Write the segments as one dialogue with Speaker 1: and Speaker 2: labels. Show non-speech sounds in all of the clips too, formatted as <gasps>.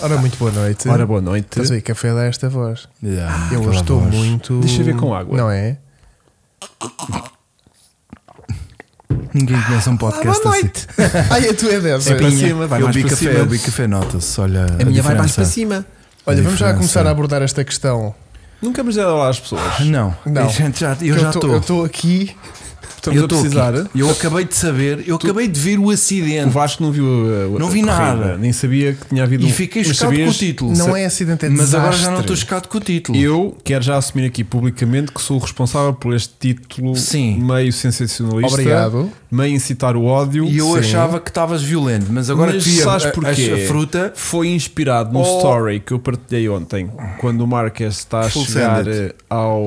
Speaker 1: Ora, muito boa noite. Ah,
Speaker 2: Ora, boa noite.
Speaker 1: Estás aí, café dá esta voz.
Speaker 2: Yeah,
Speaker 1: Eu
Speaker 2: aquela
Speaker 1: hoje estou
Speaker 2: voz.
Speaker 1: muito.
Speaker 2: Deixa ver com água.
Speaker 1: Não é?
Speaker 3: Ninguém começa um podcast assim.
Speaker 1: <laughs> Ai, a tua é dessa.
Speaker 2: É para
Speaker 1: Olha,
Speaker 2: cima, vai
Speaker 3: eu
Speaker 2: mais
Speaker 3: vi
Speaker 2: para
Speaker 3: café,
Speaker 2: cima.
Speaker 3: eu vi café nota-se, olha.
Speaker 2: A minha vai mais para cima.
Speaker 1: vamos já
Speaker 3: diferença.
Speaker 1: começar a abordar esta questão.
Speaker 2: Nunca me dá lá às pessoas.
Speaker 3: Ah, Não,
Speaker 1: Não.
Speaker 3: não. Gente, já, eu
Speaker 1: Que
Speaker 3: já
Speaker 1: tô-
Speaker 3: estou.
Speaker 1: Eu estou aqui.
Speaker 2: Estamos a
Speaker 3: tô aqui.
Speaker 2: precisar.
Speaker 3: Eu acabei de saber, eu acabei de ver o acidente.
Speaker 2: O Vasco não viu a, a-
Speaker 3: Não
Speaker 2: a
Speaker 3: vi
Speaker 2: corrida.
Speaker 3: nada.
Speaker 2: Nem sabia que tinha havido
Speaker 3: E
Speaker 2: um-
Speaker 3: fiquei
Speaker 2: mas
Speaker 3: chocado com o
Speaker 2: sabias-
Speaker 3: título.
Speaker 1: Não é acidente, é
Speaker 3: Mas
Speaker 1: desastre.
Speaker 3: agora já não estou chocado com o título.
Speaker 2: Eu quero já assumir aqui publicamente que sou o responsável por este título
Speaker 3: Sim.
Speaker 2: meio sensacionalista,
Speaker 1: Obrigado.
Speaker 2: meio incitar o ódio.
Speaker 3: E eu
Speaker 2: Sim.
Speaker 3: achava que estavas violento, mas agora
Speaker 2: Mas
Speaker 3: que vi a,
Speaker 2: sabes
Speaker 3: a-
Speaker 2: porquê?
Speaker 3: a fruta,
Speaker 2: Foi inspirado no
Speaker 3: Oh.
Speaker 2: story que eu partilhei ontem, quando o Marques está a
Speaker 3: Full
Speaker 2: chegar
Speaker 3: send
Speaker 2: eh, ao,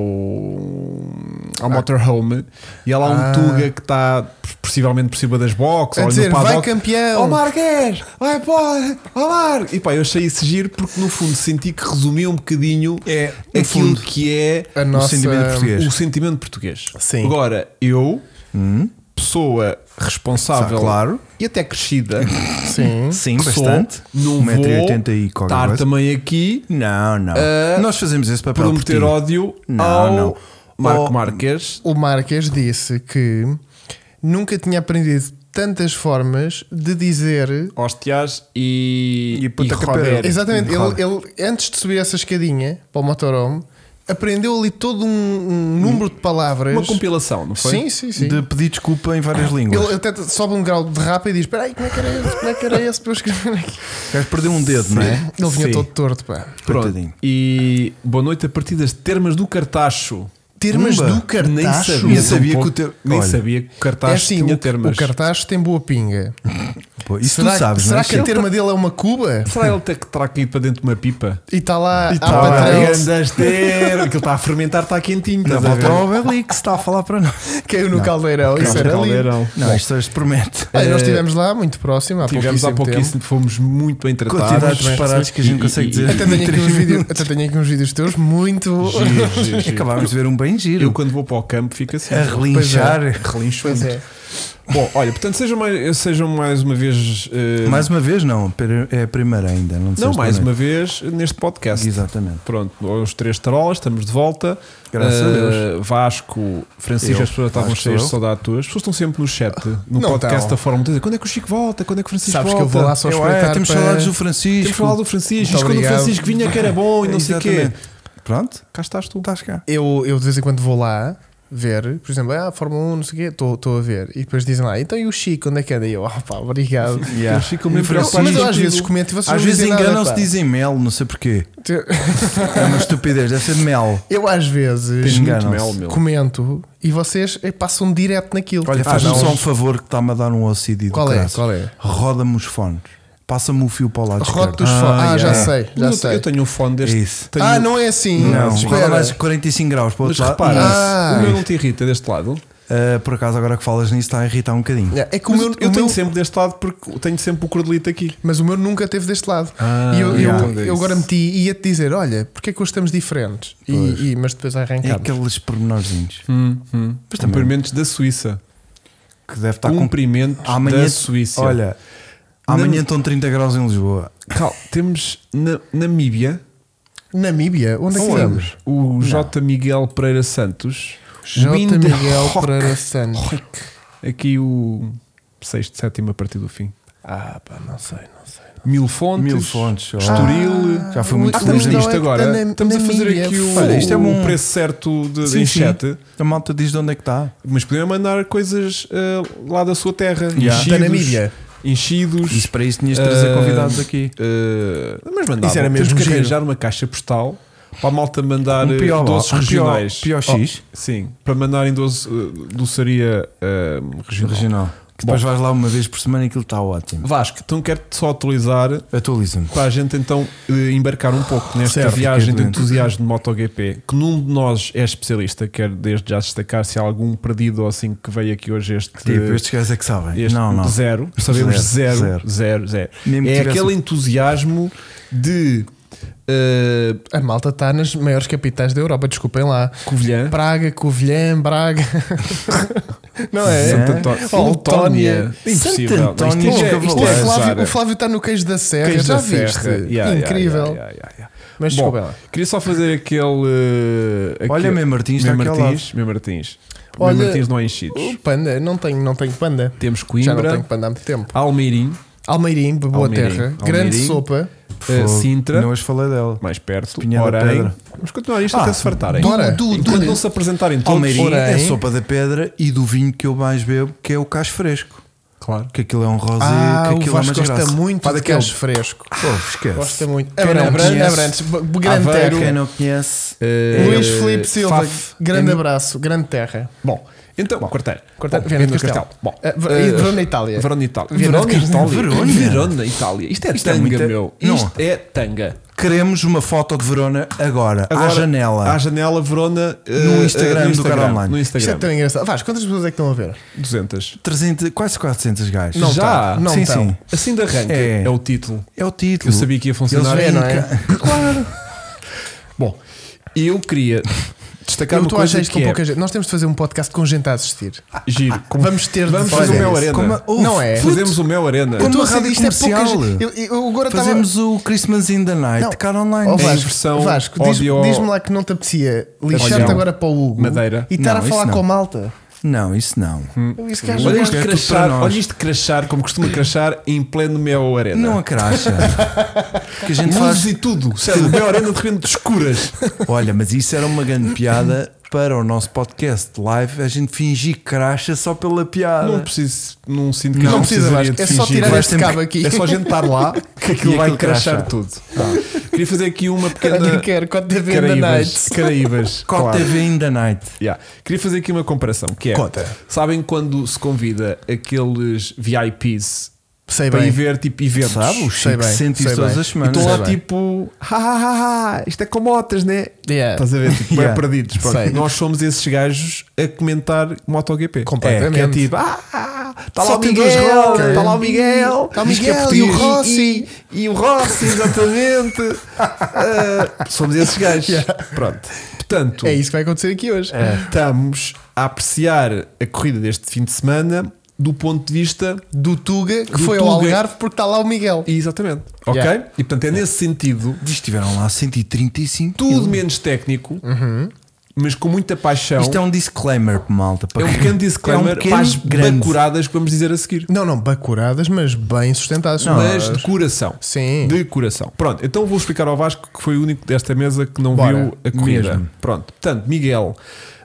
Speaker 2: ao motorhome e há lá um Tuga que está possivelmente por cima das boxes
Speaker 1: A
Speaker 2: ou
Speaker 1: dizer,
Speaker 2: no paddock.
Speaker 1: vai campeão.
Speaker 2: Oh Marques, vai pode, oh Mar. E pá, eu achei isso giro porque no fundo senti que resumia um bocadinho
Speaker 3: É, no
Speaker 2: aquilo
Speaker 3: fundo,
Speaker 2: que é
Speaker 1: A nossa-
Speaker 3: sentimento português.
Speaker 2: o sentimento português.
Speaker 1: Sim.
Speaker 2: Agora, eu, pessoa responsável
Speaker 3: Sa- claro.
Speaker 2: e até crescida,
Speaker 1: Sim.
Speaker 3: sim,
Speaker 2: que sou,
Speaker 3: bastante.
Speaker 2: Hum? não vou
Speaker 3: 1,80m e qualquer
Speaker 2: estar
Speaker 3: coisa.
Speaker 2: também aqui
Speaker 3: Não, não.
Speaker 2: Ah,
Speaker 3: Nós fazemos esse papel.
Speaker 2: para
Speaker 3: por ti.
Speaker 2: meter ódio
Speaker 3: Não,
Speaker 2: ao
Speaker 3: não.
Speaker 2: Marco
Speaker 3: Oh.
Speaker 2: Marques.
Speaker 1: O Marques disse que nunca tinha aprendido tantas formas de dizer
Speaker 2: Hostias e,
Speaker 3: E puta que
Speaker 2: Roder.
Speaker 3: pariu.
Speaker 1: Exatamente,
Speaker 3: Claro.
Speaker 1: ele, ele, antes de subir essa escadinha para o motorhome, aprendeu ali todo um, um número de palavras.
Speaker 2: Uma compilação, não foi?
Speaker 1: Sim, sim, sim.
Speaker 3: De pedir desculpa em várias línguas.
Speaker 1: Ele até sobe um grau de rápido e diz: Espera aí, como é que era esse? Como é que era esse para eu escrever aqui?
Speaker 3: Queres perder um dedo, não é?
Speaker 1: Ele vinha
Speaker 2: Sim.
Speaker 1: todo torto, pá.
Speaker 2: Pronto.
Speaker 3: Coitadinho.
Speaker 2: E boa noite a partir das termas do cartacho.
Speaker 1: Termas
Speaker 3: Pumba.
Speaker 1: do cartacho.
Speaker 2: Nem sabia,
Speaker 3: Eu sabia
Speaker 2: tampouco-
Speaker 3: que o teu-
Speaker 2: nem
Speaker 3: Olha.
Speaker 2: sabia que o
Speaker 1: É
Speaker 2: cartaz
Speaker 1: assim,
Speaker 2: tinha
Speaker 1: o,
Speaker 2: termas.
Speaker 1: o cartaz tem boa pinga.
Speaker 3: Pô, isso
Speaker 1: será
Speaker 3: tu sabes,
Speaker 1: será
Speaker 3: não é?
Speaker 1: que a terma dele é uma cuba?
Speaker 2: Será ele ter que terá caído para dentro de uma pipa?
Speaker 1: E está lá a
Speaker 3: Tá
Speaker 2: Ah,
Speaker 1: patrão.
Speaker 2: grandes termas. Aquilo está a fermentar, está quentinho.
Speaker 3: Na
Speaker 2: estás a
Speaker 3: volta
Speaker 2: ver?
Speaker 3: ao Obelix está a falar para nós.
Speaker 1: Caiu no caldeirão. Isso
Speaker 2: Não,
Speaker 1: era lindo.
Speaker 2: caldeirão.
Speaker 3: Não, isto hoje promete.
Speaker 1: Olha, nós
Speaker 2: Eh,
Speaker 1: estivemos lá muito próximo, há
Speaker 2: Tivemos
Speaker 1: pouquíssimo
Speaker 2: há
Speaker 1: tempo.
Speaker 2: pouquíssimo, fomos muito bem tratados. é?
Speaker 3: Quantidade de disparates que a gente
Speaker 2: E-
Speaker 3: consegue
Speaker 2: e-
Speaker 3: dizer.
Speaker 1: Até tenho, aqui
Speaker 3: Três
Speaker 1: uns vídeos,
Speaker 3: minutos.
Speaker 1: até tenho aqui uns vídeos teus muito.
Speaker 2: Giro,
Speaker 3: <laughs>
Speaker 2: giro, giro.
Speaker 3: Acabámos de ver um bem
Speaker 2: Eu
Speaker 1: Hum.
Speaker 3: giro.
Speaker 2: quando vou para o campo fico assim.
Speaker 3: A relinchar.
Speaker 2: Relincho
Speaker 1: Pois
Speaker 2: muito.
Speaker 1: é.
Speaker 2: Bom, olha, portanto, sejam mais, sejam mais uma vez. eh,
Speaker 1: um
Speaker 3: Mais uma vez, não. pera- É a primeira ainda. Não,
Speaker 2: não,
Speaker 3: disseste
Speaker 2: mais
Speaker 1: é?
Speaker 3: também.
Speaker 2: uma vez neste podcast.
Speaker 3: Exatamente.
Speaker 2: Pronto, os três tarolas, estamos de volta.
Speaker 3: Graças a
Speaker 2: Eh,
Speaker 3: Deus.
Speaker 2: Vasco, Francisco,
Speaker 3: Eu.
Speaker 2: as pessoas estavam
Speaker 3: Vasco
Speaker 2: cheias de
Speaker 3: sou
Speaker 2: saudade tuas. As pessoas estão sempre no chat, no
Speaker 1: Ah, Não
Speaker 2: podcast
Speaker 1: estão.
Speaker 2: da Fórmula 1. Dizer, Quando é que o Chico volta? Quando é que o Francisco
Speaker 1: Sabes que
Speaker 2: volta?
Speaker 1: eu vou lá só
Speaker 3: Eu,
Speaker 1: espreitar.
Speaker 3: é, temos
Speaker 1: para-
Speaker 3: saudades do
Speaker 2: Temos
Speaker 3: Francisco.
Speaker 2: falado do Francisco.
Speaker 1: Muito
Speaker 2: Diz quando o
Speaker 1: obrigado.
Speaker 2: Francisco vinha que era bom e não sei o quê.
Speaker 3: Exatamente. Pronto,
Speaker 2: Cá estás tu.
Speaker 3: estás cá.
Speaker 1: Eu, eu de vez em quando vou lá ver, por exemplo, ah, Fórmula 1, não sei o quê, estou a ver. E depois dizem lá, então e o Chico, onde é que anda? E eu, ah, pá, obrigado.
Speaker 3: Yeah.
Speaker 2: Eles ficam meio
Speaker 3: E
Speaker 1: Eu-
Speaker 2: preocupados.
Speaker 1: <laughs> mas eu às
Speaker 2: contigo.
Speaker 1: vezes comento e vocês
Speaker 3: Às
Speaker 1: não
Speaker 3: vezes
Speaker 1: dizem nada,
Speaker 3: enganam-se,
Speaker 1: pá.
Speaker 3: dizem mel, não sei porquê.
Speaker 1: Te-
Speaker 3: É uma estupidez, deve ser de mel.
Speaker 1: Eu às vezes
Speaker 3: Tens-
Speaker 2: muito
Speaker 3: enganam-se.
Speaker 2: mel, meu.
Speaker 1: comento e vocês eh, passam direto naquilo.
Speaker 3: Olha,
Speaker 1: Tipo,
Speaker 3: faz-me
Speaker 1: ah, não.
Speaker 3: só um favor que está-me a dar um OCD do
Speaker 1: Qual é?
Speaker 3: caraças.
Speaker 1: Qual é?
Speaker 3: Roda-me os fones. Passa-me o fio para o lado
Speaker 1: Roto os
Speaker 3: esquerdo.
Speaker 1: fones. Ah,
Speaker 2: yeah.
Speaker 1: já sei, já
Speaker 2: eu,
Speaker 1: sei.
Speaker 2: Eu tenho um fone deste.
Speaker 3: É isso.
Speaker 2: tenho- um
Speaker 1: Ah, não é assim.
Speaker 3: Não, roda
Speaker 1: espera.
Speaker 3: mais 45 graus para o
Speaker 2: Mas
Speaker 3: outro lado.
Speaker 2: repara,
Speaker 1: Ah.
Speaker 2: o meu não te irrita deste lado.
Speaker 3: Ah, por acaso, agora que falas nisso, está a irritar um bocadinho.
Speaker 1: É que o
Speaker 2: Mas
Speaker 1: meu,
Speaker 2: eu
Speaker 1: o
Speaker 2: tenho
Speaker 1: meu-
Speaker 2: sempre deste lado porque eu tenho sempre o cordelito aqui.
Speaker 1: mas o meu nunca teve deste lado.
Speaker 2: Ah,
Speaker 1: e eu, eu-
Speaker 3: yeah.
Speaker 1: eu, agora meti e ia-te dizer: olha, porque é que hoje estamos diferentes? E- e- mas depois
Speaker 3: É
Speaker 1: arrancamos.
Speaker 3: aqueles pormenorzinhos
Speaker 2: Mas Cumprimentos da Suíça.
Speaker 3: que deve estar Tá com.
Speaker 2: Cumprimentos
Speaker 3: Amanhã,
Speaker 2: da Suíça.
Speaker 3: Olha, amanhã estão 30 graus em Lisboa.
Speaker 2: Cal, temos na Namíbia
Speaker 1: Namíbia? Onde é que
Speaker 3: Onde?
Speaker 1: estamos?
Speaker 2: o J. Miguel Pereira Santos.
Speaker 1: J.
Speaker 2: Wind
Speaker 1: Miguel
Speaker 2: Rock.
Speaker 1: Pereira Santos.
Speaker 2: Rock. Aqui o 6 de 7 a partir do fim.
Speaker 1: Ah, pá, não sei, não sei.
Speaker 2: Mil fontes.
Speaker 3: Mil fontes. ó.
Speaker 2: Ah, Estoril.
Speaker 3: Já fui muito
Speaker 2: Ah,
Speaker 3: feliz
Speaker 2: estamos
Speaker 3: em-
Speaker 2: nisto
Speaker 1: Não é que
Speaker 2: agora.
Speaker 1: tá na-
Speaker 2: estamos a fazer
Speaker 1: Namíbia.
Speaker 2: aqui o,
Speaker 3: Olha, isto é um-
Speaker 2: o preço certo de,
Speaker 3: Sim,
Speaker 2: em
Speaker 3: sim.
Speaker 2: chat.
Speaker 3: A malta diz de onde é que está.
Speaker 2: Mas podiam mandar coisas ah, lá da sua terra.
Speaker 3: Yeah.
Speaker 2: Enchidos,
Speaker 1: Da Namíbia.
Speaker 2: Enchidos.
Speaker 3: Isso para isso tinhas de trazer
Speaker 2: Ah,
Speaker 3: convidados aqui.
Speaker 2: ah, mas mandavam.
Speaker 1: Isso era mesmo
Speaker 2: Temos que
Speaker 1: giro.
Speaker 2: arranjar uma caixa postal para a malta mandar
Speaker 3: Um
Speaker 2: eh,
Speaker 3: PO,
Speaker 2: doces
Speaker 3: um PO,
Speaker 2: regionais. Oh,
Speaker 3: POX?
Speaker 2: sim, para mandarem doce, eh, doçaria eh, regional.
Speaker 3: Regional. Que depois vais lá uma vez por semana e aquilo está ótimo.
Speaker 2: Vasco, então quero só atualizar
Speaker 3: Atualiza-me.
Speaker 2: para a gente então eh, embarcar um pouco nesta
Speaker 3: Certo,
Speaker 2: viagem de
Speaker 3: fiquei doente.
Speaker 2: entusiasmo de MotoGP, que nenhum de nós é especialista, quero desde já destacar se há algum perdido ou assim que veio aqui hoje este,
Speaker 3: Tipo, estes gajos é que sabem.
Speaker 2: eh, este
Speaker 3: não, não.
Speaker 2: zero, sabemos zero,
Speaker 3: Zero,
Speaker 2: zero, zero.
Speaker 3: Mesmo que
Speaker 2: É
Speaker 3: tivesse-
Speaker 2: aquele entusiasmo de Uh,
Speaker 1: A malta está nas maiores capitais da Europa, desculpem lá.
Speaker 2: Covilhã.
Speaker 1: Praga, Covilhã,
Speaker 2: <laughs>
Speaker 1: Braga. Não é?
Speaker 3: Santo
Speaker 2: Antó-
Speaker 1: Oh, Letónia.
Speaker 2: Impossível.
Speaker 3: Santo
Speaker 2: Isto
Speaker 3: António
Speaker 1: Isto
Speaker 2: é-
Speaker 1: é,
Speaker 3: dos
Speaker 1: isto é
Speaker 3: Cavaleiros.
Speaker 1: Flávio, o Flávio está no queijo da serra,
Speaker 2: Queijo
Speaker 1: já
Speaker 2: da
Speaker 1: viste?
Speaker 2: Serra. Yeah, yeah,
Speaker 1: Incrível.
Speaker 2: yeah, yeah, yeah.
Speaker 1: Mas
Speaker 2: Bom,
Speaker 1: desculpem lá.
Speaker 2: Queria só fazer aquele. uh, aquele
Speaker 3: Olha, meu Martins, está
Speaker 2: meu
Speaker 3: aqui ao
Speaker 2: Martins, meu Martins. Meu
Speaker 1: Olha-
Speaker 2: Martins não é enchidos.
Speaker 1: O panda, não tenho, não tenho panda.
Speaker 2: Temos
Speaker 1: Já não tenho
Speaker 2: Coimbra,
Speaker 1: panda há muito tempo.
Speaker 2: Almeirim,
Speaker 1: Almeirim, Boa
Speaker 2: Almeirim,
Speaker 1: Terra,
Speaker 2: Almeirim.
Speaker 1: grande sopa.
Speaker 2: eh,
Speaker 3: Fogo.
Speaker 2: Sintra,
Speaker 3: Não hoje falei dela.
Speaker 2: mais perto,
Speaker 3: Pinhal da
Speaker 2: Orem.
Speaker 3: Pedra.
Speaker 2: Vamos continuar isto
Speaker 3: Ah,
Speaker 2: até se fartarem.
Speaker 1: bora.
Speaker 2: Enquanto não se apresentarem todos.
Speaker 3: Almeirim
Speaker 1: Orem.
Speaker 3: é a sopa da pedra e do vinho que eu mais bebo, que é o cacho fresco.
Speaker 2: Claro.
Speaker 3: Que aquilo é um rosé,
Speaker 1: Ah,
Speaker 3: que
Speaker 1: o
Speaker 3: aquilo é uma
Speaker 1: Vasco gosta
Speaker 3: desgraça.
Speaker 1: muito
Speaker 3: Faz
Speaker 1: de
Speaker 3: aquele-
Speaker 1: queijo fresco.
Speaker 3: Pô, esquece.
Speaker 1: Gosta muito.
Speaker 2: Quem não
Speaker 1: Abrantes,
Speaker 2: conhece?
Speaker 1: Abrantes, b- grande
Speaker 2: Aveiro,
Speaker 1: terra.
Speaker 3: Quem não conhece,
Speaker 2: Eh,
Speaker 1: Luís
Speaker 2: eh,
Speaker 1: Filipe Silva,
Speaker 2: Faf,
Speaker 1: grande
Speaker 2: é-
Speaker 1: abraço, grande terra.
Speaker 2: Bom, então, quarteiro.
Speaker 1: Corta-
Speaker 2: Bom,
Speaker 1: Viana do
Speaker 2: Viana do
Speaker 1: Castelo.
Speaker 2: Castelo. Bom,
Speaker 1: Eh, Ver-
Speaker 2: eh,
Speaker 1: Verona, Itália.
Speaker 2: Verona, Itália.
Speaker 1: Verona, Castelo.
Speaker 2: Verona,
Speaker 3: Verona.
Speaker 2: Verona, Itália. Isto é
Speaker 3: Isto é
Speaker 2: tanga,
Speaker 3: muita-
Speaker 2: meu.
Speaker 3: Não.
Speaker 2: Isto é tanga.
Speaker 3: queremos uma foto de Verona agora, à
Speaker 2: Agora,
Speaker 3: janela.
Speaker 2: À janela Verona. eh,
Speaker 3: No Instagram
Speaker 2: eh,
Speaker 3: do Cara Online.
Speaker 2: No
Speaker 1: Isto é
Speaker 2: Instagram.
Speaker 1: tão engraçado. Vasco, quantas pessoas é que estão a ver?
Speaker 2: 200.
Speaker 3: 300, quase 400 gajos.
Speaker 1: Não
Speaker 2: Já?
Speaker 1: tão, não
Speaker 3: sim,
Speaker 1: tão.
Speaker 3: sim.
Speaker 2: Assim de arranque é.
Speaker 3: É.
Speaker 2: o título.
Speaker 3: É o título.
Speaker 2: Eu sabia que ia funcionar.
Speaker 1: veem, não é?
Speaker 2: Claro. Bom, eu queria destacar
Speaker 1: Eu
Speaker 2: uma
Speaker 1: estou a achar
Speaker 2: coisa
Speaker 1: isto Ah, com
Speaker 2: que é Ah,
Speaker 1: pouca gente. Nós temos de fazer um podcast com gente a assistir.
Speaker 2: giro.
Speaker 1: Vamos ter de
Speaker 2: Vamos
Speaker 1: fazer
Speaker 2: fazer o
Speaker 1: isso.
Speaker 2: Mel Arena.
Speaker 3: Como- Uf,
Speaker 1: Não é?
Speaker 2: Fazemos o Mel Arena.
Speaker 1: Eu
Speaker 3: Como
Speaker 1: estou a
Speaker 3: uma rádio
Speaker 1: dizer, isto é pouca
Speaker 3: comercial.
Speaker 1: gente. Eu, eu agora estava.
Speaker 3: Fazemos o Christmas in the Night,
Speaker 1: Não.
Speaker 3: cara online.
Speaker 1: Oh, Vasco,
Speaker 2: um versão
Speaker 1: Vasco diz-
Speaker 2: audio-
Speaker 1: diz-me lá que não te apetecia lixar-te
Speaker 2: Audião.
Speaker 1: agora para o Hugo
Speaker 2: Madeira.
Speaker 1: e estar
Speaker 3: Não,
Speaker 1: a
Speaker 3: isso
Speaker 1: falar
Speaker 3: não.
Speaker 1: com a malta.
Speaker 3: Não, isso não.
Speaker 1: Isso que acho
Speaker 2: Olha
Speaker 1: bom.
Speaker 2: isto,
Speaker 3: é tudo
Speaker 2: crachar,
Speaker 3: para nós.
Speaker 2: olha isto crachar, como costuma crachar, em pleno Mel Arena.
Speaker 3: Não
Speaker 1: <laughs>
Speaker 3: a cracha. que a gente
Speaker 2: Luzes
Speaker 3: faz.
Speaker 2: e tudo. Sério, o Mel Arena de repente de escuras.
Speaker 3: Olha, mas isso era uma grande piada para o nosso podcast live. A gente fingir cracha só pela piada.
Speaker 2: Não preciso, não sinto que
Speaker 3: Não
Speaker 2: eu
Speaker 1: precisa,
Speaker 2: precisaria
Speaker 1: Vasco.
Speaker 2: de
Speaker 1: É só
Speaker 2: fingir.
Speaker 1: tirar
Speaker 3: Vais
Speaker 1: este
Speaker 3: ter-
Speaker 1: cabo aqui.
Speaker 2: É só a gente estar lá que aquilo
Speaker 3: E
Speaker 2: vai
Speaker 3: aquilo
Speaker 2: crachar
Speaker 3: cracha.
Speaker 2: tudo. Queria fazer aqui uma
Speaker 1: Olha,
Speaker 2: pequena.
Speaker 1: quero Cota TV in the
Speaker 2: Caraíbas.
Speaker 1: Night.
Speaker 3: <laughs>
Speaker 2: Caraíbas.
Speaker 3: Cota
Speaker 2: claro.
Speaker 3: TV in the Night.
Speaker 2: Yeah. Queria fazer aqui uma comparação que é
Speaker 1: Conta.
Speaker 2: sabem quando se convida aqueles VIPs
Speaker 1: <laughs> Sei
Speaker 2: para
Speaker 1: É bem.
Speaker 2: ir ver tipo eventos
Speaker 3: Sabe? O
Speaker 1: Sei
Speaker 3: Chico
Speaker 1: bem,
Speaker 3: sente
Speaker 1: sei
Speaker 3: isso todas
Speaker 1: bem.
Speaker 3: as
Speaker 2: e
Speaker 3: semanas.
Speaker 2: estão lá
Speaker 1: Sei bem.
Speaker 2: tipo ha, ha, ha, ha, isto é com motas né
Speaker 1: Yeah.
Speaker 2: estás a ver tipo,
Speaker 3: Yeah.
Speaker 2: bem perdidos pronto.
Speaker 1: Sei.
Speaker 2: nós somos esses gajos a comentar MotoGP
Speaker 1: Completamente.
Speaker 2: é, que é tipo ah, ah, está lá
Speaker 1: Só
Speaker 2: o
Speaker 1: tem
Speaker 2: Miguel
Speaker 1: duas rodas.
Speaker 2: está lá o Miguel
Speaker 1: Está Tá o
Speaker 2: diz que é
Speaker 1: Miguel e o
Speaker 2: português.
Speaker 1: Rossi.
Speaker 2: E- e, e o Rossi exatamente
Speaker 1: <laughs>
Speaker 2: Ah, somos esses gajos pronto portanto
Speaker 1: É isso que vai acontecer aqui hoje.
Speaker 2: É. estamos a apreciar a corrida deste fim de semana do ponto de vista.
Speaker 1: Do Tuga, que
Speaker 2: Do
Speaker 1: foi ao
Speaker 2: Tuga.
Speaker 1: Algarve porque está lá o Miguel.
Speaker 2: Exatamente. Ok?
Speaker 1: Yeah.
Speaker 2: E portanto é nesse sentido,
Speaker 3: Diz que tiveram lá 135
Speaker 2: tudo menos técnico, mas com muita paixão.
Speaker 3: Uhum. Isto é um disclaimer, malta.
Speaker 2: É
Speaker 3: para
Speaker 2: um
Speaker 3: <laughs> quem-
Speaker 2: pequeno disclaimer
Speaker 3: É um pequeno
Speaker 2: para as
Speaker 3: grande.
Speaker 2: bacuradas que vamos dizer a seguir.
Speaker 1: Não, não, bacuradas, mas bem sustentadas.
Speaker 2: Mas de coração.
Speaker 1: Sim.
Speaker 2: De coração. Pronto, então vou explicar ao Vasco que foi o único desta mesa que não
Speaker 1: Bora.
Speaker 2: viu a corrida.
Speaker 3: Mesmo.
Speaker 2: Pronto, portanto, Miguel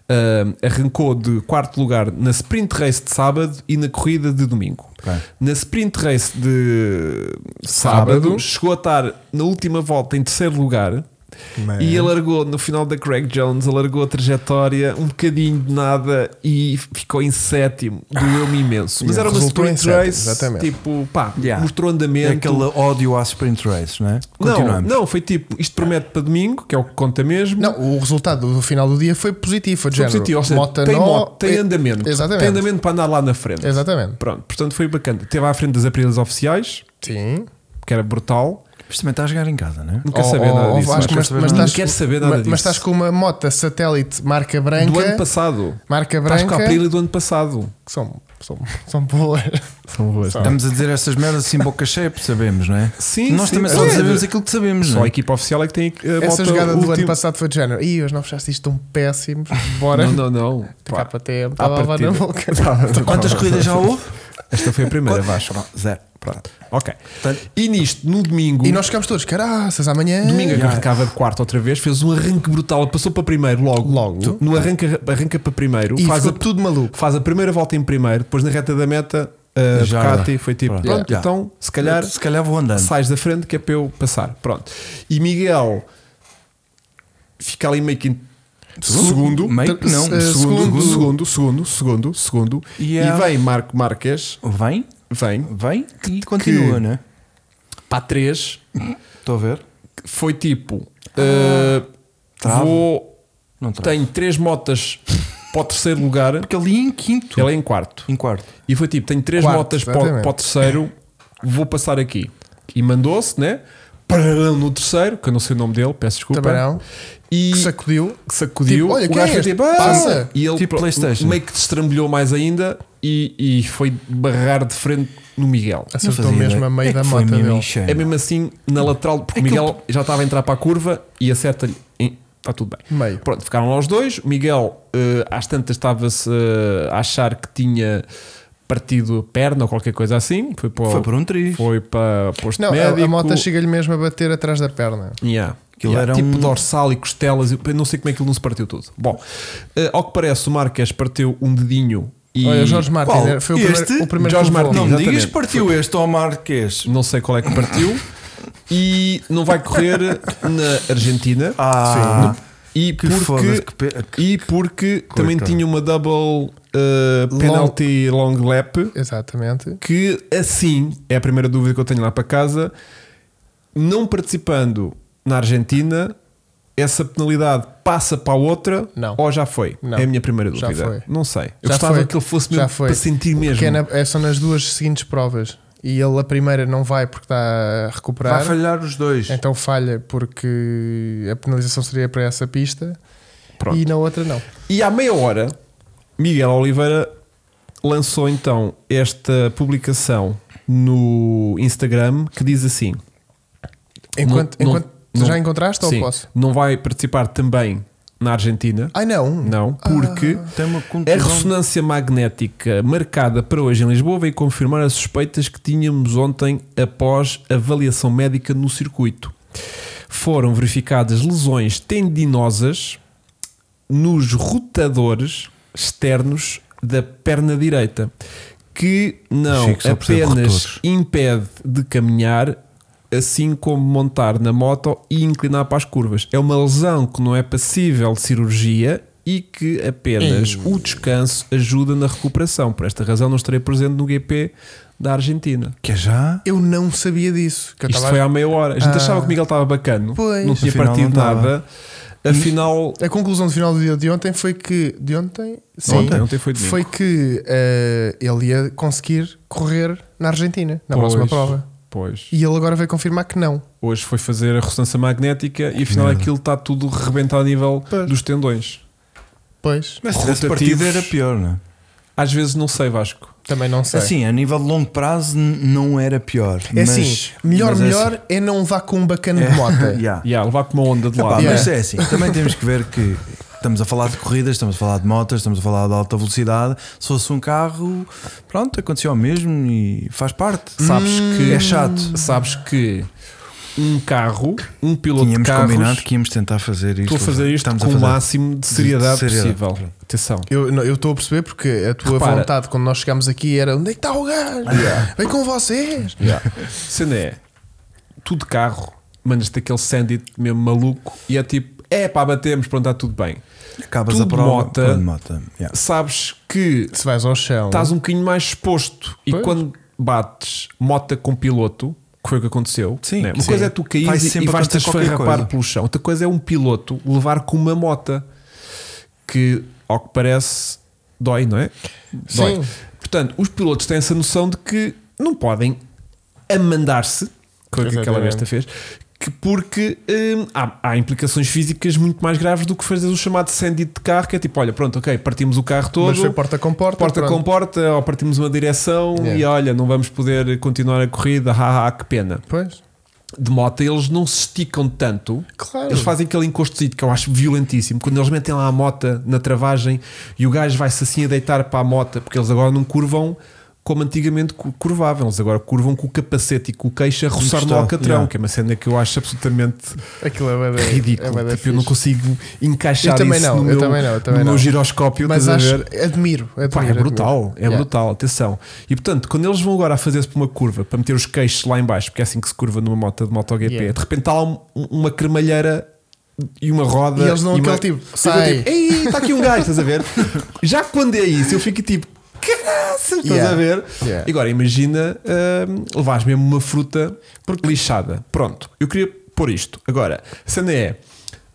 Speaker 2: ah, arrancou de quarto lugar na sprint race de sábado e na corrida de domingo.
Speaker 3: Ok.
Speaker 2: Na sprint race de sábado,
Speaker 1: Sábado.
Speaker 2: chegou a estar na última volta em terceiro lugar.
Speaker 1: Mas-
Speaker 2: E alargou no final da Craig Jones, alargou a trajetória um bocadinho de nada e ficou em sétimo. Doeu-me imenso. Mas
Speaker 1: Yeah.
Speaker 2: era uma
Speaker 1: Resultou em
Speaker 2: sprint
Speaker 1: sétimo,
Speaker 2: race,
Speaker 1: exatamente.
Speaker 2: tipo, pá,
Speaker 3: Yeah.
Speaker 2: mostrou
Speaker 3: É
Speaker 2: andamento.
Speaker 3: aquele ódio à sprint race, não é?
Speaker 2: Não,
Speaker 3: Continuamos.
Speaker 2: não, foi tipo, isto promete para domingo, que é o que conta mesmo.
Speaker 1: Não, o resultado do final do dia foi positivo. Foi de
Speaker 2: Foi
Speaker 1: género.
Speaker 2: positivo, ou seja,
Speaker 1: Mota
Speaker 2: tem,
Speaker 1: nó-
Speaker 2: moto, tem
Speaker 1: eh,
Speaker 2: andamento.
Speaker 1: Exatamente.
Speaker 2: Tem andamento para andar lá na frente.
Speaker 1: Exatamente.
Speaker 2: Pronto, portanto foi bacana. Teve à frente das aprilas oficiais,
Speaker 1: Sim.
Speaker 2: que era brutal.
Speaker 3: Mas também está a jogar em casa, não é?
Speaker 2: Não quer
Speaker 1: Oh,
Speaker 2: saber
Speaker 1: oh,
Speaker 2: nada
Speaker 1: oh,
Speaker 2: disso.
Speaker 1: Vasco,
Speaker 2: Vasco.
Speaker 1: mas-
Speaker 3: Não
Speaker 1: mas
Speaker 2: não
Speaker 1: estás-
Speaker 2: quero saber nada
Speaker 1: ma-
Speaker 2: disso.
Speaker 1: Mas estás com uma moto satélite marca branca.
Speaker 2: do ano passado.
Speaker 1: Marca
Speaker 2: Estás com a
Speaker 1: branca.
Speaker 2: aprilha do ano passado.
Speaker 1: Que são, são, são boas.
Speaker 2: São boas.
Speaker 3: Estamos a dizer essas merdas assim boca cheia, porque sabemos, não é?
Speaker 2: Sim,
Speaker 3: Nós
Speaker 2: sim,
Speaker 3: também
Speaker 2: sim.
Speaker 3: só
Speaker 2: É,
Speaker 3: sabemos
Speaker 2: de-
Speaker 3: aquilo que sabemos,
Speaker 2: Só
Speaker 3: não
Speaker 2: a
Speaker 3: é?
Speaker 2: equipa oficial é que tem a
Speaker 1: Essa
Speaker 2: volta
Speaker 1: jogada do ano
Speaker 2: última.
Speaker 1: passado é? foi de género. Ih, hoje não fechaste isto tão
Speaker 2: <laughs>
Speaker 1: péssimos. Bora.
Speaker 2: Não, não, não.
Speaker 1: Tá Cá
Speaker 2: Pá,
Speaker 1: para tempo.
Speaker 2: à
Speaker 1: Estava a levar na
Speaker 2: partida. Tá,
Speaker 1: boca.
Speaker 2: <laughs>
Speaker 3: Quantas corridas já houve?
Speaker 2: Esta foi
Speaker 1: <laughs>
Speaker 2: a primeira, Vasco.
Speaker 3: Zero.
Speaker 2: Pronto. Ok.
Speaker 3: Portanto-
Speaker 2: E nisto, no domingo.
Speaker 1: E nós ficámos todos, caraças, amanhã.
Speaker 2: Domingo
Speaker 3: Yeah.
Speaker 2: arrancava de quarto outra vez, fez um arranque brutal, passou para primeiro logo.
Speaker 1: Logo.
Speaker 2: No arranque, arranca para primeiro,
Speaker 1: E
Speaker 2: faz,
Speaker 1: ficou
Speaker 2: a,
Speaker 1: tudo maluco.
Speaker 2: faz a primeira volta em primeiro, depois na reta da meta, a
Speaker 3: Já.
Speaker 2: Ducati foi tipo:
Speaker 3: Pronto.
Speaker 2: pronto,
Speaker 3: Yeah.
Speaker 2: então se calhar
Speaker 3: Se calhar vou andando.
Speaker 2: sais da frente que é para eu passar. Pronto. E Miguel fica ali meio que em segundo,
Speaker 3: Meio que não.
Speaker 1: Eh,
Speaker 2: segundo,
Speaker 1: segundo.
Speaker 2: segundo, segundo, segundo, segundo.
Speaker 3: Yeah.
Speaker 2: E vem Marco Marques,
Speaker 3: Vem,
Speaker 2: vem
Speaker 3: vem e continua, não é?
Speaker 2: para três,
Speaker 3: Estou a ver.
Speaker 2: foi tipo: eh,
Speaker 3: Travo.
Speaker 2: vou.
Speaker 3: Não traz.
Speaker 2: Tenho três motas para o terceiro lugar,
Speaker 1: <laughs>
Speaker 3: Porque ali em quinto.
Speaker 2: ele é em quarto.
Speaker 3: Em quarto.
Speaker 2: E foi tipo: tenho três
Speaker 1: Quarto,
Speaker 2: motas para, o-
Speaker 1: exatamente.
Speaker 2: para o terceiro, vou passar aqui. E mandou-se, né? pararão no terceiro, que eu não sei o nome dele, peço desculpa.
Speaker 1: Também não.
Speaker 2: E
Speaker 1: Que sacudiu.
Speaker 2: que sacudiu.
Speaker 1: Tipo, olha,
Speaker 2: o
Speaker 1: quem
Speaker 2: gajo
Speaker 1: é
Speaker 2: foi
Speaker 1: este?
Speaker 2: tipo, "Ah!"
Speaker 1: Passa.
Speaker 2: E ele
Speaker 3: Tipo
Speaker 2: pro-
Speaker 3: PlayStation.
Speaker 2: meio que destrambilhou mais ainda e, e foi barrar de frente no Miguel.
Speaker 1: Acertou mesmo a meio
Speaker 3: É
Speaker 1: da moto dele.
Speaker 2: É mesmo assim na lateral, porque o
Speaker 3: Aquilo-
Speaker 2: Miguel já estava a entrar para a curva e acerta-lhe. em- Está tudo bem.
Speaker 1: Meio.
Speaker 2: Pronto, ficaram lá os dois. O Miguel, eh, às tantas, estava-se eh, a achar que tinha partido a perna ou qualquer coisa assim. Foi para, o-
Speaker 3: Foi por um triz.
Speaker 2: foi para posto
Speaker 1: Não, a-
Speaker 2: médico.
Speaker 1: a moto chega-lhe mesmo a bater atrás da perna.
Speaker 2: Yeah.
Speaker 3: Aquilo
Speaker 2: Yeah.
Speaker 3: era
Speaker 2: tipo
Speaker 3: um-
Speaker 2: dorsal e costelas, eu não sei como é que ele não se partiu tudo. Bom, eh, ao que parece, o Marques partiu um dedinho e.
Speaker 1: Olha, o Jorge Martin
Speaker 3: Qual?
Speaker 1: era- foi o primeiro,
Speaker 3: Este?
Speaker 1: o primeiro
Speaker 2: Jorge
Speaker 1: que levou.
Speaker 2: Martin.
Speaker 3: Não me digas
Speaker 2: Exatamente.
Speaker 3: que partiu este ao Marquês.
Speaker 2: Não sei qual é que partiu. e não vai correr na Argentina.
Speaker 3: Ah,
Speaker 2: Sim. E
Speaker 3: que
Speaker 2: porque,
Speaker 3: foda-se, que pe- que-
Speaker 2: e porque também
Speaker 3: Coitado.
Speaker 2: tinha uma double eh, penalty long, lap
Speaker 1: Exatamente.
Speaker 2: que assim é a primeira dúvida que eu tenho lá para casa. Não participando na Argentina, essa penalidade passa para a outra
Speaker 1: Não.
Speaker 2: ou já foi?
Speaker 1: Não.
Speaker 2: É a minha primeira
Speaker 1: Já
Speaker 2: dúvida.
Speaker 1: foi.
Speaker 2: Não sei. Eu
Speaker 1: Já
Speaker 2: gostava
Speaker 1: foi.
Speaker 2: que ele fosse
Speaker 1: Já
Speaker 2: mesmo
Speaker 1: foi.
Speaker 2: para sentir mesmo.
Speaker 1: Que é na- é- são nas duas seguintes provas. E ele, a primeira, não vai porque está a
Speaker 3: vai
Speaker 1: recuperar.
Speaker 3: falhar os dois.
Speaker 1: Então falha porque a penalização seria para essa pista.
Speaker 2: Pronto.
Speaker 1: E na outra, não.
Speaker 2: E à meia hora, Miguel Oliveira lançou então esta publicação no Instagram que diz assim:
Speaker 1: Enquanto,
Speaker 2: Não- não-
Speaker 1: enquanto- tu
Speaker 2: não-
Speaker 1: já encontraste
Speaker 2: sim,
Speaker 1: ou posso?
Speaker 2: não vai participar também na Argentina,
Speaker 1: Ai não.
Speaker 2: não, porque
Speaker 3: Tem uma
Speaker 2: a
Speaker 3: contusão.
Speaker 2: ressonância magnética marcada para hoje em Lisboa veio confirmar as suspeitas que tínhamos ontem após avaliação médica no circuito. Foram verificadas lesões tendinosas nos rotadores externos da perna direita, que não
Speaker 3: Chico só precisa de
Speaker 2: apenas
Speaker 3: rotores.
Speaker 2: impede de caminhar, assim como montar na moto e inclinar para as curvas. É uma lesão que não é passível de cirurgia e que apenas o descanso ajuda na recuperação. Por esta razão, não estarei presente no GP da Argentina.
Speaker 3: Que é já?
Speaker 1: Eu não sabia disso. Que eu
Speaker 2: Isto
Speaker 1: tava-
Speaker 2: foi à meia hora. A gente
Speaker 1: Ah.
Speaker 2: achava que o Miguel estava bacano,
Speaker 1: Pois.
Speaker 2: não tinha
Speaker 3: Afinal, não Hum?
Speaker 2: partido
Speaker 3: estava.
Speaker 2: nada. Afinal,
Speaker 1: A conclusão do final do dia de ontem foi que. De ontem? Sim.
Speaker 2: ontem, ontem foi domingo.
Speaker 1: Foi que eh, ele ia conseguir correr na Argentina, na próxima
Speaker 2: Pois,
Speaker 1: prova.
Speaker 2: Pois.
Speaker 1: E ele agora veio confirmar que não.
Speaker 2: Hoje foi fazer a ressonância magnética e afinal aquilo está tudo rebentado a nível
Speaker 1: Pois.
Speaker 2: dos tendões.
Speaker 1: Pois,
Speaker 3: Mas se tivesse
Speaker 2: Rotativos.
Speaker 3: partido era pior, não é?
Speaker 2: Às vezes não sei, Vasco.
Speaker 1: também não sei.
Speaker 3: Assim, a nível de longo prazo n- não era pior.
Speaker 1: é
Speaker 3: mas,
Speaker 1: assim, melhor,
Speaker 3: mas é
Speaker 1: melhor
Speaker 3: assim.
Speaker 1: é não vá com um
Speaker 3: <laughs>
Speaker 1: bacana de moto.
Speaker 3: Yeah.
Speaker 2: E yeah, levar com uma onda de
Speaker 3: Ah. Epá,
Speaker 2: lado.
Speaker 1: Yeah.
Speaker 3: Mas é assim, também temos que ver que estamos a falar de corridas, estamos a falar de motas, estamos a falar de alta velocidade. Se fosse um carro, pronto, aconteceu o mesmo e faz parte.
Speaker 2: Sabes que
Speaker 3: é chato.
Speaker 2: Sabes que um carro, um piloto
Speaker 3: Tínhamos
Speaker 2: de carros,
Speaker 3: combinado que íamos tentar fazer isto.
Speaker 2: estou a fazer isto
Speaker 3: Estamos
Speaker 2: com
Speaker 3: a
Speaker 2: o
Speaker 3: fazer.
Speaker 2: máximo de seriedade,
Speaker 3: de seriedade.
Speaker 2: possível. Atenção.
Speaker 1: Eu não- eu estou a perceber porque a tua
Speaker 2: Repara.
Speaker 1: vontade quando nós chegámos aqui era onde é que está o
Speaker 3: <laughs>
Speaker 1: gajo? Vem com vocês.
Speaker 2: Sendo é, tu de carro, mandas daquele sandit mesmo maluco e é tipo, é pá, batemos, pronto, está tudo bem.
Speaker 3: Acabas
Speaker 2: Tudo
Speaker 3: a prova.
Speaker 2: mota.
Speaker 3: pronto, mota. Yeah.
Speaker 2: Sabes que
Speaker 1: Se vais ao
Speaker 3: Então.
Speaker 1: chão,
Speaker 2: estás um bocadinho mais exposto. E
Speaker 1: Pois.
Speaker 2: quando bates mota com piloto, que foi o que aconteceu,
Speaker 3: Sim,
Speaker 2: né? uma
Speaker 3: sim.
Speaker 2: coisa é tu cair
Speaker 3: Vai
Speaker 2: e,
Speaker 3: sempre
Speaker 2: e vais-te
Speaker 3: acontecer qualquer
Speaker 2: esfarrapar
Speaker 3: coisa.
Speaker 2: pelo chão, outra coisa é um piloto levar com uma mota que, ao que parece, dói, não é? Dói.
Speaker 1: Sim.
Speaker 2: Portanto, os pilotos têm essa noção de que não podem amandar-se, que foi o que aquela
Speaker 1: Exatamente.
Speaker 2: besta fez. que Porque hum, há, há implicações físicas muito mais graves do que fazer o chamado sandito de carro, que é tipo: olha, pronto, ok, partimos o carro todo,
Speaker 1: mas foi porta com porta.
Speaker 2: porta
Speaker 1: pronto. É.
Speaker 2: com porta, ou partimos uma direção
Speaker 1: Yeah.
Speaker 2: e olha, não vamos poder continuar a corrida, haha, que pena.
Speaker 1: Pois,
Speaker 2: De moto, eles não se esticam tanto.
Speaker 1: claro.
Speaker 2: Eles fazem aquele encostozinho que eu acho violentíssimo. Quando eles metem lá a moto na travagem e o gajo vai-se assim a deitar para a moto, porque eles agora não curvam como antigamente cu- curvavam. Eles agora curvam com o capacete e com o queixo a roçar no
Speaker 3: Encostado,
Speaker 2: alcatrão,
Speaker 3: yeah.
Speaker 2: que é uma cena que eu acho absolutamente
Speaker 1: Aquilo é bué da-
Speaker 2: ridículo.
Speaker 1: é bué da
Speaker 2: tipo, eu não
Speaker 1: fixe.
Speaker 2: consigo encaixar
Speaker 1: Eu também
Speaker 2: isso
Speaker 1: não,
Speaker 2: no,
Speaker 1: eu
Speaker 2: meu,
Speaker 1: também não, eu também
Speaker 2: no meu
Speaker 1: não.
Speaker 2: giroscópio.
Speaker 1: Mas
Speaker 2: estás a
Speaker 1: acho,
Speaker 2: ver?
Speaker 1: admiro. admiro
Speaker 2: Pá, é
Speaker 1: admiro.
Speaker 2: brutal, é
Speaker 1: Yeah.
Speaker 2: brutal, atenção. E portanto, quando eles vão agora a fazer-se para uma curva, para meter os queixos lá em baixo, porque é assim que se curva numa moto de MotoGP,
Speaker 1: Yeah.
Speaker 2: de repente está lá um- uma cremalheira e uma roda.
Speaker 1: E eles dão
Speaker 2: uma-
Speaker 1: aquele tipo,
Speaker 2: e eu
Speaker 1: sai.
Speaker 2: tipo, Ei, está aqui um gajo, estás a ver? Já quando é isso, eu fico tipo, caraca, estás
Speaker 1: Yeah.
Speaker 2: a ver?
Speaker 1: Yeah.
Speaker 2: E agora imagina hum, levares mesmo uma fruta lixada. Pronto, eu queria pôr isto. hum, Agora, a cena é,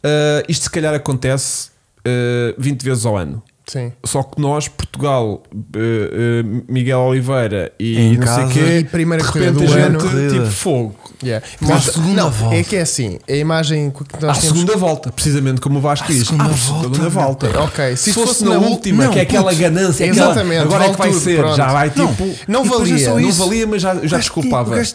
Speaker 2: ah, isto se calhar acontece ah, 20 hum, vezes ao ano.
Speaker 1: Sim.
Speaker 2: Só que nós, Portugal, eh, eh, Miguel Oliveira e
Speaker 3: Em
Speaker 2: não
Speaker 3: casa.
Speaker 2: sei o quê,
Speaker 1: E primeira
Speaker 2: É, de
Speaker 1: corrida
Speaker 2: repente
Speaker 1: do
Speaker 2: a
Speaker 1: ano.
Speaker 2: gente,
Speaker 3: Corrida.
Speaker 2: tipo fogo.
Speaker 1: Yeah.
Speaker 3: Mas à segunda
Speaker 1: não,
Speaker 3: volta.
Speaker 1: É que é assim, a imagem que
Speaker 2: À
Speaker 1: nós temos.
Speaker 2: segunda volta, precisamente como o Vasco diz.
Speaker 3: segunda
Speaker 2: À
Speaker 3: volta,
Speaker 2: segunda
Speaker 3: meu
Speaker 2: volta.
Speaker 1: Ok,
Speaker 2: Se, fosse, na última,
Speaker 3: não,
Speaker 2: que é aquela
Speaker 3: puto.
Speaker 2: ganância, é aquela,
Speaker 1: Exatamente,
Speaker 2: agora é
Speaker 1: vale
Speaker 2: que vai
Speaker 1: tudo,
Speaker 2: ser,
Speaker 1: pronto.
Speaker 2: já vai
Speaker 3: Não,
Speaker 2: tipo.
Speaker 1: Não
Speaker 3: E depois é
Speaker 1: valia.
Speaker 3: só
Speaker 2: Não
Speaker 3: isso.
Speaker 2: valia, mas já, já
Speaker 3: O
Speaker 1: tipo,
Speaker 3: gajo tinha-
Speaker 2: desculpava.
Speaker 3: o gajo-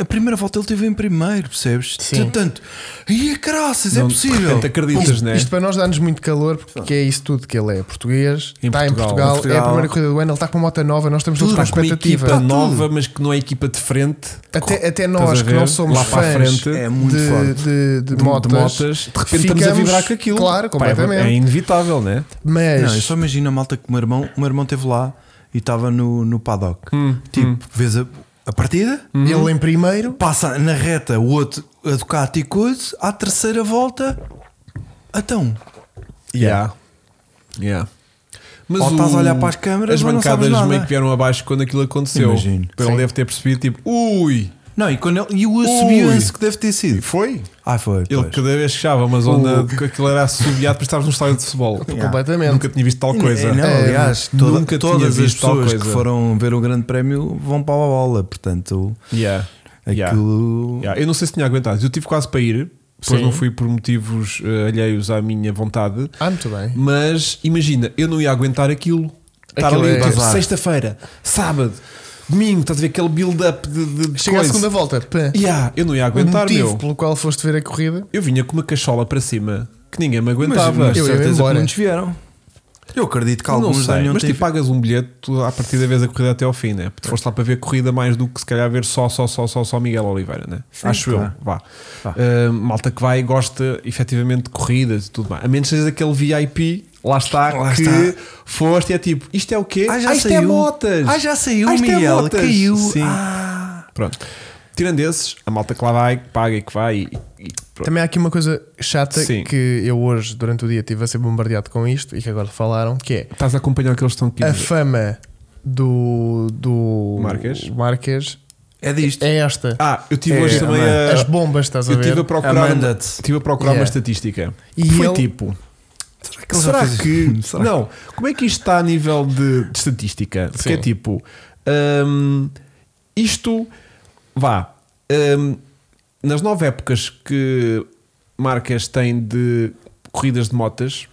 Speaker 3: A primeira volta ele teve em primeiro, percebes?
Speaker 1: Sim.
Speaker 3: Portanto, e graças, é
Speaker 2: Não, De
Speaker 3: possível.
Speaker 2: repente acreditas,
Speaker 1: Isto,
Speaker 2: né?
Speaker 1: isto para nós dá-nos muito calor porque é isso tudo que ele é. Português,
Speaker 2: Em
Speaker 1: está
Speaker 2: Portugal.
Speaker 1: em Portugal,
Speaker 3: Portugal.
Speaker 1: é a primeira corrida do ano, ele está com uma moto nova, nós estamos todos
Speaker 2: tudo
Speaker 1: com
Speaker 2: com uma
Speaker 1: é expectativa.
Speaker 2: equipa nova, mas que não é equipa de frente.
Speaker 1: Até, até
Speaker 2: a
Speaker 1: nós que
Speaker 2: ver?
Speaker 1: não somos
Speaker 2: Lá para a
Speaker 1: fãs
Speaker 2: frente
Speaker 3: é muito
Speaker 1: de,
Speaker 3: forte.
Speaker 1: de, de
Speaker 2: de
Speaker 1: motas,
Speaker 2: motas, de repente estamos a
Speaker 1: ficamos-
Speaker 2: vibrar com aquilo.
Speaker 1: Claro,
Speaker 2: Pá, é-
Speaker 1: completamente.
Speaker 2: é inevitável, né?
Speaker 1: mas
Speaker 3: Não, eu só imagino a malta que o meu irmão, o meu irmão esteve lá e estava no, no paddock.
Speaker 2: Hum,
Speaker 3: tipo, vês a, a partida,
Speaker 2: Uhum.
Speaker 1: ele em primeiro,
Speaker 3: passa na reta o outro a Ducati e coisa, à terceira volta, então,
Speaker 2: Yeah. Yeah. Mas
Speaker 3: Ou estás
Speaker 2: o-
Speaker 3: a olhar para as câmaras
Speaker 2: as
Speaker 3: ou não sabes
Speaker 2: bancadas
Speaker 3: nada.
Speaker 2: meio que vieram abaixo quando aquilo aconteceu.
Speaker 3: Imagino.
Speaker 2: Para Ele deve ter percebido, tipo, ui,
Speaker 3: não, e, quando ele, e o assobiance
Speaker 2: Ui.
Speaker 3: que deve ter sido.
Speaker 2: foi?
Speaker 3: Ah, foi.
Speaker 2: Ele
Speaker 3: pois.
Speaker 2: cada vez chegava uma zona de que aquilo era assobiado para estarmos num estádio de
Speaker 3: <laughs>
Speaker 2: futebol.
Speaker 1: completamente.
Speaker 2: Nunca tinha visto tal coisa.
Speaker 3: E Não,
Speaker 1: É,
Speaker 3: aliás, toda-
Speaker 2: nunca tinha
Speaker 3: todas as
Speaker 2: visto tal
Speaker 3: pessoas que
Speaker 2: coisa.
Speaker 3: foram ver o Grande Prémio vão para a bola, portanto,
Speaker 2: Yeah. Yeah.
Speaker 3: aquilo.
Speaker 2: Yeah, Eu não sei se tinha aguentado. Eu tive quase para ir, depois
Speaker 1: Sim.
Speaker 2: não fui por motivos eh, alheios à minha vontade.
Speaker 1: ah, muito bem.
Speaker 2: Mas imagina, eu não ia aguentar aquilo. Estar
Speaker 1: Aquilo
Speaker 2: ali,
Speaker 1: é-
Speaker 2: tipo,
Speaker 3: Bazar.
Speaker 2: sexta-feira, sábado, domingo, estás a ver aquele build-up de, de, de
Speaker 1: Chega à
Speaker 2: coisa.
Speaker 1: segunda volta, pá,
Speaker 2: Yeah, eu não ia
Speaker 1: o
Speaker 2: aguentar,
Speaker 1: motivo
Speaker 2: meu.
Speaker 1: pelo qual foste ver a corrida,
Speaker 2: Eu vinha com uma cachola para cima que ninguém me
Speaker 3: Mas,
Speaker 2: aguentava.
Speaker 3: mas
Speaker 1: Eu ia
Speaker 3: certeza que
Speaker 1: embora.
Speaker 3: muitos vieram. Eu acredito que
Speaker 2: não
Speaker 3: alguns
Speaker 2: sei,
Speaker 3: tenham
Speaker 2: mas
Speaker 3: tido.
Speaker 2: tipo, pagas um bilhete, tu, a partir da vez a corrida até ao fim, né? Porque foste lá para ver corrida mais do que se calhar ver só, só, só, só, só Miguel Oliveira, né? Acho
Speaker 3: claro.
Speaker 2: eu, vá.
Speaker 3: Vá.
Speaker 2: Ah, malta que vai e gosta efetivamente de corridas e tudo mais. A menos seja aquele VIP, lá está,
Speaker 3: Lá
Speaker 2: que
Speaker 3: está.
Speaker 2: foste e é tipo, isto é o quê?
Speaker 3: Ah, já
Speaker 2: isto é
Speaker 3: saiu.
Speaker 2: motas!
Speaker 3: Ah, já saiu,
Speaker 2: Ah, isto é
Speaker 3: Miguel.
Speaker 2: motas!
Speaker 3: Caiu.
Speaker 2: Sim.
Speaker 3: Ah.
Speaker 2: Pronto. Tirando esses, a malta que lá vai, que paga e que vai e, e pronto.
Speaker 1: Também há aqui uma coisa chata
Speaker 2: Sim.
Speaker 1: que eu hoje, durante o dia, estive a ser bombardeado com isto e que agora falaram, que é
Speaker 2: Estás a acompanhar o que eles estão aqui. a
Speaker 1: a
Speaker 2: dizer.
Speaker 1: fama do, do
Speaker 2: Marques?
Speaker 1: Marques
Speaker 3: É disto.
Speaker 1: é esta.
Speaker 2: Ah, eu tive
Speaker 3: É,
Speaker 2: hoje também
Speaker 3: mano.
Speaker 2: a.
Speaker 1: As bombas, estás a
Speaker 2: eu
Speaker 1: ver?
Speaker 2: estive a procurar, uma,
Speaker 3: Amanda-te.
Speaker 2: tive a procurar
Speaker 1: Yeah.
Speaker 2: uma estatística.
Speaker 1: E
Speaker 2: Foi
Speaker 1: ele-
Speaker 2: tipo.
Speaker 3: que ele já
Speaker 2: será
Speaker 3: fez
Speaker 2: que.
Speaker 1: "Hum,
Speaker 3: isto? Será
Speaker 2: não, como é que isto está a nível de, de estatística? Porque
Speaker 1: Sim.
Speaker 2: é tipo. hum, isto. Vá. hum, nas nove épocas que marcas têm de corridas de motas,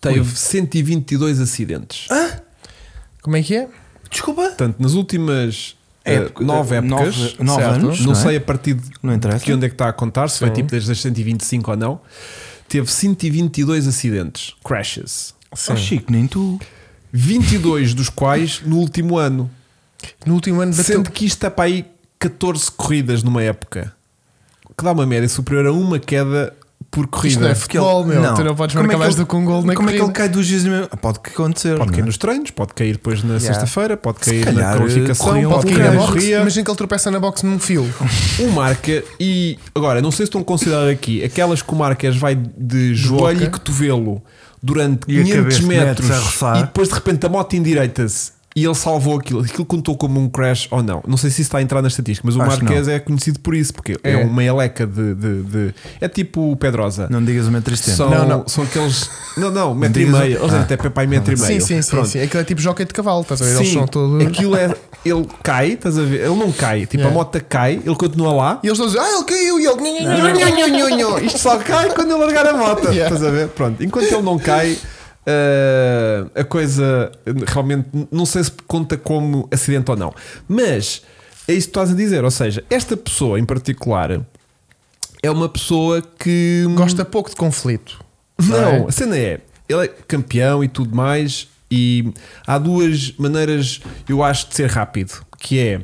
Speaker 2: teve 122 acidentes.
Speaker 1: Como é que é?
Speaker 3: Desculpa.
Speaker 2: Portanto, nas últimas eh, nove épocas.
Speaker 3: Nove, nove
Speaker 1: certo.
Speaker 3: anos.
Speaker 2: Não
Speaker 3: é?
Speaker 2: sei a partir de
Speaker 3: Não interessa.
Speaker 2: de onde é que está a contar, se foi
Speaker 1: Sim.
Speaker 2: tipo desde as 125 ou não. Teve 122 acidentes, crashes.
Speaker 3: Oh, Chico, nem tu.
Speaker 2: 22 dos quais no último ano.
Speaker 1: No último ano bateu.
Speaker 2: Sendo que isto está para aí 14 corridas numa época. Que dá uma média superior a uma queda por
Speaker 1: Isto não
Speaker 2: corrida.
Speaker 1: é futebol, meu. Tu não podes
Speaker 3: Como é
Speaker 1: marcar
Speaker 3: que
Speaker 1: mais
Speaker 3: ele-
Speaker 1: do que um gol na
Speaker 3: Como é que ele
Speaker 1: corrida.
Speaker 3: cai dos dias no mesmo? Ah, Pode que acontecer.
Speaker 2: Pode cair
Speaker 3: não é?
Speaker 2: nos treinos, pode cair depois na
Speaker 1: Yeah.
Speaker 2: sexta-feira, pode cair
Speaker 3: calhar,
Speaker 2: na
Speaker 3: corriam
Speaker 2: qualificação,
Speaker 1: Pode
Speaker 2: pode
Speaker 1: cair
Speaker 2: cair
Speaker 1: um na
Speaker 2: na
Speaker 1: boxe.
Speaker 2: corrida.
Speaker 1: Imagina que ele tropeça na boxe num
Speaker 2: Um
Speaker 1: fio.
Speaker 2: O Marca e. Agora, não sei se estão a considerar aqui aquelas que o Marcas vai de joelho
Speaker 1: boca.
Speaker 2: e cotovelo durante
Speaker 3: E a
Speaker 2: 500
Speaker 3: cabeça
Speaker 2: metros
Speaker 3: mete-se a roçar.
Speaker 2: e depois de repente a moto endireita-se e ele salvou aquilo. Aquilo contou como um crash ou não. Não sei se isso está a entrar na estatística, mas o
Speaker 3: Acho que
Speaker 2: Marquês é conhecido por isso, porque é,
Speaker 1: É.
Speaker 2: uma eleca de, de- de- É tipo o Pedrosa.
Speaker 3: Não digas um o meu tristeza.
Speaker 2: São,
Speaker 1: Não, não.
Speaker 2: são aqueles. Não, não, metro e
Speaker 3: Digas-
Speaker 2: meio. Eles
Speaker 3: Ah.
Speaker 2: até para aí metro e meio.
Speaker 1: Sim, sim, sim,
Speaker 2: Pronto.
Speaker 1: sim. Aquilo é tipo jockey de cavalo, estás a ver? Eles
Speaker 2: Sim,
Speaker 1: são todos.
Speaker 2: Aquilo é. Ele cai, estás a ver? Ele não cai. Tipo,
Speaker 1: Yeah.
Speaker 2: a moto cai, ele continua lá.
Speaker 1: E eles estão a dizer, ah, ele caiu e ele.
Speaker 2: Isto só cai quando ele largar a moto.
Speaker 1: Yeah.
Speaker 2: Estás a ver? Pronto, enquanto ele não cai, eh, a coisa eh, realmente não sei se conta como acidente ou não. Mas é isso que tu estás a dizer. Ou seja, esta pessoa em particular é uma pessoa que
Speaker 1: Gosta pouco de conflito.
Speaker 2: não,
Speaker 1: é?
Speaker 2: a cena é, ele é campeão e tudo mais, e há duas maneiras, eu acho, de ser rápido, que é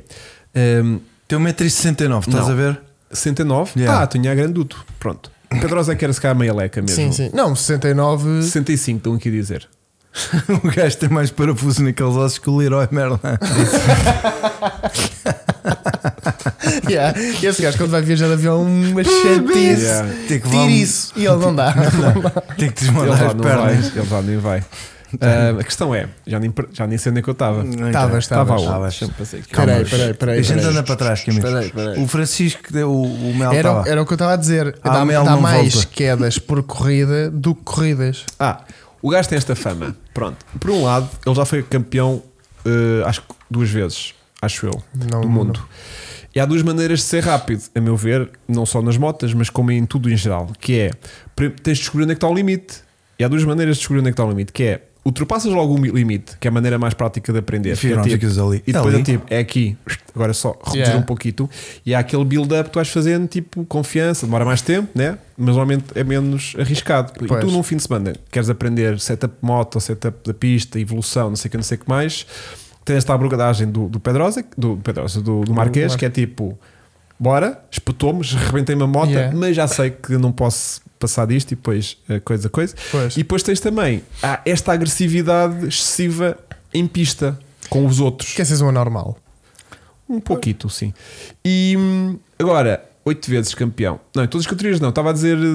Speaker 2: ehm,
Speaker 3: Tem 1,69m, estás
Speaker 2: Não.
Speaker 3: a ver? <laughs>
Speaker 2: 69,
Speaker 3: Yeah.
Speaker 2: ah, tinha a granduto, pronto. Pedrosa que era se calhar meia leca mesmo.
Speaker 1: Sim, sim. Não, 69.
Speaker 2: 65, estão aqui a dizer.
Speaker 3: o gajo tem mais parafuso naqueles ossos que o Leroy Merlin.
Speaker 1: Yeah. Esse gajo, quando vai viajar de avião, uma chatice.
Speaker 2: Yeah.
Speaker 3: <laughs> Tem que levar um-
Speaker 1: Tira isso. E ele não dá.
Speaker 3: Tem que
Speaker 2: Ele
Speaker 3: desmandar
Speaker 2: lá
Speaker 3: as
Speaker 2: não vai,
Speaker 3: pernas.
Speaker 2: ele lá nem vai.
Speaker 3: <laughs>
Speaker 2: Ah, a questão é, já nem, per- já nem sei onde é que eu estava.
Speaker 1: Estavas,
Speaker 2: Estava
Speaker 1: estavas.
Speaker 2: onde?
Speaker 3: Estavas.
Speaker 2: Deixa-me passar aqui.
Speaker 1: Calma. Peraí,
Speaker 3: Calma.
Speaker 1: peraí, peraí,
Speaker 3: A gente
Speaker 1: peraí.
Speaker 3: anda para trás, Camilo.
Speaker 1: Peraí, peraí.
Speaker 3: O Francisco, é o, o Mel tá
Speaker 1: Era,
Speaker 3: estava.
Speaker 1: era o que eu estava a dizer.
Speaker 3: Ah,
Speaker 1: dá
Speaker 3: o Mel
Speaker 1: dá
Speaker 3: não
Speaker 1: mais
Speaker 3: volta.
Speaker 1: quedas por corrida do que corridas.
Speaker 2: Ah, O gajo tem esta fama. Pronto. Por um lado, ele já foi campeão, eh, acho que duas vezes, acho eu,
Speaker 1: Não,
Speaker 2: do mundo. E há duas maneiras de ser rápido, a meu ver, não só nas motas, mas como em tudo em geral, que é pri- tens de descobrir onde é que está o limite. E há duas maneiras de descobrir onde é que está o limite, que é ultrapassas logo o mi- limite, que é a maneira mais prática de
Speaker 1: um
Speaker 2: aprender.
Speaker 3: Enfim,
Speaker 2: que é
Speaker 3: não
Speaker 2: tipo-
Speaker 3: ficas ali.
Speaker 2: E depois é
Speaker 3: Ali.
Speaker 2: tipo, é aqui, agora é só reduzir
Speaker 1: Yeah.
Speaker 2: um pouquinho. E há aquele build-up que tu vais fazendo, tipo, confiança, demora mais tempo, né? mas normalmente é menos arriscado. E
Speaker 1: Pois.
Speaker 2: tu num fim de semana queres aprender setup de moto, setup da pista, evolução, não sei o que, não sei o que mais. Tens esta abordagem do, do Pedrosa, do, Pedrosa, do, do Marquês,
Speaker 1: Mar-
Speaker 2: que é tipo, bora, espetou-me, rebentei-me a moto,
Speaker 1: Yeah.
Speaker 2: mas já sei que não posso passar disto e depois eh, coisa, coisa.
Speaker 1: Pois.
Speaker 2: E depois tens também há esta agressividade excessiva em pista com os outros.
Speaker 1: Esqueces um anormal.
Speaker 2: Um pouquito, sim. E hum, agora, oito vezes campeão. Não, em todas as categorias não. Estava a dizer de,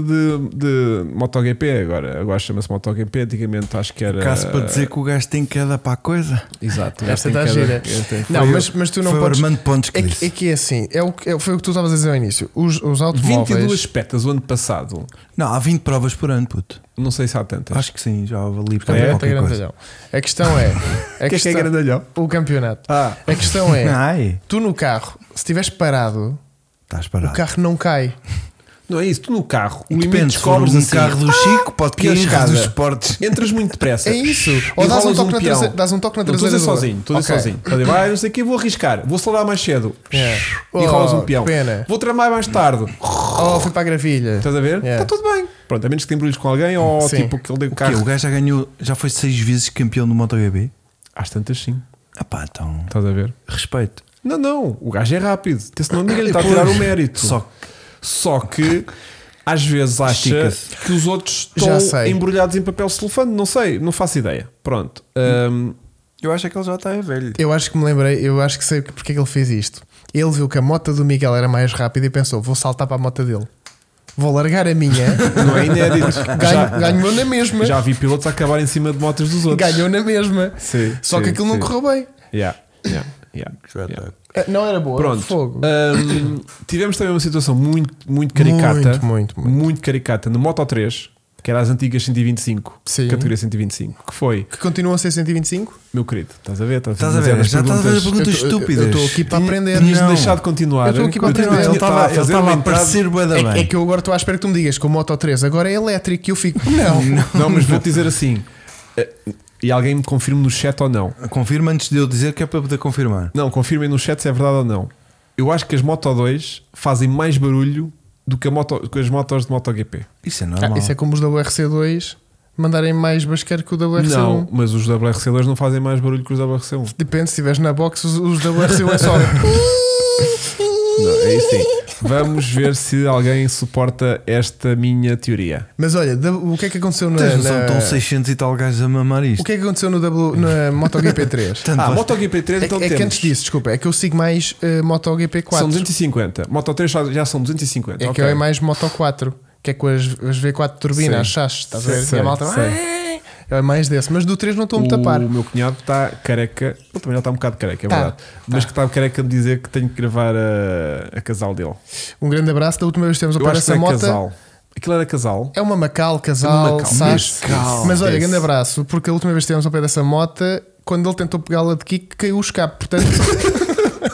Speaker 2: de MotoGP agora. Agora chama-se MotoGP. Antigamente acho que era.
Speaker 3: Caso para dizer que o gajo tem queda para a coisa.
Speaker 2: Exato.
Speaker 1: Esta está
Speaker 2: tem é cada-
Speaker 1: gira.
Speaker 2: tem-
Speaker 1: Não,
Speaker 3: Foi
Speaker 1: mas,
Speaker 3: o-
Speaker 1: mas tu não
Speaker 3: foi
Speaker 1: podes.
Speaker 3: o Armando Pontes que
Speaker 1: é, que,
Speaker 3: disse.
Speaker 1: é que é assim, é o, que- é- foi o que tu estavas a dizer ao início. Os, os automóveis.
Speaker 2: 22 petas o ano passado.
Speaker 3: Não, há 20 provas por ano, puto.
Speaker 2: Não sei se há tantas.
Speaker 3: Acho que sim, já houve ali
Speaker 1: O campeonato é
Speaker 3: qualquer coisa.
Speaker 1: grandalhão. A questão é. A
Speaker 2: que é que é
Speaker 1: questão,
Speaker 2: grandalhão?
Speaker 1: O campeonato.
Speaker 2: Ah.
Speaker 1: A questão é:
Speaker 3: Ai,
Speaker 1: tu no carro, se estiveres parado,
Speaker 3: estás
Speaker 1: o
Speaker 3: parado.
Speaker 1: carro não cai.
Speaker 2: Não é isso. Tu no carro, o limite
Speaker 3: Depende, se
Speaker 2: descobres
Speaker 3: formos um
Speaker 2: assim.
Speaker 3: carro do Chico, pode
Speaker 2: que
Speaker 3: cair
Speaker 2: escada.
Speaker 3: dos
Speaker 2: <laughs>
Speaker 3: esportes.
Speaker 2: Entras muito depressa.
Speaker 1: É isso. Ou dás um
Speaker 2: Enrolas
Speaker 1: toque na
Speaker 2: peão.
Speaker 1: traseira- dás um toque na
Speaker 2: Não, estou a
Speaker 1: traseira
Speaker 2: dizer
Speaker 1: do outro.
Speaker 2: sozinho. Estou a dizer
Speaker 1: Ok.
Speaker 2: sozinho. Estou a dizer, vai, não sei o que, vou arriscar. Vou acelerar mais cedo.
Speaker 1: Yeah.
Speaker 2: E rolas um
Speaker 1: Oh,
Speaker 2: peão.
Speaker 1: pena.
Speaker 2: Vou tramar mais tarde.
Speaker 1: Oh, fui para a gravilha.
Speaker 2: Estás a ver? Está
Speaker 1: Yeah.
Speaker 2: tudo bem. Pronto, a menos que te embrulhes com alguém ou
Speaker 1: É. Sim.
Speaker 2: tipo que ele dê o
Speaker 3: O quê?
Speaker 2: carro.
Speaker 3: O gajo já ganhou, já foi seis vezes campeão do MotoGP?
Speaker 2: Às tantas sim.
Speaker 3: Ah pá, então,
Speaker 2: Estás a ver?
Speaker 3: respeito.
Speaker 2: Não, não. O gajo é rápido. Até Senão ninguém lhe está a tirar o mérito.
Speaker 3: Só que
Speaker 2: Só que às vezes acha
Speaker 3: Estica-se.
Speaker 2: que os outros
Speaker 1: Já
Speaker 2: estão
Speaker 1: sei.
Speaker 2: embrulhados em papel celofane. Não sei, não faço ideia. Pronto. Hum,
Speaker 3: eu acho é que ele já está velho.
Speaker 1: Eu acho que me lembrei, eu acho que sei porque é que ele fez isto. Ele viu que a moto do Miguel era mais rápida e pensou: vou saltar para a moto dele, vou largar a
Speaker 2: <laughs>
Speaker 1: minha,
Speaker 2: não é inédito.
Speaker 1: ganho-
Speaker 2: já,
Speaker 1: ganhou na mesma.
Speaker 2: já vi pilotos a acabar em cima de motas dos outros.
Speaker 1: Ganhou na mesma.
Speaker 2: Sim,
Speaker 1: Só que
Speaker 2: sim,
Speaker 1: aquilo
Speaker 2: sim.
Speaker 1: não correu bem.
Speaker 2: Yeah, yeah, yeah, yeah.
Speaker 1: Ah, Não era boa,
Speaker 2: Pronto.
Speaker 1: fogo.
Speaker 2: Hum, tivemos também uma situação muito, muito caricata.
Speaker 1: Muito, muito, muito.
Speaker 2: caricata no Moto 3, que era as antigas 125,
Speaker 1: Sim.
Speaker 2: categoria 125, que foi,
Speaker 1: Que continua a ser 125?
Speaker 2: meu querido, estás a ver? Estás,
Speaker 3: Estás a ver?
Speaker 2: demasiadas
Speaker 3: Já estás a ver as
Speaker 2: perguntas.
Speaker 3: perguntas
Speaker 1: Eu tô- eu-
Speaker 3: estúpidas.
Speaker 1: eu tô aqui para aprender.
Speaker 2: Tinhas
Speaker 3: Não.
Speaker 2: deixado de continuar.
Speaker 1: Eu estou aqui para
Speaker 2: tinha-
Speaker 1: aprender.
Speaker 3: Ele
Speaker 1: Ele
Speaker 3: estava
Speaker 2: estava
Speaker 3: ele
Speaker 2: fazer
Speaker 3: estava
Speaker 2: uma
Speaker 3: a
Speaker 2: entrada-
Speaker 3: parecer bué da
Speaker 1: É, que- é
Speaker 3: bem.
Speaker 1: que eu agora estou à espera que tu me digas que o Moto 3 agora é elétrico e eu fico, não.
Speaker 2: Não, mas vou-te dizer assim, eh, e alguém me confirme no chat ou não.
Speaker 3: Confirma antes de eu dizer que é para eu poder confirmar.
Speaker 2: Não, confirmem no chat se é verdade ou não. Eu acho que as Moto 2 fazem mais barulho do que, a moto, que as motos de MotoGP.
Speaker 3: Isso é
Speaker 1: Ah,
Speaker 3: normal.
Speaker 1: isso é como os WRC2 mandarem mais basqueiro que o WRC1.
Speaker 2: Não, mas os WRC2 não fazem mais barulho que os WRC1.
Speaker 1: Depende, se estiveres na box, os, os WRC1
Speaker 2: <laughs>
Speaker 1: é só.
Speaker 2: Não, é isso sim. Vamos ver se alguém suporta esta minha teoria.
Speaker 1: Mas olha, da- o que é que aconteceu na.
Speaker 3: Tens noção,
Speaker 1: na-
Speaker 3: estão 600 e tal gajos a mamar
Speaker 1: O
Speaker 3: isto.
Speaker 1: que é que aconteceu no w, na
Speaker 2: <laughs>
Speaker 1: MotoGP3?
Speaker 3: Tanto
Speaker 2: Ah,
Speaker 3: faz-
Speaker 2: MotoGP3
Speaker 1: é,
Speaker 2: então
Speaker 1: é que
Speaker 2: temos.
Speaker 1: antes disso, desculpa, é que eu sigo mais eh, MotoGP4.
Speaker 2: São 250. Moto3 já, já são 250.
Speaker 1: É que
Speaker 2: ok.
Speaker 1: eu é mais Moto 4, que é com as, as V4 turbinas, as
Speaker 2: Sim.
Speaker 1: chassis, estás a
Speaker 2: Sim,
Speaker 1: ver?
Speaker 2: sei,
Speaker 1: e a malta.
Speaker 2: sei.
Speaker 1: "Ah!" É mais desse, mas do 3 não estou-me a um tapar.
Speaker 2: O meu cunhado está careca. Ele também já está um bocado careca, é
Speaker 1: Tá,
Speaker 2: verdade. Mas que está careca de dizer que tenho que gravar a, a casal dele.
Speaker 1: Um grande abraço. Da última vez que temos a
Speaker 2: Eu
Speaker 1: parar
Speaker 2: acho que
Speaker 1: essa
Speaker 2: não é
Speaker 1: moto.
Speaker 2: casal. Aquilo era casal.
Speaker 1: É uma Macal, casal,
Speaker 2: É uma Macal.
Speaker 1: sás.
Speaker 3: Macal.
Speaker 1: Mas olha,
Speaker 2: Esse.
Speaker 1: grande abraço, porque a última vez que estivemos ao pé dessa moto, quando ele tentou pegá-la de kick, caiu o escape. Portanto, <laughs>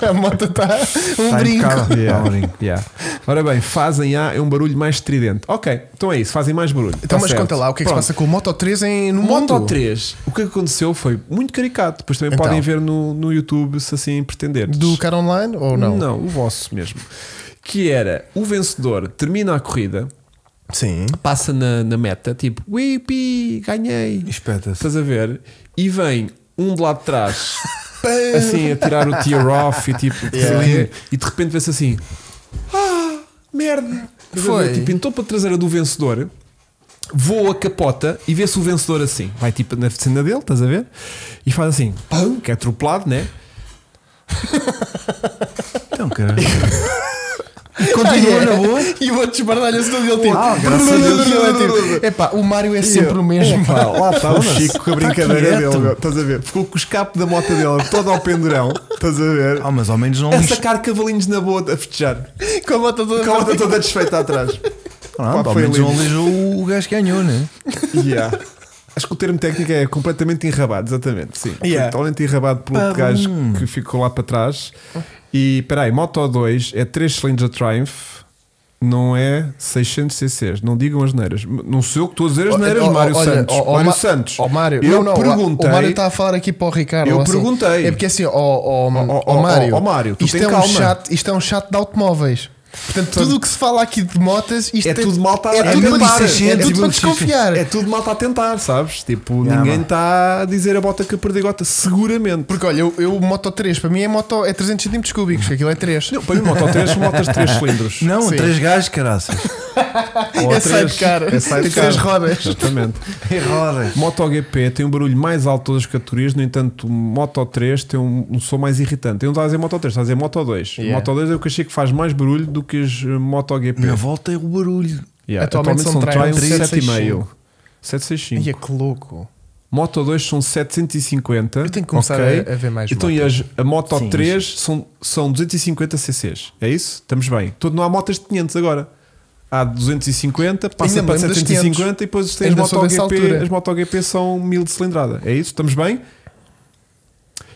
Speaker 1: a moto está um
Speaker 3: Tá
Speaker 1: brinco.
Speaker 3: <laughs> impecável. Tá um brinco.
Speaker 2: Yeah. Ora bem, fazem A é um barulho mais estridente. Ok, então é isso, fazem mais barulho.
Speaker 1: Então,
Speaker 2: Tá
Speaker 1: mas
Speaker 2: certo.
Speaker 1: conta lá, o que é que
Speaker 2: Pronto.
Speaker 1: se passa com o Moto 3 em, no
Speaker 2: Moto
Speaker 1: mundo?
Speaker 2: 3, o que aconteceu foi muito caricato. Depois também
Speaker 1: Então.
Speaker 2: podem ver no, no YouTube se assim pretenderes.
Speaker 1: Do cara online ou não?
Speaker 2: o vosso mesmo. Que era o vencedor termina a corrida,
Speaker 1: Sim.
Speaker 2: passa na, na meta, tipo, Wipi, ganhei.
Speaker 3: Espeta-se.
Speaker 2: Estás a ver? E vem um de lá de trás, <laughs> assim, a tirar o tear off e tipo,
Speaker 1: Yeah.
Speaker 2: e de repente vê-se assim, ah, merda. Estás a
Speaker 1: Foi.
Speaker 2: ver? Tipo, entrou para a traseira do vencedor, voa a capota e vê-se o vencedor assim. Vai tipo na oficina dele, estás a ver? E faz assim, pão, que é atropelado, <laughs> né?
Speaker 3: Então, caralho.
Speaker 2: É.
Speaker 3: Continua na boa.
Speaker 1: E o outro esbardalha-se todo e ele tipo.
Speaker 3: Uau, graças
Speaker 2: <laughs>
Speaker 3: a Deus.
Speaker 1: Ele é tipo, Epá, o Mário é sempre o mesmo.
Speaker 2: Pá, lá está o
Speaker 3: Foda-se.
Speaker 2: Chico com a
Speaker 3: Tá
Speaker 2: brincadeira
Speaker 3: quieto.
Speaker 2: dele, meu, estás a ver? Ficou com o escape da moto dele todo ao pendurão, estás a ver?
Speaker 3: Ah, mas ao menos não
Speaker 2: A
Speaker 3: lixo.
Speaker 2: sacar cavalinhos na boa a festejar.
Speaker 1: Com a moto toda.
Speaker 2: Com a moto
Speaker 1: <laughs>
Speaker 2: toda desfeita atrás.
Speaker 1: Ah,
Speaker 3: Pronto,
Speaker 2: Pá,
Speaker 3: ao
Speaker 2: foi
Speaker 3: menos
Speaker 2: lindo.
Speaker 1: um.
Speaker 3: não lixo o gajo que ganhou, né?
Speaker 2: <laughs> Yeah. Acho que o termo técnico é completamente enrabado, exatamente. Sim,
Speaker 1: Yeah. Ah, hum.
Speaker 2: Foi totalmente enrabado pelo outro gajo que ficou lá para trás. E peraí, Moto 2 é 3 cilindros da Triumph, não é 600 cc's. Não digam as neiras. Não sou eu que estou a dizer as neiras,
Speaker 1: Ó, ó,
Speaker 2: Mário
Speaker 1: Oh, olha,
Speaker 2: Santos.
Speaker 1: ó, ó,
Speaker 2: Mário
Speaker 1: Ma-
Speaker 2: Santos.
Speaker 1: ó, Mário,
Speaker 2: eu
Speaker 1: não, não,
Speaker 2: perguntei.
Speaker 1: O Mário está a falar aqui para o Ricardo.
Speaker 2: Eu
Speaker 1: assim.
Speaker 2: perguntei.
Speaker 1: É porque assim, ó, ó,
Speaker 2: Ó, ó,
Speaker 1: ó, Mário,
Speaker 2: ó, ó, Mário, tu
Speaker 1: isto,
Speaker 2: tem
Speaker 1: é um
Speaker 2: calma.
Speaker 1: chat, isto é um chat de automóveis. Portanto, tudo o que se fala aqui de motas, isto
Speaker 2: é tudo malta
Speaker 1: é
Speaker 2: a
Speaker 1: tudo para
Speaker 2: tentar.
Speaker 1: dizer- é tudo para desconfiar.
Speaker 2: É tudo malta a tentar, sabes? Tipo,
Speaker 3: Yeah,
Speaker 2: ninguém
Speaker 3: mano.
Speaker 2: está a dizer a bota que a perdigota, seguramente.
Speaker 1: Porque olha, eu, eu Moto 3, para mim é Moto é 300 cm cúbicos, que aquilo é 3.
Speaker 2: Não, para mim, Moto 3 são motas de 3 cilindros.
Speaker 3: Não,
Speaker 1: Sim.
Speaker 3: três
Speaker 1: <laughs>
Speaker 3: gajos, caraças.
Speaker 2: Ou
Speaker 1: é
Speaker 2: a três.
Speaker 1: sidecar.
Speaker 2: É sidecar.
Speaker 1: Tem três rodas.
Speaker 2: Exatamente.
Speaker 3: Erroras.
Speaker 2: MotoGP tem um barulho mais alto de todas as categorias, no entanto, o Moto 3 tem um, um som mais irritante. Eu não estava a dizer Moto 3, estava a dizer Moto 2.
Speaker 1: Yeah.
Speaker 2: Moto 2 é o que achei que faz mais barulho do que as eh, MotoGP.
Speaker 3: Na volta é o barulho.
Speaker 2: Yeah.
Speaker 1: Atualmente são Triumph
Speaker 2: 7,5.
Speaker 1: 765.
Speaker 2: 765.
Speaker 1: Ia é que louco.
Speaker 2: Moto 2 são 750.
Speaker 1: Eu tenho que começar
Speaker 2: ok?
Speaker 1: a, a ver mais
Speaker 2: Então,
Speaker 1: motos.
Speaker 2: e as, a Moto
Speaker 3: Sim,
Speaker 2: 3 são, são 250 cc's, é isso? Estamos bem. Todo, não há motas de 500 agora. Há 250, passa
Speaker 1: Ainda me
Speaker 2: para
Speaker 1: lembro das
Speaker 2: 750 e depois tem as
Speaker 1: Ainda sou dessa
Speaker 2: MotoGP,
Speaker 1: altura.
Speaker 2: as MotoGP são 1000 de cilindrada, é isso? Estamos bem?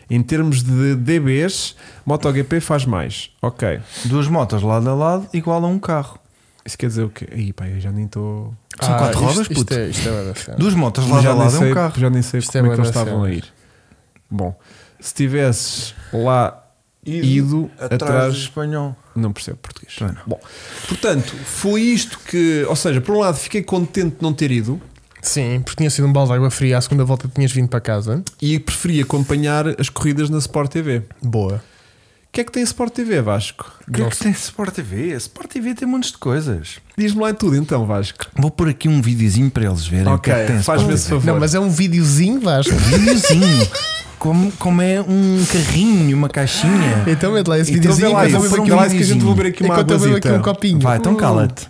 Speaker 2: Em termos de DBs, MotoGP faz mais. Ok.
Speaker 3: Duas motas lado a lado, igual a um carro.
Speaker 2: Isso quer dizer o quê? Aí, pá, eu já nem estou.
Speaker 3: São quatro
Speaker 1: Ah, isto-
Speaker 3: rodas,
Speaker 1: Isto
Speaker 3: puto.
Speaker 1: é, isto é bué da cena.
Speaker 3: Duas motas lado
Speaker 2: já
Speaker 3: a
Speaker 2: nem
Speaker 3: lado é
Speaker 2: sei-
Speaker 3: um carro.
Speaker 2: Já nem sei
Speaker 1: Isto é
Speaker 2: como é, que
Speaker 1: bué
Speaker 2: eles
Speaker 1: da
Speaker 2: estavam a
Speaker 1: cena.
Speaker 2: ir. Bom, se tivesses lá ido,
Speaker 3: do
Speaker 2: atrás
Speaker 3: espanhol.
Speaker 2: Não percebo português.
Speaker 3: Também não.
Speaker 2: Bom, portanto, foi isto que. Ou seja, por um lado fiquei contente de não ter ido
Speaker 1: Sim, porque tinha sido um balde de água fria. À segunda volta tinhas vindo para casa.
Speaker 2: e preferi acompanhar as corridas na Sport TV. O
Speaker 1: Boa.
Speaker 2: que é que tem Sport TV, Vasco?
Speaker 3: O que é que tem Sport TV? Sport TV tem montes de coisas.
Speaker 2: Diz-me lá tudo então, Vasco.
Speaker 3: Vou pôr aqui um videozinho para eles verem o que é que tem
Speaker 2: faz-me
Speaker 3: Sport
Speaker 2: esse favor.
Speaker 1: Não, mas é um videozinho, Vasco.
Speaker 3: TV. Videozinho. como, como é um carrinho, uma caixinha.
Speaker 1: Então mete lá esse
Speaker 2: Então vê
Speaker 1: videozinho.
Speaker 2: lá
Speaker 1: mas
Speaker 2: isso,
Speaker 1: eu vou
Speaker 2: vê
Speaker 1: aqui
Speaker 2: lá
Speaker 1: um
Speaker 2: isso que a gente
Speaker 3: videozinho.
Speaker 2: vou beber aqui uma
Speaker 1: Enquanto eu bebo aqui um
Speaker 2: águazita.
Speaker 1: copinho.
Speaker 3: Vai, então cala-te.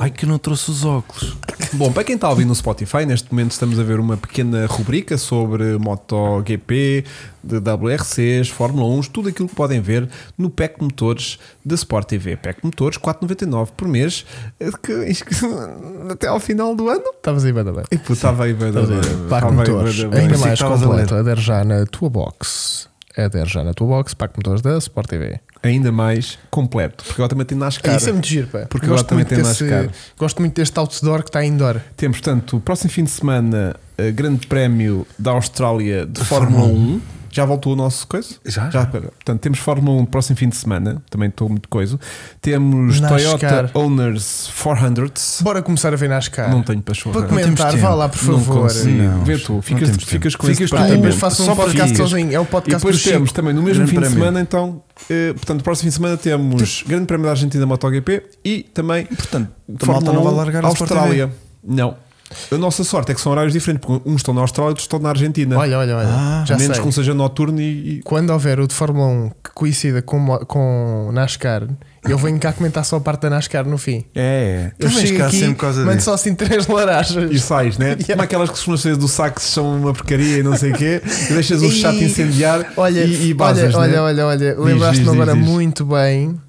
Speaker 3: Ai que eu não trouxe os óculos.
Speaker 2: Bom, para quem está a ouvir no Spotify, neste momento estamos a ver uma pequena rubrica sobre MotoGP, de WRCs, Fórmula 1, tudo aquilo que podem ver no PEC Motores da Sport TV. PEC Motores, 4,99 por mês, eh, que- <laughs> até ao final do ano.
Speaker 1: Estavas aí, banda bem.
Speaker 2: E pô, estava aí, vai dar
Speaker 1: Estás a ver? Pack Motores. Ainda mais
Speaker 3: Estavas a
Speaker 1: completo. Adere já na tua box. Adere já na tua box. Pack Motores da Sport TV.
Speaker 2: Ainda mais completo, porque agora também tem NASCAR.
Speaker 1: Isso é muito giro, pá.
Speaker 2: Porque agora também tem mais caro.
Speaker 1: Gosto muito deste outdoor que está indoor.
Speaker 2: Temos, portanto, o próximo fim de semana, eh, Grande Prémio da Austrália de Fórmula 1. Já voltou o nosso coisa?
Speaker 3: Já,
Speaker 2: já. pera. Portanto, temos Fórmula 1 no próximo fim de semana. Também estou muito coisa. Temos
Speaker 1: NASCAR.
Speaker 2: Toyota Owners 400.
Speaker 1: Bora começar a ver NASCAR.
Speaker 2: Não tenho pachorra.
Speaker 1: Para
Speaker 2: Não
Speaker 1: comentar,
Speaker 3: tempo.
Speaker 1: vá lá, por favor.
Speaker 2: consigo.
Speaker 3: Não,
Speaker 2: Vê tu.
Speaker 3: não
Speaker 2: Ficas,
Speaker 3: temos tempo.
Speaker 2: ficas com
Speaker 1: Ficas
Speaker 2: esse
Speaker 1: tu,
Speaker 2: prato.
Speaker 1: depois faço um
Speaker 2: Só para
Speaker 1: podcast
Speaker 2: dias.
Speaker 1: sozinho. É o
Speaker 2: E
Speaker 1: podcast do
Speaker 2: depois
Speaker 1: Chico.
Speaker 2: temos também no mesmo
Speaker 3: Grande
Speaker 2: fim de
Speaker 3: prémio.
Speaker 2: semana, então, eh, portanto, próximo fim de semana temos Grande Prémio da Argentina MotoGP e também
Speaker 3: Portanto, a
Speaker 2: Fórmula
Speaker 3: malta não vai
Speaker 2: 1
Speaker 3: largar a Sport
Speaker 2: Austrália. Não. A nossa sorte é que são horários diferentes, porque uns estão na Austrália e outros estão na Argentina.
Speaker 1: Olha, olha, olha.
Speaker 3: Ah,
Speaker 1: já
Speaker 2: né? Menos
Speaker 1: sei.
Speaker 2: que um seja noturno e. e-
Speaker 1: Quando houver o de Fórmula 1 que coincida com, mo- com NASCAR, eu venho cá comentar só a parte da NASCAR no fim.
Speaker 3: É, é. Tu
Speaker 1: Eu
Speaker 3: vens
Speaker 1: chego
Speaker 3: cá
Speaker 1: aqui,
Speaker 3: sempre por causa
Speaker 1: mando
Speaker 3: disso.
Speaker 1: só assim três laranjas.
Speaker 2: E sais, né?
Speaker 1: <laughs> Yeah.
Speaker 2: Como aquelas que se do saco se são uma porcaria e não sei o quê, e deixas o
Speaker 1: E-
Speaker 2: chato incendiar
Speaker 1: Olha,
Speaker 2: e, e basas,
Speaker 1: olha,
Speaker 2: né?
Speaker 1: olha, olha, olha, lembraste-me
Speaker 2: diz,
Speaker 1: agora
Speaker 2: diz.
Speaker 1: muito bem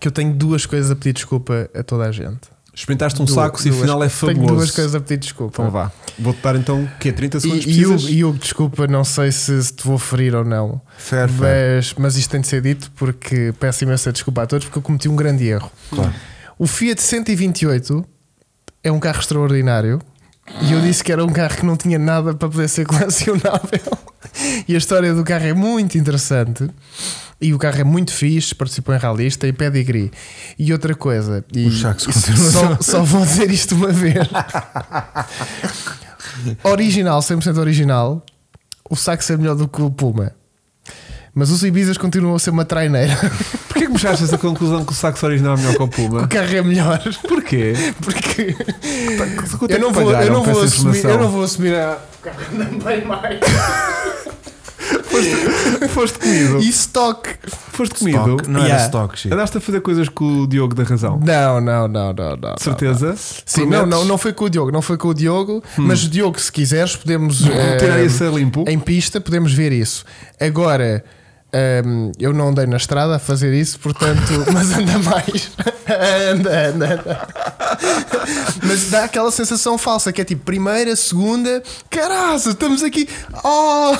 Speaker 1: que eu tenho duas coisas a pedir desculpa a toda a gente.
Speaker 2: Experimentaste um
Speaker 1: Du-
Speaker 2: saco se
Speaker 1: duas-
Speaker 2: afinal é
Speaker 1: Tenho
Speaker 2: fabuloso.
Speaker 1: duas coisas a pedir desculpa.
Speaker 2: Então vá. Vou-te dar então o quê? 30 segundos
Speaker 1: E, e Hugo,
Speaker 2: precisas?
Speaker 1: e Hugo, desculpa, não sei se, se te vou ferir ou não,
Speaker 3: Fair, fair.
Speaker 1: mas, mas isto tem de ser dito porque peço imensa desculpa a todos porque eu cometi um grande erro.
Speaker 3: Claro.
Speaker 1: O Fiat 128 é um carro extraordinário e eu disse que era um carro que não tinha nada para poder ser <laughs> colecionável. E a história do carro é muito interessante. E o carro é muito fixe, participou em rallies, tem pedigree. E outra coisa, e
Speaker 3: Os sacos
Speaker 1: e
Speaker 3: continuam.
Speaker 1: só, só vou dizer isto uma vez: original, 100% original, o saco é melhor do que o Puma. Mas os Ibizas continuam a ser uma traineira. <laughs>
Speaker 2: Porquê que me chegaste a essa conclusão que o saco original é melhor que o Puma?
Speaker 1: O <laughs> carro é melhor.
Speaker 2: Porquê?
Speaker 1: Porque
Speaker 2: Quanto é
Speaker 1: eu não,
Speaker 2: que
Speaker 1: vou, eu,
Speaker 2: pagaram
Speaker 1: não
Speaker 2: por
Speaker 1: vou
Speaker 2: essa
Speaker 1: assumir, eu
Speaker 2: informação?
Speaker 1: não vou assumir a. O carro não tem mais.
Speaker 2: Foste comido.
Speaker 1: E stock.
Speaker 2: Foste comido.
Speaker 3: Stock. Não era
Speaker 1: Yeah.
Speaker 2: <laughs>
Speaker 3: stock, shit.
Speaker 2: Andaste a fazer coisas com o Diogo da Razão.
Speaker 1: Não, não, não, não, não.
Speaker 2: De certeza? Hum.
Speaker 1: Sim, não, não, não foi com o Diogo, não foi com o Diogo, mas o Diogo, se quiseres, podemos
Speaker 2: Tirar
Speaker 1: eh,
Speaker 2: isso a limpo.
Speaker 1: em pista, podemos ver isso. Agora, Ahm, eu não andei na estrada a fazer isso,
Speaker 2: <laughs>
Speaker 1: portanto, mas anda mais. anda, anda, anda. Mas dá aquela sensação falsa que é tipo primeira, segunda, caraça, estamos aqui. Oh!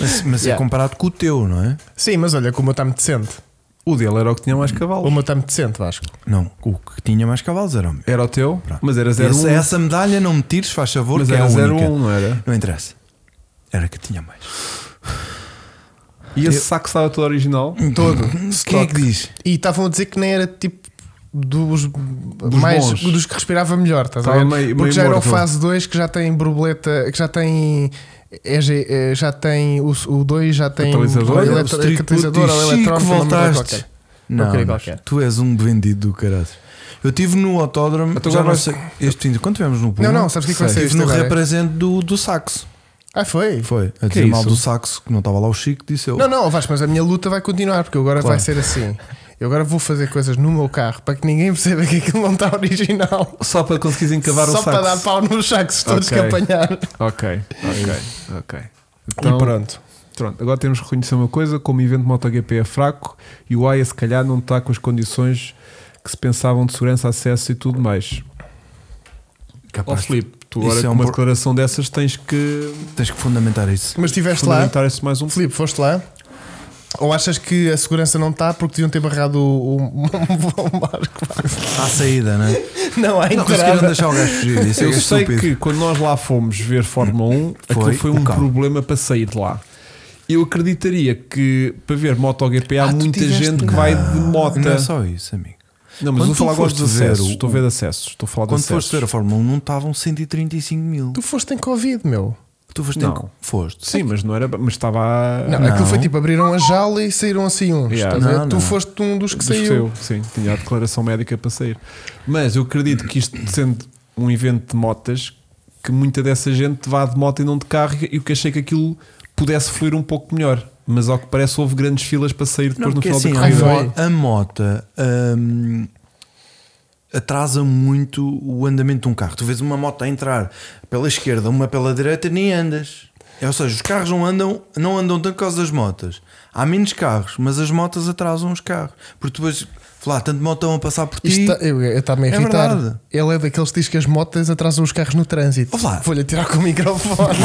Speaker 3: Mas, mas é
Speaker 1: Yeah.
Speaker 3: comparado com o teu, não é?
Speaker 1: Sim, mas olha, como o meu está-me decente.
Speaker 2: O dele era o que tinha mais
Speaker 1: O
Speaker 2: cavalos.
Speaker 1: meu está-me decente, Vasco.
Speaker 3: Não, o que tinha mais cavalos era o meu.
Speaker 2: Era o teu,
Speaker 3: Pronto.
Speaker 2: mas era 0
Speaker 3: Essa,
Speaker 1: é
Speaker 3: essa medalha não me tires, faz favor,
Speaker 2: Mas
Speaker 3: que é
Speaker 2: era um.
Speaker 3: a
Speaker 2: 0
Speaker 3: única.
Speaker 2: não era?
Speaker 3: Não interessa. Era que tinha mais.
Speaker 2: E esse
Speaker 3: Eu-
Speaker 2: saco estava todo original?
Speaker 1: Todo.
Speaker 3: Quem é
Speaker 1: Stock.
Speaker 3: que diz?
Speaker 1: E estavam a dizer que nem era tipo dos, mais
Speaker 2: bons.
Speaker 1: dos que respirava melhor, estás a
Speaker 2: Estava
Speaker 1: ver?
Speaker 2: meio-
Speaker 1: Porque
Speaker 2: meio
Speaker 1: já era o
Speaker 2: morto.
Speaker 1: fase 2 que já tem borboleta, que já tem EG, eh, já tem o, o 2, já tem
Speaker 2: Catalisador,
Speaker 1: o
Speaker 2: Olha,
Speaker 1: eletro-
Speaker 3: Street
Speaker 1: catalisador
Speaker 3: Putti,
Speaker 1: ou
Speaker 3: Chico,
Speaker 1: é eletrónico, uma merda
Speaker 3: voltaste.
Speaker 1: qualquer.
Speaker 3: Não,
Speaker 1: queria
Speaker 3: não,
Speaker 1: qualquer.
Speaker 3: tu és um vendido do caralho. Eu estive no autódromo,
Speaker 2: Então
Speaker 3: já
Speaker 2: agora
Speaker 3: não sei. Este fim de- quando tivemos no
Speaker 1: Não,
Speaker 3: Puma,
Speaker 1: não, sabes o que é que vai ser
Speaker 3: estive
Speaker 1: isto
Speaker 3: no
Speaker 1: agora?
Speaker 3: represente do, do saxo.
Speaker 1: Ah, foi?
Speaker 3: Foi, a
Speaker 2: é
Speaker 3: dizer mal
Speaker 2: isso?
Speaker 3: do saxo, que não estava lá o Chico, disse eu.
Speaker 1: Não, não, Vasco, mas a minha luta vai continuar, porque agora
Speaker 3: Claro.
Speaker 1: vai ser assim. Eu agora vou fazer coisas no meu carro para que ninguém perceba que aquilo não está original.
Speaker 2: Só para conseguires encavar o
Speaker 1: Só
Speaker 2: um saco.
Speaker 1: para dar pau nos sacos todos
Speaker 2: Ok.
Speaker 1: que apanhar.
Speaker 2: Ok, ok, ok. Então,
Speaker 1: e
Speaker 2: pronto.
Speaker 1: pronto.
Speaker 2: agora temos que reconhecer uma coisa: como o evento MotoGP é fraco e o AIA se calhar não está com as condições que se pensavam de segurança, acesso e tudo mais. Ó
Speaker 3: Capaz,
Speaker 2: Filipe, tu
Speaker 3: Isso
Speaker 2: agora
Speaker 3: é
Speaker 2: com
Speaker 3: um
Speaker 2: uma
Speaker 3: por-
Speaker 2: declaração dessas tens que
Speaker 3: tens que fundamentar isso.
Speaker 1: Mas estiveste lá.
Speaker 2: fundamentar isso mais um
Speaker 1: Filipe, foste lá? Ou achas que a segurança não está porque deviam ter barrado o, o, o barco?
Speaker 3: À saída, não é?
Speaker 1: Não, há
Speaker 3: <laughs> Não conseguiram
Speaker 1: entrada.
Speaker 3: deixar o gajo fugir. Isso é
Speaker 2: Eu
Speaker 3: que é
Speaker 2: sei
Speaker 3: estúpido. Hum,
Speaker 2: que quando nós lá fomos ver Fórmula 1,
Speaker 3: Foi
Speaker 2: aquilo foi
Speaker 3: o
Speaker 2: um
Speaker 3: carro.
Speaker 2: problema para sair de lá. Eu acreditaria que para ver MotoGP há
Speaker 3: Ah, tu
Speaker 2: muita
Speaker 3: tiveste-
Speaker 2: gente que vai de
Speaker 3: Não,
Speaker 2: moto.
Speaker 3: Não é
Speaker 2: Não,
Speaker 3: só isso, amigo.
Speaker 2: mas
Speaker 3: Quando
Speaker 2: eu
Speaker 3: tu
Speaker 2: vou falar agora
Speaker 3: foste
Speaker 2: dos
Speaker 3: ver
Speaker 2: acessos.
Speaker 3: o-
Speaker 2: Estou a ver de acessos. Estou a falar de
Speaker 3: Quando
Speaker 2: acessos.
Speaker 3: foste ver a Fórmula 1, não estavam 135 mil.
Speaker 1: Tu foste em Covid, meu.
Speaker 3: Tu foste
Speaker 2: Não.
Speaker 3: em. co- Foste.
Speaker 2: Sim, mas não era. Mas estava. a-
Speaker 1: Não,
Speaker 2: dos
Speaker 1: aquilo
Speaker 3: não.
Speaker 1: foi tipo abriram a jaula e saíram assim uns.
Speaker 2: Yeah.
Speaker 1: estás a ver?
Speaker 3: Não,
Speaker 1: tu
Speaker 3: não.
Speaker 1: foste um dos que
Speaker 2: que
Speaker 1: saiu.
Speaker 2: saiu. Sim, tinha a declaração médica para sair. Mas eu acredito que isto sendo um evento de motas, que muita dessa gente vá de moto e não de carro, e eu que achei que aquilo pudesse fluir um pouco melhor. Mas ao que parece houve grandes filas para sair depois no
Speaker 3: Não, porque
Speaker 2: final
Speaker 3: assim,
Speaker 2: da
Speaker 3: a,
Speaker 2: corrida.
Speaker 1: Ai,
Speaker 3: mo- a moto hum, atrasa muito o andamento de um carro. Tu vês uma moto a entrar pela esquerda, uma pela direita, nem andas. É, Ou seja, os carros não andam, não andam tanto por causa das motas. Há menos carros, mas as motas atrasam os carros. Porque depois, lá, tanto moto vão passar por ti.
Speaker 1: Isto tá- eu eu está-me a
Speaker 3: É
Speaker 1: irritar.
Speaker 3: verdade.
Speaker 1: Ele é daqueles que diz que as motas atrasam os carros no trânsito.
Speaker 3: Ó lá.
Speaker 1: Vou-lhe tirar com o
Speaker 3: <laughs>
Speaker 1: microfone.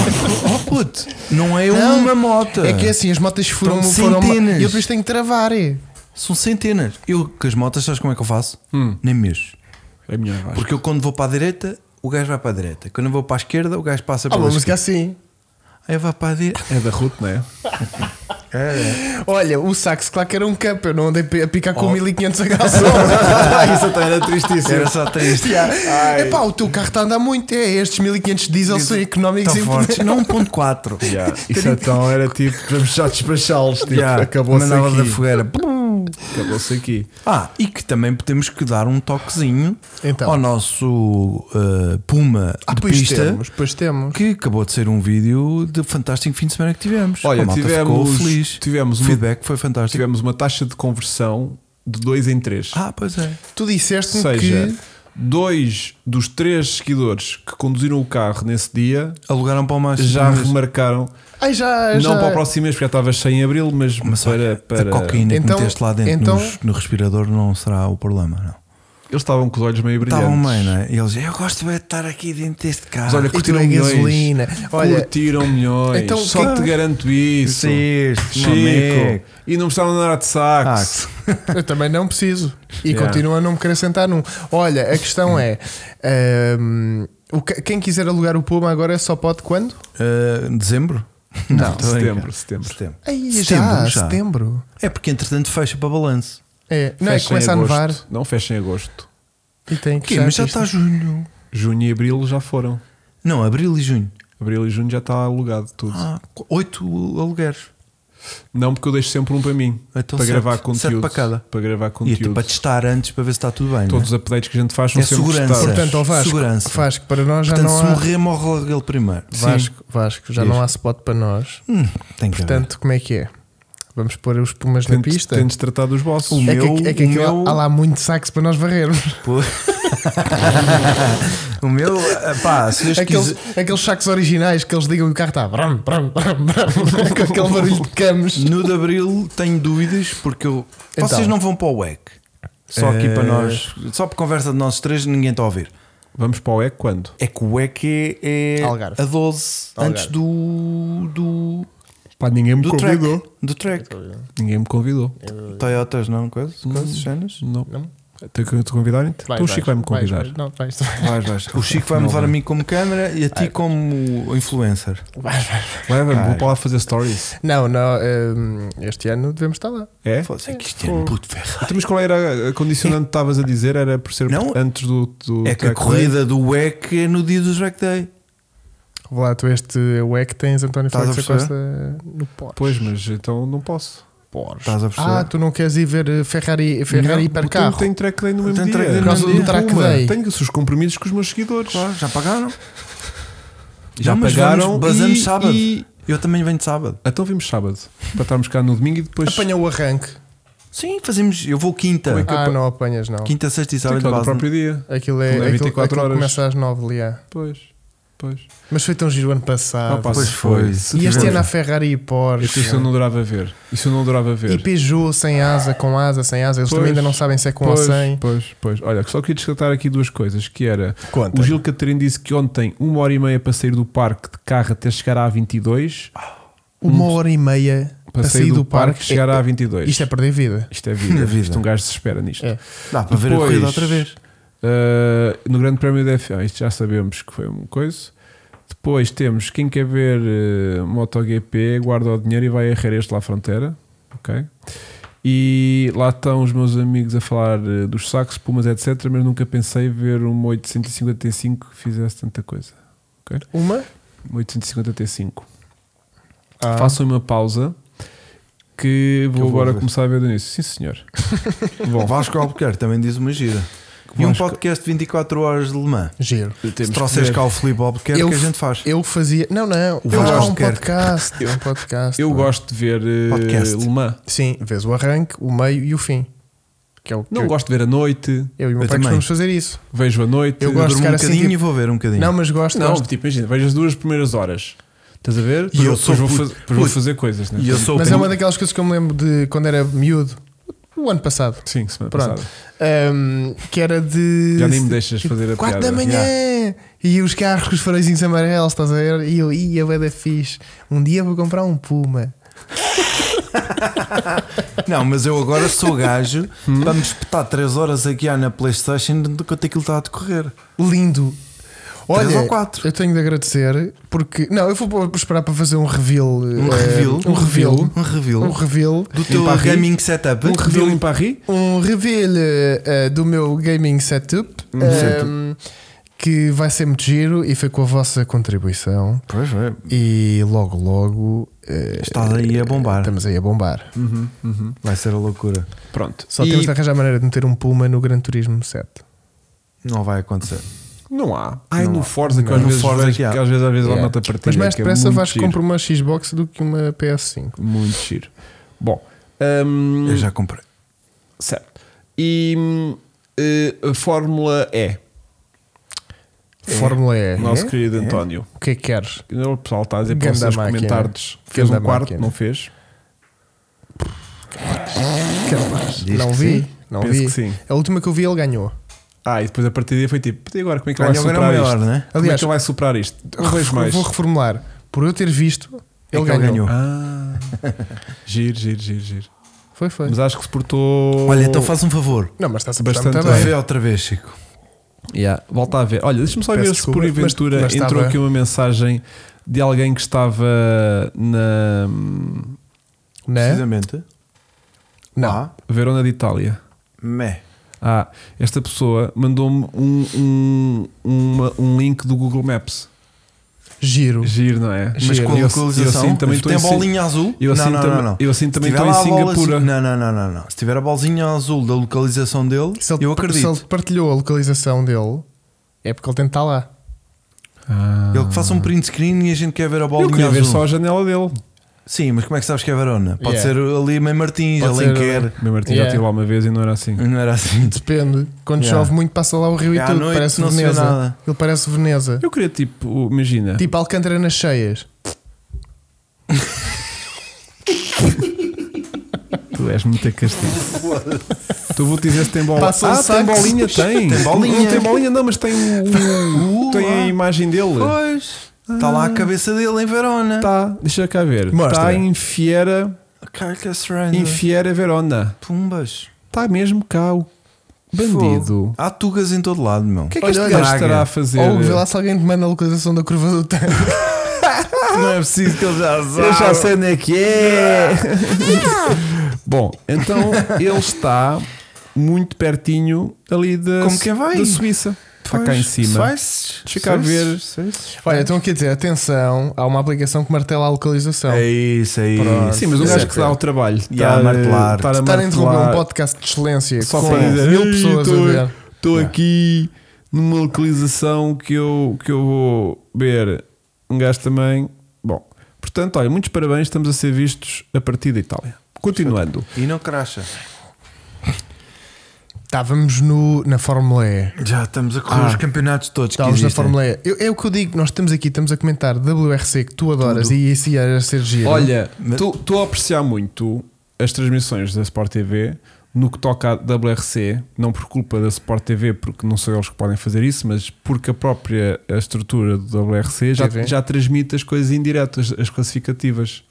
Speaker 3: Oh puto, não é
Speaker 1: Não,
Speaker 3: uma moto.
Speaker 1: É que é assim, as motas foram,
Speaker 3: Estão
Speaker 1: foram
Speaker 3: centenas.
Speaker 1: e eu depois tenho que travar. é.
Speaker 3: São centenas. Eu com as motas, sabes como é que eu faço?
Speaker 1: Hum.
Speaker 3: Nem mexo.
Speaker 2: É melhor, eu acho.
Speaker 3: Porque eu quando vou para a direita, o gajo vai para a direita. Quando eu vou para a esquerda, o gajo passa
Speaker 1: Há
Speaker 3: pela
Speaker 1: uma música
Speaker 3: esquerda.
Speaker 1: assim.
Speaker 3: Aí vai para a direita.
Speaker 2: É da Ruth, não é?
Speaker 1: Olha, o sax, claro que era um campo. Eu não andei a picar com
Speaker 3: Oh.
Speaker 1: 1500 a gasol.
Speaker 2: Isso até <laughs> era tristíssimo.
Speaker 3: Era só triste.
Speaker 1: É Epá, o teu carro está a andar muito. É, estes 1500 diesel são económicos
Speaker 3: Tão
Speaker 1: e
Speaker 3: fortes. <laughs> Não 1.4.
Speaker 2: Isso então era tipo, vamos já despachá-los. Tipo,
Speaker 3: Yeah,
Speaker 2: acabou-se
Speaker 3: mandava da
Speaker 2: aqui.
Speaker 3: fogueira.
Speaker 2: Acabou-se aqui.
Speaker 3: Ah, e que também temos que dar um toquezinho
Speaker 1: Então.
Speaker 3: ao nosso uh, Puma
Speaker 1: Ah,
Speaker 3: de
Speaker 1: pois
Speaker 3: pista.
Speaker 1: temos, pois temos.
Speaker 3: Que acabou de ser um vídeo de fantástico fim de semana que tivemos.
Speaker 2: Olha,
Speaker 3: a malta ficou
Speaker 2: tivemos-
Speaker 3: feliz.
Speaker 2: tivemos
Speaker 3: o
Speaker 2: uma-
Speaker 3: feedback foi fantástico.
Speaker 2: Tivemos uma taxa de conversão de 2 em 3.
Speaker 3: Ah, pois é.
Speaker 1: Tu
Speaker 2: Ou
Speaker 1: disseste-me
Speaker 2: seja,
Speaker 1: que.
Speaker 2: dois dos três seguidores que conduziram o carro nesse dia
Speaker 3: Alugaram para o Manchester.
Speaker 2: já
Speaker 3: United.
Speaker 2: remarcaram.
Speaker 1: Ai, já, já.
Speaker 2: Não para o próximo mês, porque já estava cheio em abril, mas,
Speaker 3: Mas
Speaker 2: para.
Speaker 3: olha,
Speaker 2: para...
Speaker 3: a cocaína
Speaker 1: Então-
Speaker 3: que meteste lá dentro
Speaker 1: então-
Speaker 3: nos- no respirador não será o problema, não.
Speaker 2: Eles estavam com os olhos meio brilhantes.
Speaker 3: Estavam bem, não é? Ah, E eles, eu gosto bem de estar aqui dentro deste carro.
Speaker 2: Mas olha,
Speaker 1: E tu
Speaker 2: curtiram
Speaker 1: é
Speaker 2: milhões.
Speaker 1: gasolina. Olha-
Speaker 2: curtiram milhões.
Speaker 1: Então,
Speaker 2: Só
Speaker 1: quem-
Speaker 2: te garanto isso.
Speaker 3: Sim,
Speaker 2: Chico.
Speaker 3: amigo.
Speaker 2: E não precisaram nada de sax.
Speaker 1: Eu também não preciso. E
Speaker 2: Yeah.
Speaker 1: continuo a não me querer sentar num. Olha, a questão é. hum, o que- quem quiser alugar o Puma agora só pode quando?
Speaker 3: Ah, dezembro?
Speaker 1: Não,
Speaker 3: tô a
Speaker 2: setembro,
Speaker 3: brincar.
Speaker 2: setembro.
Speaker 1: Ai, já,
Speaker 3: Setembro, já.
Speaker 1: setembro.
Speaker 3: É porque entretanto fecha para balanço.
Speaker 1: É, não é que
Speaker 2: Fecha em
Speaker 1: começa a
Speaker 2: agosto.
Speaker 1: nevar
Speaker 2: Não, fecha em agosto.
Speaker 1: e tem que
Speaker 3: Quê? é, Mas já
Speaker 1: isto.
Speaker 3: está junho.
Speaker 2: Junho e abril já foram.
Speaker 3: Não, abril e junho.
Speaker 2: Abril e junho já está alugado tudo.
Speaker 3: Ah, qu- oito alugueres. é tipo
Speaker 2: Não, porque eu deixo sempre um para mim.
Speaker 3: Então
Speaker 2: para
Speaker 3: sete.
Speaker 2: gravar
Speaker 3: Sete
Speaker 2: conteúdo.
Speaker 3: para cada.
Speaker 2: Para gravar
Speaker 3: E
Speaker 2: conteúdo.
Speaker 3: tipo, para testar antes para ver se está tudo bem. é?
Speaker 2: Todos
Speaker 3: Todos
Speaker 2: os updates que a gente faz são
Speaker 3: É
Speaker 2: sempre
Speaker 3: segurança.
Speaker 2: testados.
Speaker 1: Portanto, ao Vasco,
Speaker 3: Segurança.
Speaker 1: Vasco, para nós já
Speaker 3: Portanto,
Speaker 1: não
Speaker 3: se
Speaker 1: há.
Speaker 3: morrer, morre logo ele primeiro.
Speaker 1: Vasco, Vasco, já
Speaker 2: Diz.
Speaker 1: não há spot para nós.
Speaker 3: Hum, tem que haver.
Speaker 1: Portanto, como é que é? Vamos pôr os pumas na
Speaker 2: Tentes-
Speaker 1: pista?
Speaker 2: Tentes tratar dos vossos.
Speaker 3: Um.
Speaker 1: é que,
Speaker 3: meu-
Speaker 1: é que
Speaker 3: o
Speaker 1: aquilo-
Speaker 3: meu-
Speaker 1: há lá muito saxo para nós varrermos.
Speaker 3: Pô. O meu, eh, pá, se Deus
Speaker 1: Aqueles,
Speaker 3: quiser-
Speaker 1: aqueles sacos originais que eles digam que o carro está bram, bram, bram, <laughs> bram, com aquele barulho de cames.
Speaker 3: No de Abril tenho dúvidas porque eu.
Speaker 1: Então.
Speaker 3: Vocês não vão para o WEC. Só aqui
Speaker 2: Eh.
Speaker 3: para nós. Só por conversa de nós três, ninguém está a ouvir.
Speaker 2: Vamos para o EC quando?
Speaker 3: É que o WEC é, é
Speaker 1: Algarve.
Speaker 3: a 12
Speaker 1: Algarve.
Speaker 3: antes do. do.
Speaker 2: Pá, ninguém me
Speaker 3: do track.
Speaker 2: convidou.
Speaker 3: Do
Speaker 2: Então,
Speaker 3: track.
Speaker 2: Ninguém me convidou.
Speaker 3: Toyotas, não? Coisas?
Speaker 2: Hum.
Speaker 3: Coisas? Cenas?
Speaker 2: Não.
Speaker 1: Não?
Speaker 2: Tenho que te convidar então.
Speaker 1: Vai,
Speaker 2: Então o
Speaker 1: vais,
Speaker 2: Chico vai me convidar.
Speaker 1: Vais, não, vais, tu
Speaker 3: Vai, vai. O Chico vai-me
Speaker 2: Não É.
Speaker 3: levar a
Speaker 2: vai.
Speaker 3: mim como câmera e a ti como influencer.
Speaker 1: vais, vais.
Speaker 2: Vai, vai,
Speaker 3: Vai.
Speaker 2: vou para lá fazer stories.
Speaker 1: Não, não, hum, este ano devemos estar lá.
Speaker 2: É?
Speaker 3: Foda-se, é que isto é um puto ferrado.
Speaker 2: Então, mas qual era a condicionante que estavas a dizer? Era por ser
Speaker 3: Não.
Speaker 2: antes do. do
Speaker 3: É que a
Speaker 2: track day?
Speaker 3: corrida do WEC é no dia do track day.
Speaker 1: Vou lá, tu este WEC tens António
Speaker 3: Estás a
Speaker 1: Félix da Costa no Porsche.
Speaker 2: Pois, mas então não posso.
Speaker 1: Porsche.
Speaker 3: Estás a perceber?
Speaker 1: Ah, tu não queres ir ver eh, Ferrari, Ferrari
Speaker 2: Não,
Speaker 1: hipercarro?
Speaker 2: Tenho, tenho track day no mesmo
Speaker 3: Tenho
Speaker 2: dia.
Speaker 3: track day
Speaker 1: Por causa
Speaker 3: no mesmo
Speaker 1: do
Speaker 3: dia.
Speaker 1: track
Speaker 2: Puma,
Speaker 1: day.
Speaker 2: Tenho os compromissos com os meus seguidores.
Speaker 3: Claro, já pagaram.
Speaker 2: Já
Speaker 3: Não, mas
Speaker 2: pagaram.
Speaker 3: vamos- basamos
Speaker 2: e-
Speaker 3: sábado.
Speaker 2: e-
Speaker 3: Eu também venho de sábado.
Speaker 2: Então vimos sábado. para estarmos cá no domingo e depois.
Speaker 1: Apanha o arranque.
Speaker 3: Sim, fazemos. Eu vou
Speaker 2: Como é
Speaker 3: quinta.
Speaker 2: que-
Speaker 1: Ah,
Speaker 2: pa-
Speaker 1: não apanhas, não.
Speaker 3: Quinta, sexta e
Speaker 2: Sim,
Speaker 3: sábado.
Speaker 2: claro, no
Speaker 3: base-
Speaker 2: próprio dia.
Speaker 1: Aquilo é,
Speaker 2: Aquilo é
Speaker 1: aquilo-
Speaker 2: 24
Speaker 1: aquilo
Speaker 2: horas.
Speaker 1: começa às 9 de lá.
Speaker 2: Pois. Pois.
Speaker 1: Mas foi tão giro o ano passado.
Speaker 2: Ah, pá,
Speaker 3: pois
Speaker 2: se
Speaker 3: foi.
Speaker 2: se
Speaker 1: e este
Speaker 2: tivemos-
Speaker 1: ano há Ferrari e
Speaker 2: Isso,
Speaker 1: Porsche.
Speaker 2: isso eu não adorava ver. Isso eu não adorava ver.
Speaker 1: E Peugeot sem asa, com asa, sem asa. Eles
Speaker 2: Pois.
Speaker 1: também ainda não sabem se é com ou
Speaker 2: pois,
Speaker 1: sem.
Speaker 2: pois, pois. Olha, só queria destacar aqui duas coisas: que era
Speaker 1: Conta.
Speaker 2: o Gil Catarino disse que ontem, uma hora e meia para sair do parque de carro até chegar à 22, para,
Speaker 1: Uma hora e meia Ah, para sair do, parque.
Speaker 2: chegar à
Speaker 1: é,
Speaker 2: 22.
Speaker 1: isto é perder <laughs> vida.
Speaker 2: Isto é vida.
Speaker 3: Na vida.
Speaker 2: Isto um gajo se espera nisto.
Speaker 1: É.
Speaker 3: Dá para ver a
Speaker 2: Depois,
Speaker 3: corrida outra vez.
Speaker 2: Uh, no Grande Prémio da F1, isto já sabemos que foi uma coisa. Depois temos quem quer ver uh, MotoGP, guarda o dinheiro e vai a Jerez lá à fronteira. Ok? E lá estão os meus amigos a falar uh, dos sacos, pumas, etc. Mas nunca pensei ver um uma 855 que fizesse tanta coisa. Um Ok?
Speaker 1: Uma?
Speaker 2: Uma 855.
Speaker 1: Ah.
Speaker 2: Façam uma pausa que vou,
Speaker 3: vou
Speaker 2: agora
Speaker 3: ver.
Speaker 2: começar a ver do início. Sim, senhor. Bom,
Speaker 3: <laughs> Vasco Albuquerque também diz uma gira. E um
Speaker 2: Vasco-
Speaker 3: podcast de 24 horas de Le Mans.
Speaker 1: Giro.
Speaker 2: temos
Speaker 3: Se
Speaker 2: que
Speaker 3: trouxeres
Speaker 2: ver.
Speaker 3: cá o Filipe Albuquerque,
Speaker 1: Eu-
Speaker 3: que a gente faz.
Speaker 1: Eu fazia. Não, não.
Speaker 3: O
Speaker 1: eu
Speaker 3: Vasco
Speaker 1: há um
Speaker 3: quer.
Speaker 1: podcast. um podcast.
Speaker 2: Eu gosto de ver uh,
Speaker 3: Podcast.
Speaker 2: Le Mans.
Speaker 1: Sim, vês o arranque, o meio e o fim. Que é o que
Speaker 2: Não
Speaker 1: eu,
Speaker 2: gosto de ver à noite,
Speaker 1: eu e o meu pai
Speaker 3: Eu também.
Speaker 1: costumamos fazer isso.
Speaker 2: vejo à noite.
Speaker 1: Eu gosto de
Speaker 3: durmo um
Speaker 1: ficar assim,
Speaker 3: bocadinho
Speaker 1: tipo-
Speaker 3: e vou ver um bocadinho.
Speaker 1: Não, mas gosto.
Speaker 2: Não,
Speaker 1: gosto.
Speaker 2: tipo, imagina, vejo as duas primeiras horas. Estás a ver? Depois
Speaker 3: eu
Speaker 2: vou-
Speaker 3: sou
Speaker 2: depois vou,
Speaker 3: puto.
Speaker 2: faz- depois vou
Speaker 3: Puto.
Speaker 2: fazer coisas, né?
Speaker 3: E eu sou
Speaker 1: Mas é
Speaker 3: o
Speaker 1: uma daquelas coisas que eu me lembro de quando era miúdo, o ano passado,
Speaker 2: Sim, semana
Speaker 1: Pronto.
Speaker 2: passada.
Speaker 1: ahm, que era de
Speaker 2: Já nem me deixas fazer a
Speaker 1: 4
Speaker 2: piada.
Speaker 1: da manhã e os carros com os faróis amarelos, estás a ver? E eu ia, bué da fixe. Um dia vou comprar um Puma.
Speaker 3: Não, mas eu agora
Speaker 1: <laughs>
Speaker 3: sou gajo
Speaker 1: Hum?
Speaker 3: para me espetar 3 horas aqui à na Playstation enquanto aquilo está a decorrer.
Speaker 1: Lindo. Olha,
Speaker 3: Três ou quatro.
Speaker 1: eu tenho de agradecer porque. Não, eu vou vou esperar para fazer um reveal.
Speaker 3: Um reveal.
Speaker 1: Um reveal.
Speaker 3: Um reveal.
Speaker 1: Um reveal.
Speaker 3: Do teu
Speaker 2: Paris.
Speaker 3: gaming setup.
Speaker 2: Um review em Paris?
Speaker 1: um reveal eh, eh, do meu gaming setup
Speaker 3: Uhum.
Speaker 1: ehm, que vai ser muito giro e foi com a vossa contribuição.
Speaker 3: Pois é.
Speaker 1: E logo, logo eh,
Speaker 3: Estás aí a bombar.
Speaker 1: estamos aí a bombar.
Speaker 3: Vai ser a loucura.
Speaker 2: Pronto.
Speaker 1: Só
Speaker 2: E
Speaker 1: temos de arranjar maneira de meter um Puma no Gran Turismo 7.
Speaker 3: Não vai acontecer.
Speaker 2: Não há. Ai,
Speaker 3: Não
Speaker 2: no
Speaker 3: há.
Speaker 2: Forza, que
Speaker 3: Não.
Speaker 2: às
Speaker 3: No
Speaker 2: vezes
Speaker 3: Forza
Speaker 2: vejo-
Speaker 3: que há.
Speaker 2: que às vezes, às vezes há
Speaker 1: Yeah.
Speaker 2: nota partida.
Speaker 1: Mas mais
Speaker 2: que é
Speaker 1: depressa
Speaker 2: muito
Speaker 1: vais
Speaker 2: giro.
Speaker 1: comprar uma Xbox do que uma PS5.
Speaker 2: Muito giro. Bom, hum,
Speaker 3: Eu já comprei.
Speaker 2: certo. E hum, eh, a Fórmula E,
Speaker 1: Fórmula E.
Speaker 2: nosso
Speaker 1: É?
Speaker 2: querido António.
Speaker 1: O que é que queres?
Speaker 2: O pessoal está a dizer para
Speaker 1: Ganda
Speaker 2: vocês
Speaker 1: máquina.
Speaker 2: comentardes. Fez um
Speaker 1: Ganda
Speaker 2: quarto,
Speaker 1: máquina.
Speaker 2: não fez?
Speaker 3: Diz
Speaker 1: não
Speaker 3: que
Speaker 1: vi.
Speaker 3: sim.
Speaker 1: Não
Speaker 2: Penso
Speaker 1: vi.
Speaker 2: que sim.
Speaker 1: A última que eu vi ele ganhou.
Speaker 2: Ah, e depois a partir daí foi tipo, e agora como é que ele vai
Speaker 3: Olha, agora é
Speaker 2: superar
Speaker 3: o
Speaker 2: isto?
Speaker 3: maior, né?
Speaker 2: Como é
Speaker 1: Aliás,
Speaker 2: que ele vai superar isto? Não vejo
Speaker 1: Refor-
Speaker 2: mais.
Speaker 1: Vou reformular. Por eu ter visto,
Speaker 3: Ah, É
Speaker 1: ele,
Speaker 3: que ele
Speaker 1: ganhou.
Speaker 3: ganhou.
Speaker 2: Ah, <laughs> giro, giro, giro, giro.
Speaker 1: Foi, foi.
Speaker 2: Mas acho que se portou.
Speaker 3: Olha, então faz um favor.
Speaker 1: Não, mas está-se a portar
Speaker 2: Bastante
Speaker 1: muito
Speaker 2: bem.
Speaker 1: bem.
Speaker 3: Vê outra vez, Chico.
Speaker 2: Yeah, volta a ver. Olha, deixa-me só
Speaker 1: Peço
Speaker 2: ver
Speaker 1: desculpa,
Speaker 2: se
Speaker 1: mas-
Speaker 2: por aventura
Speaker 1: mas
Speaker 2: entrou
Speaker 1: estava-
Speaker 2: aqui uma mensagem de alguém que estava na hum,
Speaker 1: Né?
Speaker 3: Precisamente.
Speaker 1: Não.
Speaker 3: Ah,
Speaker 2: Verona de Itália.
Speaker 3: meh.
Speaker 2: Ah, esta pessoa mandou-me um, um, uma- um link do Google Maps.
Speaker 1: Giro.
Speaker 2: Giro, não é?
Speaker 3: Mas
Speaker 1: Giro.
Speaker 3: com
Speaker 2: Eu- eu
Speaker 3: localização,
Speaker 2: assim também estou
Speaker 3: tem
Speaker 2: em Sin-
Speaker 3: bolinha azul?
Speaker 2: eu assim
Speaker 3: não, não,
Speaker 2: também-
Speaker 3: não, não.
Speaker 2: eu assim também
Speaker 3: Se tiver
Speaker 2: estou em
Speaker 3: lá a bola
Speaker 2: Singapura.
Speaker 3: azul- Não, não, não, não, não. Se tiver a bolzinha azul da localização dele,
Speaker 1: Se ele,
Speaker 3: eu
Speaker 1: se
Speaker 3: acredito.
Speaker 1: ele partilhou a localização dele, é porque ele tem de estar lá.
Speaker 2: Ah.
Speaker 3: Ele que faça um print screen e a gente quer ver a
Speaker 2: Eu
Speaker 3: bolinha
Speaker 2: queria
Speaker 3: azul.
Speaker 2: ver só a janela dele.
Speaker 3: Sim, mas como é que sabes que é Varona? Pode
Speaker 1: Yeah.
Speaker 3: ser ali meio Martins,
Speaker 1: Pode ser
Speaker 3: Alenquer.
Speaker 2: Meu Martim já
Speaker 1: Yeah.
Speaker 2: tive lá uma vez e não era assim.
Speaker 3: Não era assim.
Speaker 1: Depende. Quando
Speaker 3: Yeah.
Speaker 1: chove muito, passa lá o rio
Speaker 3: É,
Speaker 1: e
Speaker 3: à
Speaker 1: tudo.
Speaker 3: noite
Speaker 1: parece
Speaker 3: não se vê
Speaker 1: Veneza.
Speaker 3: nada.
Speaker 1: Ele parece Veneza.
Speaker 2: Eu queria tipo, imagina,
Speaker 1: Tipo Alcântara nas cheias.
Speaker 2: tu és muito
Speaker 3: <laughs>
Speaker 2: castigo. tu vou dizer se tem bola.
Speaker 1: Passa um
Speaker 2: ah, tem
Speaker 1: saco.
Speaker 2: bolinha, tem.
Speaker 3: Tem bolinha.
Speaker 2: Não tem bolinha, não, mas tem o.
Speaker 3: <laughs> Uh,
Speaker 2: tem a
Speaker 3: ah.
Speaker 2: imagem dele.
Speaker 3: Pois. Está Tá
Speaker 2: Ah.
Speaker 3: lá a cabeça dele em Verona.
Speaker 2: Está, deixa cá ver.
Speaker 1: Mostra.
Speaker 2: Está em Fiera,
Speaker 3: Carcass Surrender.
Speaker 2: em Fiera Verona.
Speaker 3: Pumbas.
Speaker 2: Está mesmo cá o bandido.
Speaker 3: Fogo. Há tugas em todo lado, meu.
Speaker 2: O que é que
Speaker 1: Olha,
Speaker 2: este
Speaker 1: olha,
Speaker 2: gajo
Speaker 3: Braga.
Speaker 2: estará a fazer? eh,
Speaker 1: Ou vê lá se alguém te manda a localização da curva do
Speaker 2: <laughs>
Speaker 1: tanque.
Speaker 3: Não é preciso que ele já
Speaker 2: Eu já sei onde é que é. <laughs> Bom, então ele está muito pertinho ali da,
Speaker 3: Como é
Speaker 1: é?
Speaker 3: quem vai?
Speaker 2: da Suíça. Está cá em cima. Deixa cá ver.
Speaker 3: É
Speaker 1: Olha, estão aqui a dizer, atenção, há uma aplicação que martela a localização.
Speaker 3: É isso, é isso.
Speaker 1: Pronto.
Speaker 2: Sim, mas um
Speaker 1: Isso
Speaker 2: gajo
Speaker 1: é
Speaker 2: que dá o trabalho.
Speaker 3: E a martelar.
Speaker 2: estar a
Speaker 1: Estar a interromper um
Speaker 2: martelar
Speaker 1: podcast de excelência
Speaker 2: Só
Speaker 1: com
Speaker 2: para dizer,
Speaker 1: mil
Speaker 2: "Ei,
Speaker 1: pessoas
Speaker 2: tô-
Speaker 1: a ver.
Speaker 2: Estou
Speaker 3: Yeah.
Speaker 2: aqui numa localização que eu, que eu vou ver um gajo também. Bom, portanto, olha, muitos parabéns, estamos a ser vistos a partir da Itália. Continuando.
Speaker 3: E não cracha.
Speaker 1: Estávamos no, na Fórmula E.
Speaker 3: Já estamos a correr
Speaker 1: Ah.
Speaker 3: os campeonatos todos. que
Speaker 1: Estávamos na
Speaker 3: existem.
Speaker 1: Fórmula E. Eu- é o que eu digo, nós estamos aqui, estamos a comentar WRC que tu adoras e isso ia ser giro.
Speaker 2: Olha,
Speaker 3: Mas-
Speaker 2: estou a apreciar muito as transmissões da Sport TV no que toca à WRC, não por culpa da Sport TV, porque não são eles que podem fazer isso, mas porque a própria estrutura do WRC já,
Speaker 1: TV.
Speaker 2: já transmite as coisas indiretas, as classificativas.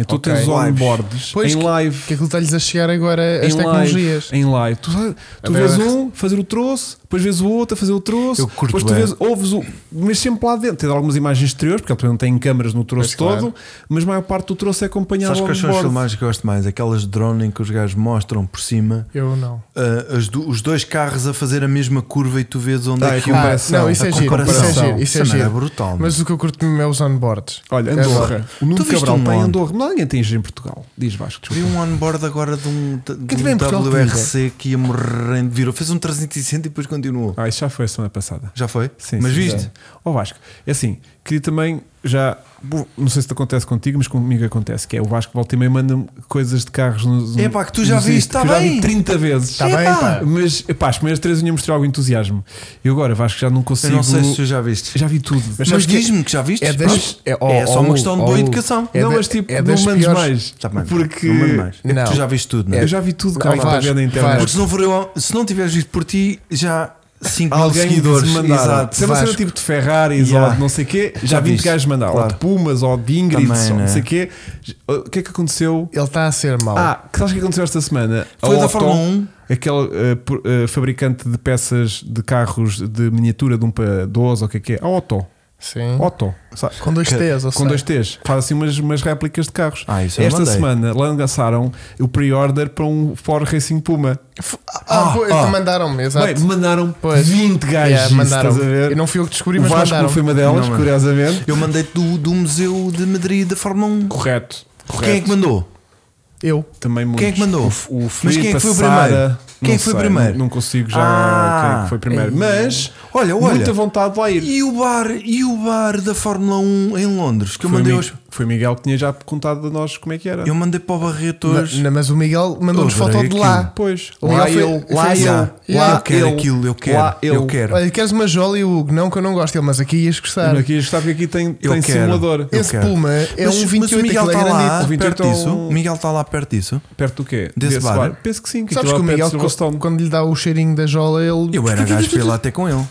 Speaker 2: Então
Speaker 1: Ok.
Speaker 2: tens onboards
Speaker 1: Pois
Speaker 2: em
Speaker 1: que-
Speaker 2: live.
Speaker 1: que aquilo está-lhes a chegar agora as
Speaker 2: em
Speaker 1: tecnologias.
Speaker 2: live, em live. Tu, tu
Speaker 1: A
Speaker 2: vês
Speaker 1: BRC.
Speaker 2: um fazer o troço, depois vês o outro a fazer o troço,
Speaker 3: Eu curto
Speaker 2: depois tu
Speaker 3: bem.
Speaker 2: vês, ouves o. Mas sempre lá dentro. Tem algumas imagens exteriores, porque ele também não tem câmaras no troço
Speaker 1: Pois, claro.
Speaker 2: todo, mas a maior parte do troço é acompanhado
Speaker 3: Sabes
Speaker 2: ao
Speaker 3: quais são as
Speaker 2: bordo.
Speaker 3: filmagens que eu gosto mais? Aquelas de drone em que os gajos mostram por cima
Speaker 1: Eu não.
Speaker 3: ah, as do- os dois carros a fazer a mesma curva e tu vês onde
Speaker 2: Ah,
Speaker 3: é
Speaker 2: é
Speaker 3: que
Speaker 2: com-
Speaker 3: o.
Speaker 1: Ah,
Speaker 2: comparação.
Speaker 1: não, isso é
Speaker 3: A
Speaker 1: giro, isso é
Speaker 3: comparação.
Speaker 1: giro, isso é
Speaker 3: Isso não é
Speaker 1: giro.
Speaker 3: brutal, meu.
Speaker 1: Mas o que eu curto mesmo é os onboards.
Speaker 2: Olha,
Speaker 1: Adoro.
Speaker 2: Andorra. O Nuno
Speaker 3: Tu viste
Speaker 2: Cabral
Speaker 3: um
Speaker 2: tem
Speaker 3: on-
Speaker 2: Andorra. Mas ninguém tem giro em Portugal. Diz Vasco.
Speaker 3: Vi
Speaker 2: desculpa.
Speaker 3: um onboard agora de um, de,
Speaker 2: é
Speaker 3: de
Speaker 1: tiver
Speaker 3: um
Speaker 1: em Portugal que
Speaker 2: né?
Speaker 3: WRC que ia morrendo, virou, fez um 360 e depois continuou.
Speaker 2: Ah, isso já foi a semana passada.
Speaker 3: Já foi?
Speaker 2: Sim,
Speaker 3: Mas
Speaker 2: sim,
Speaker 3: viste?
Speaker 2: já. Ó Vasco, é assim, queria também já. bu- Não sei se te acontece contigo, mas comigo acontece, que é o Vasco volta e meia manda coisas de carros nos.
Speaker 3: É pá, que tu já
Speaker 2: nos
Speaker 3: viste,
Speaker 2: Insta,
Speaker 3: tá
Speaker 2: que eu já vi
Speaker 3: bem.
Speaker 2: 30 vezes.
Speaker 1: Tá bem, pá.
Speaker 2: Mas, pá, as primeiras três eu ia mostrar algum entusiasmo. E agora, Vasco, já não
Speaker 3: Eu
Speaker 2: consigo.
Speaker 3: não sei se tu já viste.
Speaker 2: Já vi tudo.
Speaker 3: Mas,
Speaker 1: sabes que
Speaker 3: diz-me que já viste?
Speaker 1: É, das,
Speaker 3: Pronto. É só uma questão de boa educação.
Speaker 2: não,
Speaker 1: da-
Speaker 2: mas tipo,
Speaker 1: é
Speaker 2: não
Speaker 1: das
Speaker 2: mandes
Speaker 1: piores-
Speaker 2: mais.
Speaker 3: Já mando.
Speaker 2: porque.
Speaker 3: Tá Não mando mais. É que
Speaker 1: Não.
Speaker 3: tu já viste tudo, não é?
Speaker 2: Eu já vi tudo, cara,
Speaker 1: Não,
Speaker 2: para
Speaker 1: Vasco,
Speaker 2: ver na internet.
Speaker 3: Porque se não, for eu, se não tiveres visto por ti, já 5 mil
Speaker 2: Alguém
Speaker 3: seguidores.
Speaker 2: se mandar.
Speaker 3: Exato.
Speaker 2: Se é uma cena
Speaker 1: Vasco.
Speaker 2: tipo de Ferraris
Speaker 3: Yeah.
Speaker 2: ou de não sei o quê, já
Speaker 3: Já
Speaker 2: vi de
Speaker 3: viste,
Speaker 2: gajos mandar. Ou
Speaker 3: claro.
Speaker 2: de Pumas ou de Ingrid,
Speaker 3: Também,
Speaker 2: ou não
Speaker 3: né? Oh.
Speaker 2: sei o quê. O que é que aconteceu?
Speaker 1: Ele está a ser mau.
Speaker 2: Ah, que sabes o que aconteceu esta semana?
Speaker 3: Foi
Speaker 2: A
Speaker 3: da
Speaker 2: Otto,
Speaker 3: Fórmula 1.
Speaker 2: Aquele eh, por- eh, fabricante de peças de carros de miniatura de um para 12 ou o que é que é? A Otto.
Speaker 3: Hum.
Speaker 1: Sim.
Speaker 2: Otto. sabe?
Speaker 1: Com dois T's, ou
Speaker 2: Com dois T's, faz assim umas, umas réplicas de carros.
Speaker 3: Ah, isso eu
Speaker 2: Esta
Speaker 3: mandei.
Speaker 2: semana lançaram o pre-order para um Ford Racing Puma.
Speaker 1: Ah,
Speaker 3: Ah,
Speaker 1: pois,
Speaker 3: ah.
Speaker 1: mandaram-me, exato.
Speaker 2: Bem, mandaram
Speaker 1: Pois.
Speaker 2: 20 gajos.
Speaker 1: Yeah,
Speaker 2: isso,
Speaker 1: mandaram.
Speaker 2: estás a ver?
Speaker 1: Eu não fui eu que descobri,
Speaker 2: o
Speaker 1: mas
Speaker 2: Vasco não
Speaker 1: mandaram.
Speaker 2: foi uma delas,
Speaker 3: Não, mano.
Speaker 2: curiosamente.
Speaker 3: Eu mandei-te do, do Museu de Madrid da Fórmula 1.
Speaker 2: Correto.
Speaker 3: Quem é que mandou?
Speaker 1: Eu.
Speaker 2: Também muitos.
Speaker 3: Quem é que mandou?
Speaker 2: O, o
Speaker 3: Mas quem é que foi o primeiro? Quem é que foi o primeiro?
Speaker 2: Não consigo já
Speaker 3: Ah,
Speaker 2: quem é que foi o primeiro.
Speaker 1: ei.
Speaker 2: Mas
Speaker 3: Olha, olha.
Speaker 2: muita vontade de lá ir.
Speaker 3: E o bar, e o bar da Fórmula 1 em Londres que eu
Speaker 2: Foi,
Speaker 3: mandei
Speaker 2: o Mi-
Speaker 3: hoje.
Speaker 2: foi o Miguel que tinha já contado a nós como é que era.
Speaker 3: Eu mandei para o Barreto
Speaker 1: Ma-
Speaker 3: hoje.
Speaker 1: não, mas o Miguel mandou-nos
Speaker 3: Adorei
Speaker 1: foto de lá.
Speaker 2: Pois.
Speaker 1: O Miguel
Speaker 2: Lá
Speaker 1: foi-
Speaker 2: eu.
Speaker 1: foi
Speaker 2: Lá
Speaker 1: assim,
Speaker 2: eu.
Speaker 1: ah,
Speaker 2: Lá
Speaker 3: eu quero
Speaker 2: ele,
Speaker 3: aquilo, eu quero,
Speaker 2: Lá
Speaker 3: eu quero.
Speaker 1: Olha, queres uma Jolie, Hugo? Não, que eu não gosto dele, mas aqui ias gostar.
Speaker 2: Aqui, está que aqui tem,
Speaker 3: Eu
Speaker 2: tem
Speaker 3: quero.
Speaker 2: simulador.
Speaker 3: Eu
Speaker 1: Esse
Speaker 3: quero.
Speaker 1: Puma é
Speaker 3: Mas-
Speaker 1: um
Speaker 3: mas
Speaker 1: 28
Speaker 3: o Miguel
Speaker 1: aquilo é
Speaker 3: está lá
Speaker 1: grandito.
Speaker 2: O 28
Speaker 3: perto
Speaker 2: é um-
Speaker 3: disso. O Miguel está lá perto disso.
Speaker 2: Perto do quê?
Speaker 3: Desse bar.
Speaker 2: Penso que sim. Que
Speaker 1: Sabes
Speaker 2: aquilo
Speaker 1: que o
Speaker 2: é perto de
Speaker 1: Miguel,
Speaker 2: Silverstone.
Speaker 1: quando lhe dá o cheirinho da jola, ele.
Speaker 3: Eu era gajo para ir lá até com ele.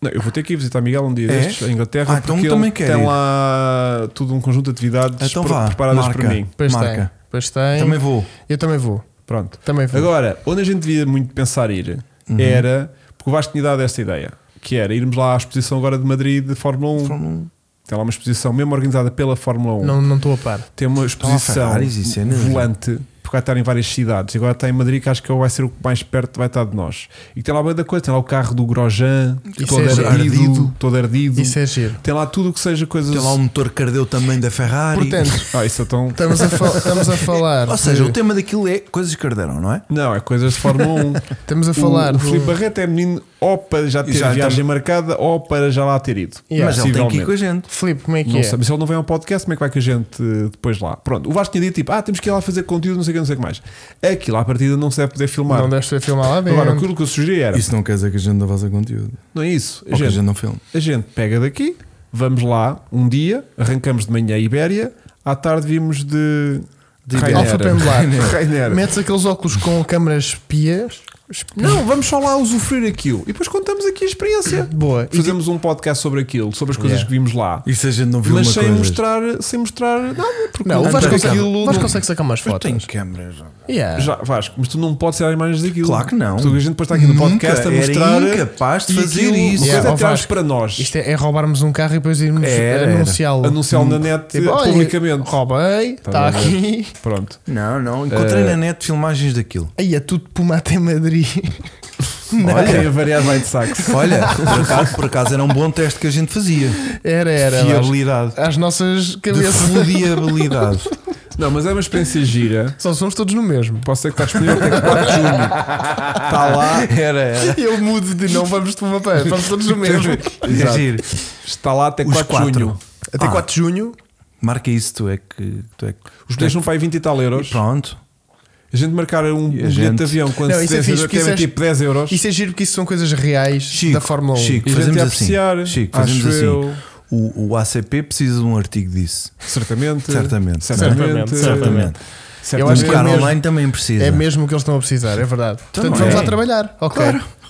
Speaker 2: Não, eu vou ter que ir visitar Miguel um dia
Speaker 3: É?
Speaker 2: destes, em Inglaterra,
Speaker 3: Ah,
Speaker 2: porque
Speaker 3: então
Speaker 2: ele
Speaker 3: também
Speaker 2: tem
Speaker 3: quero ir.
Speaker 2: lá tudo um conjunto de atividades
Speaker 3: Então
Speaker 2: pre-
Speaker 3: vá,
Speaker 2: preparadas
Speaker 3: marca.
Speaker 2: para mim.
Speaker 1: Pois
Speaker 3: Marca.
Speaker 1: tem. Pois tem.
Speaker 3: Também vou.
Speaker 1: Eu também vou.
Speaker 2: Pronto.
Speaker 1: Também vou.
Speaker 2: Agora, onde a gente devia muito pensar ir
Speaker 3: Uhum.
Speaker 2: era, porque o Vasco tinha dado esta ideia, que era irmos lá à exposição agora de Madrid de Fórmula 1.
Speaker 3: Fórmula 1.
Speaker 2: Tem lá uma exposição mesmo organizada pela Fórmula 1.
Speaker 1: Não não estou a par.
Speaker 2: Tem uma exposição
Speaker 3: Ferraris e cenas. né?
Speaker 2: volante, porque vai estar em várias cidades. Agora está em Madrid, que acho que vai ser o que mais perto vai estar de nós. E tem lá bem da coisa, tem lá o carro do Grosjean,
Speaker 1: Isso
Speaker 2: todo,
Speaker 1: é giro.
Speaker 2: ardido,
Speaker 3: Ardido.
Speaker 2: todo ardido.
Speaker 1: Isso é giro.
Speaker 2: Tem lá tudo o que seja coisas.
Speaker 3: Tem lá um motor cardeu também da Ferrari.
Speaker 1: Portanto,
Speaker 2: Ah, isso é tão.
Speaker 1: estamos a, fal- estamos a falar.
Speaker 3: <laughs> Ou seja,
Speaker 1: de-
Speaker 3: o tema daquilo é coisas que arderam, não é?
Speaker 2: Não, é coisas de Fórmula
Speaker 3: <laughs>
Speaker 2: 1.
Speaker 1: Estamos a falar.
Speaker 2: o, o
Speaker 1: do-
Speaker 2: Filipe Barreto é menino ou para já ter
Speaker 3: Já,
Speaker 2: a viagem marcada ou para já lá ter ido.
Speaker 1: Yeah.
Speaker 3: Mas ele tem que ir com a
Speaker 2: Possivelmente.
Speaker 3: gente.
Speaker 1: Filipe, como é que
Speaker 2: Não
Speaker 1: é?
Speaker 2: sabe, se ele não vem ao podcast, como é que vai que a gente eh, depois lá? Pronto, o Vasco tinha dito tipo, ah, temos que ir lá fazer conteúdo, não sei o que, não sei o que mais. Aquilo à partida não se deve poder filmar.
Speaker 1: Não deves ter filmar lá dentro.
Speaker 2: Agora, aquilo que eu sugeri era,
Speaker 3: Isso não quer dizer que a gente não vá fazer conteúdo.
Speaker 2: não é isso, a
Speaker 3: Ou que a
Speaker 2: gente,
Speaker 3: gente não filme.
Speaker 2: a gente pega daqui, vamos lá um dia, arrancamos de manhã a Ibéria, à tarde vimos de. de
Speaker 1: Ibéria. Alfa Pendular.
Speaker 2: <laughs> Rainer.
Speaker 1: Metes aqueles óculos com câmaras pias.
Speaker 2: Não, vamos só lá usufruir aquilo e depois contamos aqui a experiência.
Speaker 1: Boa. E tipo-
Speaker 2: Fazemos um podcast sobre aquilo, sobre as coisas
Speaker 1: Yeah.
Speaker 2: que vimos lá.
Speaker 3: E se a gente não viu
Speaker 2: Mas
Speaker 3: uma
Speaker 2: sem
Speaker 3: coisa?
Speaker 2: mostrar, sem mostrar nada, porque
Speaker 1: Não, o
Speaker 2: não
Speaker 1: Vasco
Speaker 2: tem
Speaker 1: consegue,
Speaker 2: aquilo
Speaker 1: o Vasco
Speaker 2: não-
Speaker 1: consegue sacar umas
Speaker 3: Eu
Speaker 1: fotos.
Speaker 3: tenho câmeras.
Speaker 1: Yeah.
Speaker 2: Já, Vasco, mas tu não podes tirar imagens daquilo.
Speaker 3: Claro que não.
Speaker 2: Porque a gente depois está aqui no
Speaker 3: Nunca.
Speaker 2: podcast a
Speaker 3: Era
Speaker 2: mostrar.
Speaker 3: incapaz de
Speaker 2: e
Speaker 3: fazer
Speaker 2: aquilo,
Speaker 3: isso.
Speaker 2: Uma coisa
Speaker 1: Yeah,
Speaker 2: é
Speaker 1: ó,
Speaker 2: tirares
Speaker 1: Vasco,
Speaker 2: para nós.
Speaker 1: Isto é, é roubarmos um carro e depois irmos
Speaker 3: Era, era.
Speaker 1: anunciá-lo.
Speaker 2: Anunciá-lo na net
Speaker 1: Tipo, olha,
Speaker 2: publicamente.
Speaker 1: Roubei, está
Speaker 2: a ver?
Speaker 1: aqui.
Speaker 3: <laughs>
Speaker 2: Pronto.
Speaker 3: Não, não. Encontrei
Speaker 2: Eh,
Speaker 3: na net filmagens daquilo.
Speaker 1: Aí é tudo puma até Madrid. <laughs>
Speaker 2: Olha, a variar vai de sax.
Speaker 3: Olha, por acaso, por acaso era um bom teste que a gente fazia.
Speaker 1: Era, era. Vasco.
Speaker 3: Fiabilidade.
Speaker 1: As nossas
Speaker 3: De
Speaker 1: cabeças.
Speaker 3: fiabilidade.
Speaker 2: Não, mas é uma experiência gira.
Speaker 1: Só somos todos no mesmo.
Speaker 2: Posso ser que está disponível até 4 de junho.
Speaker 3: Tá
Speaker 2: Está lá.
Speaker 3: Era, era.
Speaker 1: <laughs> Eu mudo de não vamos de uma pé, vamos todos no mesmo.
Speaker 2: Exato.
Speaker 3: É Giro.
Speaker 2: Está lá até
Speaker 3: Os
Speaker 2: 4 de
Speaker 3: quatro.
Speaker 2: junho.
Speaker 1: Até
Speaker 3: Ah.
Speaker 1: 4 de junho,
Speaker 3: Marca isso, tu é que. Tu é que
Speaker 2: Os bilhetes não paem 20 e tal euros.
Speaker 3: Pronto.
Speaker 2: A gente marcar um, um
Speaker 3: E a
Speaker 2: bilhete
Speaker 3: gente-
Speaker 2: de avião quando
Speaker 1: Não,
Speaker 2: se
Speaker 1: isso é
Speaker 2: der,
Speaker 1: fixe, porque
Speaker 2: até
Speaker 1: isso é-
Speaker 2: tipo 10 euros.
Speaker 1: isso é giro porque isso são coisas reais
Speaker 3: Chico,
Speaker 1: da Fórmula 1.
Speaker 3: Chico,
Speaker 2: E a gente
Speaker 3: fazemos
Speaker 2: ia
Speaker 3: assim.
Speaker 2: apreciar.
Speaker 3: Chico, fazemos
Speaker 2: acho
Speaker 3: assim.
Speaker 2: eu.
Speaker 3: O, o ACP precisa de um artigo disso.
Speaker 2: Certamente.
Speaker 3: Certamente. é?
Speaker 2: Certamente.
Speaker 1: Certamente. Eu
Speaker 3: Mas
Speaker 1: acho
Speaker 3: o
Speaker 1: que
Speaker 3: cara
Speaker 1: é mesmo-
Speaker 3: online também precisa.
Speaker 1: É mesmo o que eles estão a precisar, é verdade. Portanto,
Speaker 3: não
Speaker 1: vamos
Speaker 3: é.
Speaker 1: lá trabalhar. Ok.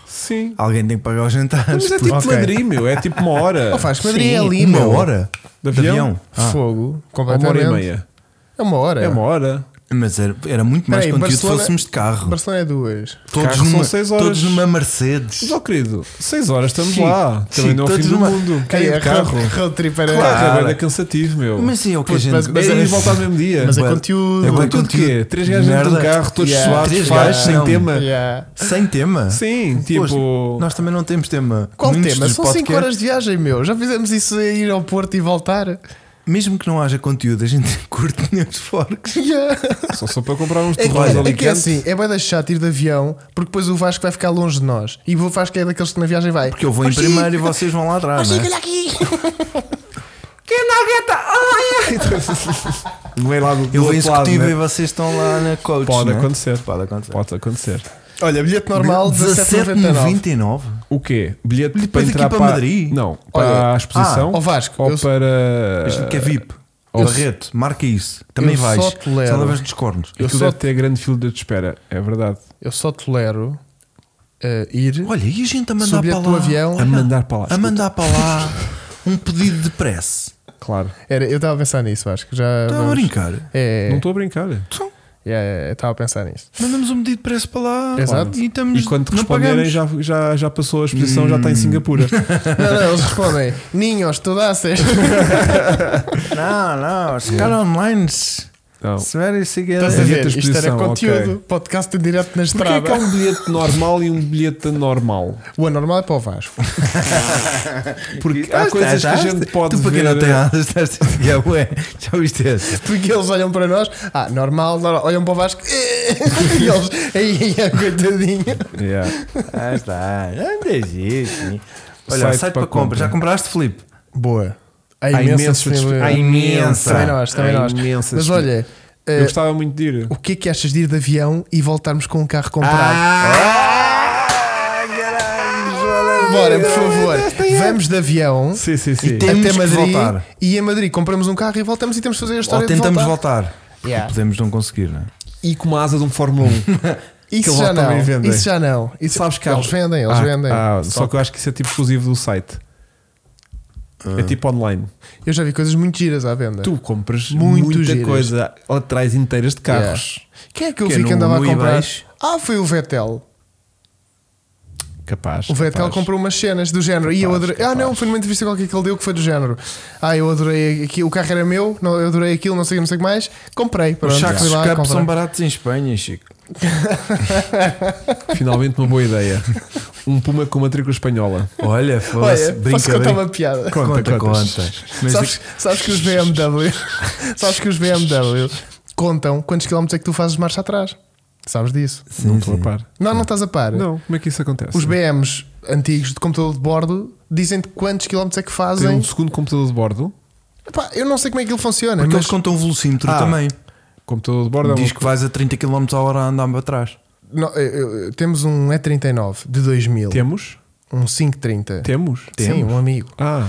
Speaker 2: Sim.
Speaker 3: Alguém tem que pagar os jantares.
Speaker 2: Mas é
Speaker 3: puto.
Speaker 2: tipo
Speaker 1: Ok.
Speaker 2: Madrid, meu. É tipo uma
Speaker 3: <laughs>
Speaker 2: hora.
Speaker 3: Oh,
Speaker 1: Não faz, que Madrid é ali,
Speaker 3: Uma
Speaker 1: meu.
Speaker 3: hora
Speaker 2: De avião?
Speaker 3: Ah,
Speaker 1: Fogo,
Speaker 2: Ou Uma hora
Speaker 1: completamente.
Speaker 2: e meia.
Speaker 1: É uma hora.
Speaker 2: É uma hora.
Speaker 3: Mas era, era muito mais
Speaker 1: Peraí,
Speaker 3: conteúdo
Speaker 1: Barcelona-
Speaker 3: se fôssemos de carro.
Speaker 1: Barcelona é duas.
Speaker 3: Todos,
Speaker 2: carro são
Speaker 3: numa,
Speaker 2: seis horas.
Speaker 3: todos numa Mercedes.
Speaker 2: Mas, ó querido, 6 horas estamos
Speaker 3: Chico,
Speaker 2: lá. Também
Speaker 3: Chico,
Speaker 2: não é o fim
Speaker 3: todos
Speaker 2: do
Speaker 3: numa-
Speaker 2: mundo. Quem
Speaker 1: Ei,
Speaker 2: é
Speaker 1: a
Speaker 2: de carro?
Speaker 1: road- Road trip era. Ah,
Speaker 2: Claro,
Speaker 3: Claro.
Speaker 2: é cansativo, meu.
Speaker 3: Mas é o que a
Speaker 1: Pois,
Speaker 3: gente.
Speaker 1: mas- mas
Speaker 2: é
Speaker 1: era-
Speaker 2: ir e voltar no mesmo dia.
Speaker 1: Mas é
Speaker 3: Bué-
Speaker 1: conteúdo.
Speaker 3: é bué
Speaker 2: Mas tudo quê? Três gajos dentro do
Speaker 3: Merda.
Speaker 2: carro, todos
Speaker 1: Yeah.
Speaker 2: suados,
Speaker 3: Três
Speaker 2: faz,
Speaker 3: gajos,
Speaker 2: sem
Speaker 3: não.
Speaker 2: tema.
Speaker 1: Yeah.
Speaker 3: Sem tema?
Speaker 2: Sim, tipo.
Speaker 3: Hoje, nós também não temos tema.
Speaker 1: Qual
Speaker 3: Muitos
Speaker 1: tema?
Speaker 3: dos
Speaker 1: São 5
Speaker 3: podcasts-
Speaker 1: horas de viagem, meu. Já fizemos isso a ir ao Porto e voltar. <laughs>
Speaker 3: Mesmo que não haja conteúdo, a gente <laughs> curte os forks.
Speaker 1: Yeah.
Speaker 2: Só só para comprar uns
Speaker 1: É que,
Speaker 2: torrões ali
Speaker 1: é que é assim, é bem deixar ir de avião, porque depois o Vasco vai ficar longe de nós. E o Vasco é daqueles que na viagem vai.
Speaker 3: Porque eu vou em primeiro e vocês vão lá atrás. não é?
Speaker 2: Quem não aguenta? Não é lá do, do
Speaker 3: Eu vou
Speaker 2: outro
Speaker 3: em executivo
Speaker 2: lado, né?
Speaker 3: e vocês estão lá na coach.
Speaker 2: Pode
Speaker 3: não é?
Speaker 2: acontecer.
Speaker 3: Pode acontecer.
Speaker 2: Pode acontecer.
Speaker 1: Olha, bilhete normal 17,99.
Speaker 3: 17,99.
Speaker 2: O quê? Bilhete
Speaker 3: Bilhete
Speaker 2: para
Speaker 3: daqui
Speaker 2: entrar
Speaker 3: para
Speaker 2: para,
Speaker 3: Madrid?
Speaker 2: Não,
Speaker 1: Olha,
Speaker 2: para a exposição.
Speaker 1: ah, ó Vasco,
Speaker 2: ou
Speaker 1: eu-
Speaker 2: para.
Speaker 3: A gente quer VIP.
Speaker 2: Eu-
Speaker 3: Barreto, marca isso. Também
Speaker 1: Ah, Eu
Speaker 3: vais.
Speaker 1: só tolero.
Speaker 3: Só levas nos cornos.
Speaker 1: Eu
Speaker 2: Eu
Speaker 1: só-
Speaker 2: só ter grande fila de espera, é verdade.
Speaker 1: Eu só tolero eh, ir.
Speaker 3: Olha, e a gente a mandar
Speaker 1: Sobre
Speaker 3: para
Speaker 1: o
Speaker 3: lá.
Speaker 1: avião.
Speaker 2: A mandar para lá.
Speaker 3: A mandar para lá um pedido
Speaker 1: <laughs>
Speaker 3: de press.
Speaker 2: Claro.
Speaker 1: Era, eu estava a pensar nisso, Vasco. Já
Speaker 3: Estão Tá a
Speaker 1: vamos-
Speaker 3: brincar.
Speaker 1: É,
Speaker 2: Não estou a brincar.
Speaker 3: Então,
Speaker 1: é, é, estava a pensar nisso.
Speaker 3: Mandamos um pedido de press para lá.
Speaker 1: Exato.
Speaker 3: E estamos.
Speaker 2: E quando te
Speaker 3: não
Speaker 2: responderem,
Speaker 3: pagamos.
Speaker 2: já, já, já passou a exposição, já está em Singapura.
Speaker 1: Não, não, eles respondem: Ninho, estudaces.
Speaker 3: Não, não. Se calhar online.
Speaker 2: Não.
Speaker 3: Se vier isso aqui é-
Speaker 1: Estás a ver?
Speaker 2: Bilhete da
Speaker 1: Isto era
Speaker 2: exposição,
Speaker 1: conteúdo.
Speaker 2: ok.
Speaker 1: Podcast em direto na
Speaker 2: Porquê é que há
Speaker 1: estrada.
Speaker 2: um bilhete normal e um bilhete anormal?
Speaker 1: O anormal é para o Vasco.
Speaker 2: Porque há coisas que a gente pode
Speaker 3: Tu para quem
Speaker 2: ver-
Speaker 3: não tem nada, estás a dizer, <laughs> ué, já ouviste esse?
Speaker 1: Porque eles olham para nós: Ah, normal, normal. olham para o Vasco. <laughs> E eles: Ei, ei, coitadinho.
Speaker 2: Yeah.
Speaker 3: Ah, está, anda isso. Olha,
Speaker 2: Site para
Speaker 3: site, para, compra.
Speaker 2: compra.
Speaker 3: já compraste, Filipe?
Speaker 1: Boa. Há
Speaker 2: Há
Speaker 1: imensa
Speaker 2: imensa
Speaker 1: disponibilidade.
Speaker 2: disp- há imensa.
Speaker 1: Também nós, também
Speaker 2: Há
Speaker 1: nós.
Speaker 2: imensa
Speaker 1: Mas olha, eh,
Speaker 2: Eu gostava muito de ir.
Speaker 1: o que é que achas de ir de avião e voltarmos com um carro
Speaker 2: Ah,
Speaker 1: comprado?
Speaker 3: Ah!
Speaker 1: Bora, por favor. Vamos de avião
Speaker 2: Sim, sim, sim.
Speaker 3: tem- Temos
Speaker 1: até
Speaker 3: que
Speaker 1: Madrid
Speaker 3: voltar.
Speaker 1: e em Madrid compramos um carro e voltamos e temos de fazer a história
Speaker 3: Ou tentamos
Speaker 1: de voltar.
Speaker 3: voltar.
Speaker 1: Yeah.
Speaker 3: Podemos não conseguir, não é?
Speaker 2: E com uma asa de um Fórmula 1.
Speaker 1: Isso
Speaker 2: que
Speaker 1: já,
Speaker 2: eles lá também
Speaker 1: não,
Speaker 2: vendem.
Speaker 1: isso já não. Isso
Speaker 2: Sabes que há-
Speaker 1: eles vendem, É, eles
Speaker 2: Ah,
Speaker 1: vendem.
Speaker 2: ah, só que eu acho que isso é tipo exclusivo do site.
Speaker 1: Ah.
Speaker 2: É tipo online.
Speaker 1: Eu já vi coisas muito giras à venda.
Speaker 2: Tu compras
Speaker 1: É. Muito
Speaker 2: muita
Speaker 1: giras.
Speaker 2: coisa laterais inteiras de
Speaker 1: Yeah.
Speaker 2: carros.
Speaker 1: Quem é que eu
Speaker 3: Que
Speaker 1: vi
Speaker 3: no-
Speaker 1: que andava a
Speaker 3: no
Speaker 1: comprar?
Speaker 3: eBay?
Speaker 1: Ah, foi o Vettel.
Speaker 2: Capaz.
Speaker 1: O Vettel
Speaker 2: capaz.
Speaker 1: comprou umas cenas do género. e eu
Speaker 2: Capaz,
Speaker 1: adorei. Ah,
Speaker 2: capaz.
Speaker 1: não, foi numa entrevista qualquer que ele deu que foi do género. Ah, eu adorei aqui, o carro era meu, não, eu adorei aquilo, não sei o que, não sei o que mais. Comprei. Pronto,
Speaker 3: Os sacos
Speaker 1: fui
Speaker 3: de
Speaker 1: lá
Speaker 3: escape
Speaker 1: comprar.
Speaker 3: são baratos em Espanha, Chico.
Speaker 2: Finalmente uma
Speaker 1: <laughs>
Speaker 2: boa ideia. Um Puma com matrícula espanhola.
Speaker 3: Olha,
Speaker 1: Olha,
Speaker 3: foda-se,
Speaker 1: posso
Speaker 3: brinca,
Speaker 1: contar
Speaker 3: brinca.
Speaker 1: uma piada?
Speaker 3: Conta,
Speaker 2: Conta, contas.
Speaker 3: conta. Mas
Speaker 1: sabes, sabes que os
Speaker 3: <laughs>
Speaker 1: BMW sabes que os BMW contam quantos quilómetros é que tu fazes de marcha atrás. Sabes disso?
Speaker 3: Sim,
Speaker 2: não estou
Speaker 3: sim.
Speaker 2: a par.
Speaker 1: Não, não estás a par.
Speaker 2: Não, como é que isso acontece?
Speaker 1: Os BMs antigos de computador de bordo dizem quantos quilómetros é que
Speaker 2: Tem
Speaker 1: fazem.
Speaker 2: um segundo computador de bordo.
Speaker 1: Epá, eu não sei como é que ele funciona,
Speaker 3: Porque
Speaker 1: mas
Speaker 3: eles contam o velocímetro
Speaker 2: Ah,
Speaker 3: também.
Speaker 2: Computador de bordo é
Speaker 3: Diz
Speaker 2: uma...
Speaker 3: que vais a 30 km a hora a andar para trás.
Speaker 1: não, eu- eu- temos um E39 de 2000,
Speaker 2: Temos?
Speaker 1: um 530.
Speaker 2: Temos?
Speaker 1: Sim, um amigo.
Speaker 2: Ah,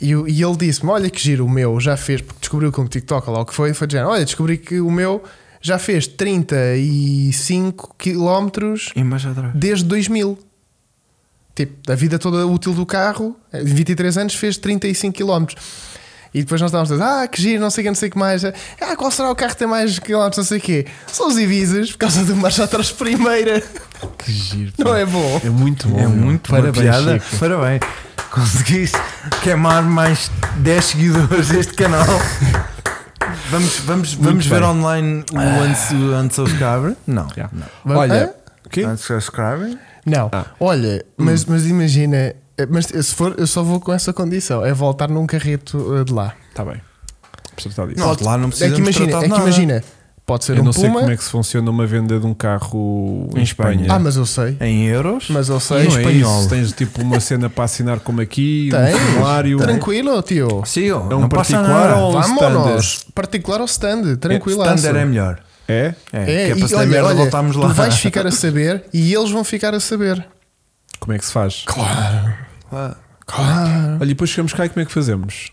Speaker 1: E, o- e ele disse-me: Olha que giro, o meu já fez, porque descobriu que um TikTok lá o que foi, foi de género, Olha, descobri que o meu já fez 35 quilómetros
Speaker 3: E mais atrás.
Speaker 1: desde 2000. Tipo, a vida toda útil do carro, eh, em 23 anos, fez 35 km. E depois nós estávamos a dizer, ah, que giro, não sei o que, não sei o que mais. Ah, qual será o carro que tem mais quilómetros, não sei o quê. São os Ibizas, por causa do marcha atrás primeira. <laughs>
Speaker 2: que giro. pá.
Speaker 1: Não é bom?
Speaker 2: É muito bom.
Speaker 3: É
Speaker 2: meu.
Speaker 3: muito boa
Speaker 2: Parabéns,
Speaker 3: piada.
Speaker 2: Chico.
Speaker 3: Parabéns. Conseguiste queimar mais 10 seguidores deste canal. Vamos, vamos, vamos ver
Speaker 2: bem.
Speaker 3: online o Unsu- o Unsubscriber? Não.
Speaker 2: Já.
Speaker 1: Vamos- Ah.
Speaker 2: Olha, o quê?
Speaker 3: Unsubscriber?
Speaker 1: Não.
Speaker 2: Ah.
Speaker 1: Olha,
Speaker 3: Hum.
Speaker 1: mas, mas imagina, eh, mas se for, eu só vou com essa condição, é voltar num carreto eh, de lá.
Speaker 2: Está Tá bem. Precisa disso.
Speaker 3: Não, de lá não
Speaker 1: É
Speaker 3: precisamos
Speaker 1: que imagina,
Speaker 3: tratar
Speaker 1: é
Speaker 3: de
Speaker 1: que
Speaker 3: nada.
Speaker 1: imagina, pode ser
Speaker 2: Eu
Speaker 1: um
Speaker 2: não sei
Speaker 1: Puma.
Speaker 2: como é que se funciona uma venda de um carro
Speaker 3: Em
Speaker 2: em
Speaker 3: Espanha.
Speaker 2: Espanha.
Speaker 1: Ah, mas eu sei.
Speaker 3: Em euros?
Speaker 1: Mas eu
Speaker 2: Não é
Speaker 1: sei.
Speaker 3: Em espanhol.
Speaker 2: isso. Tens tipo uma cena para assinar como aqui,
Speaker 1: Tem.
Speaker 2: um formulário.
Speaker 1: Tranquilo, tio.
Speaker 3: Sim, ó,
Speaker 2: É um
Speaker 3: não passa
Speaker 2: particular
Speaker 3: nada.
Speaker 2: ou-
Speaker 1: Vámonos! Particular ao stand, tranquilo.
Speaker 3: Standard é melhor.
Speaker 2: É?
Speaker 3: É,
Speaker 1: É,
Speaker 3: que é
Speaker 1: e
Speaker 3: para se der
Speaker 1: olha,
Speaker 3: merda
Speaker 1: olha,
Speaker 3: voltarmos lá.
Speaker 1: Tu vais
Speaker 3: <laughs>
Speaker 1: ficar a saber e eles vão ficar a saber.
Speaker 2: Como é que se faz?
Speaker 1: Claro.
Speaker 3: Ah,
Speaker 1: Claro.
Speaker 2: Olha, e depois chegamos cá e como é que fazemos?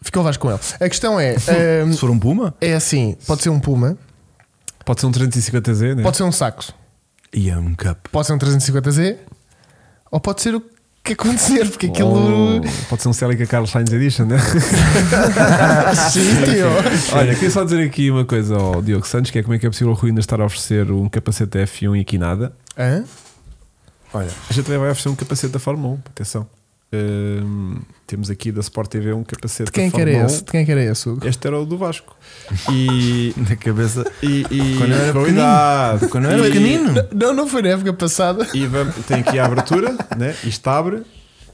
Speaker 1: Ficou vais com ele. A questão é: ahm,
Speaker 3: Se for um Puma?
Speaker 1: é assim, pode ser um Puma,
Speaker 2: Pode ser um 350Z, né?
Speaker 1: pode ser um Saxo,
Speaker 3: E é um cup.
Speaker 1: pode ser um 350Z ou pode ser o que acontecer, porque
Speaker 2: Oh,
Speaker 1: aquilo.
Speaker 2: Pode ser um Celica Carlos Sainz Edition, né? Oh.
Speaker 1: Sim,
Speaker 2: <laughs>
Speaker 1: tio.
Speaker 2: Olha, queria só dizer aqui uma coisa ao Diogo Santos, que é como é que é possível o Rui ainda estar a oferecer um capacete F1 e aqui nada.
Speaker 1: Hã?
Speaker 3: <laughs> Olha,
Speaker 2: A gente também vai oferecer um capacete da Fórmula 1, atenção. Hum, temos aqui da Sport TV um capacete
Speaker 1: De quem é
Speaker 2: da
Speaker 1: que era
Speaker 2: Fórmula 1.
Speaker 1: esse? De quem é que era esse? Hugo?
Speaker 2: Este era o do Vasco. E.
Speaker 3: da cabeça.
Speaker 2: e, e
Speaker 3: Quando eu era
Speaker 2: Cuidado.
Speaker 3: Quando eu era
Speaker 2: E-
Speaker 3: pequenino.
Speaker 1: Não, não foi na época passada.
Speaker 2: E vamos, tem aqui a abertura, né? isto abre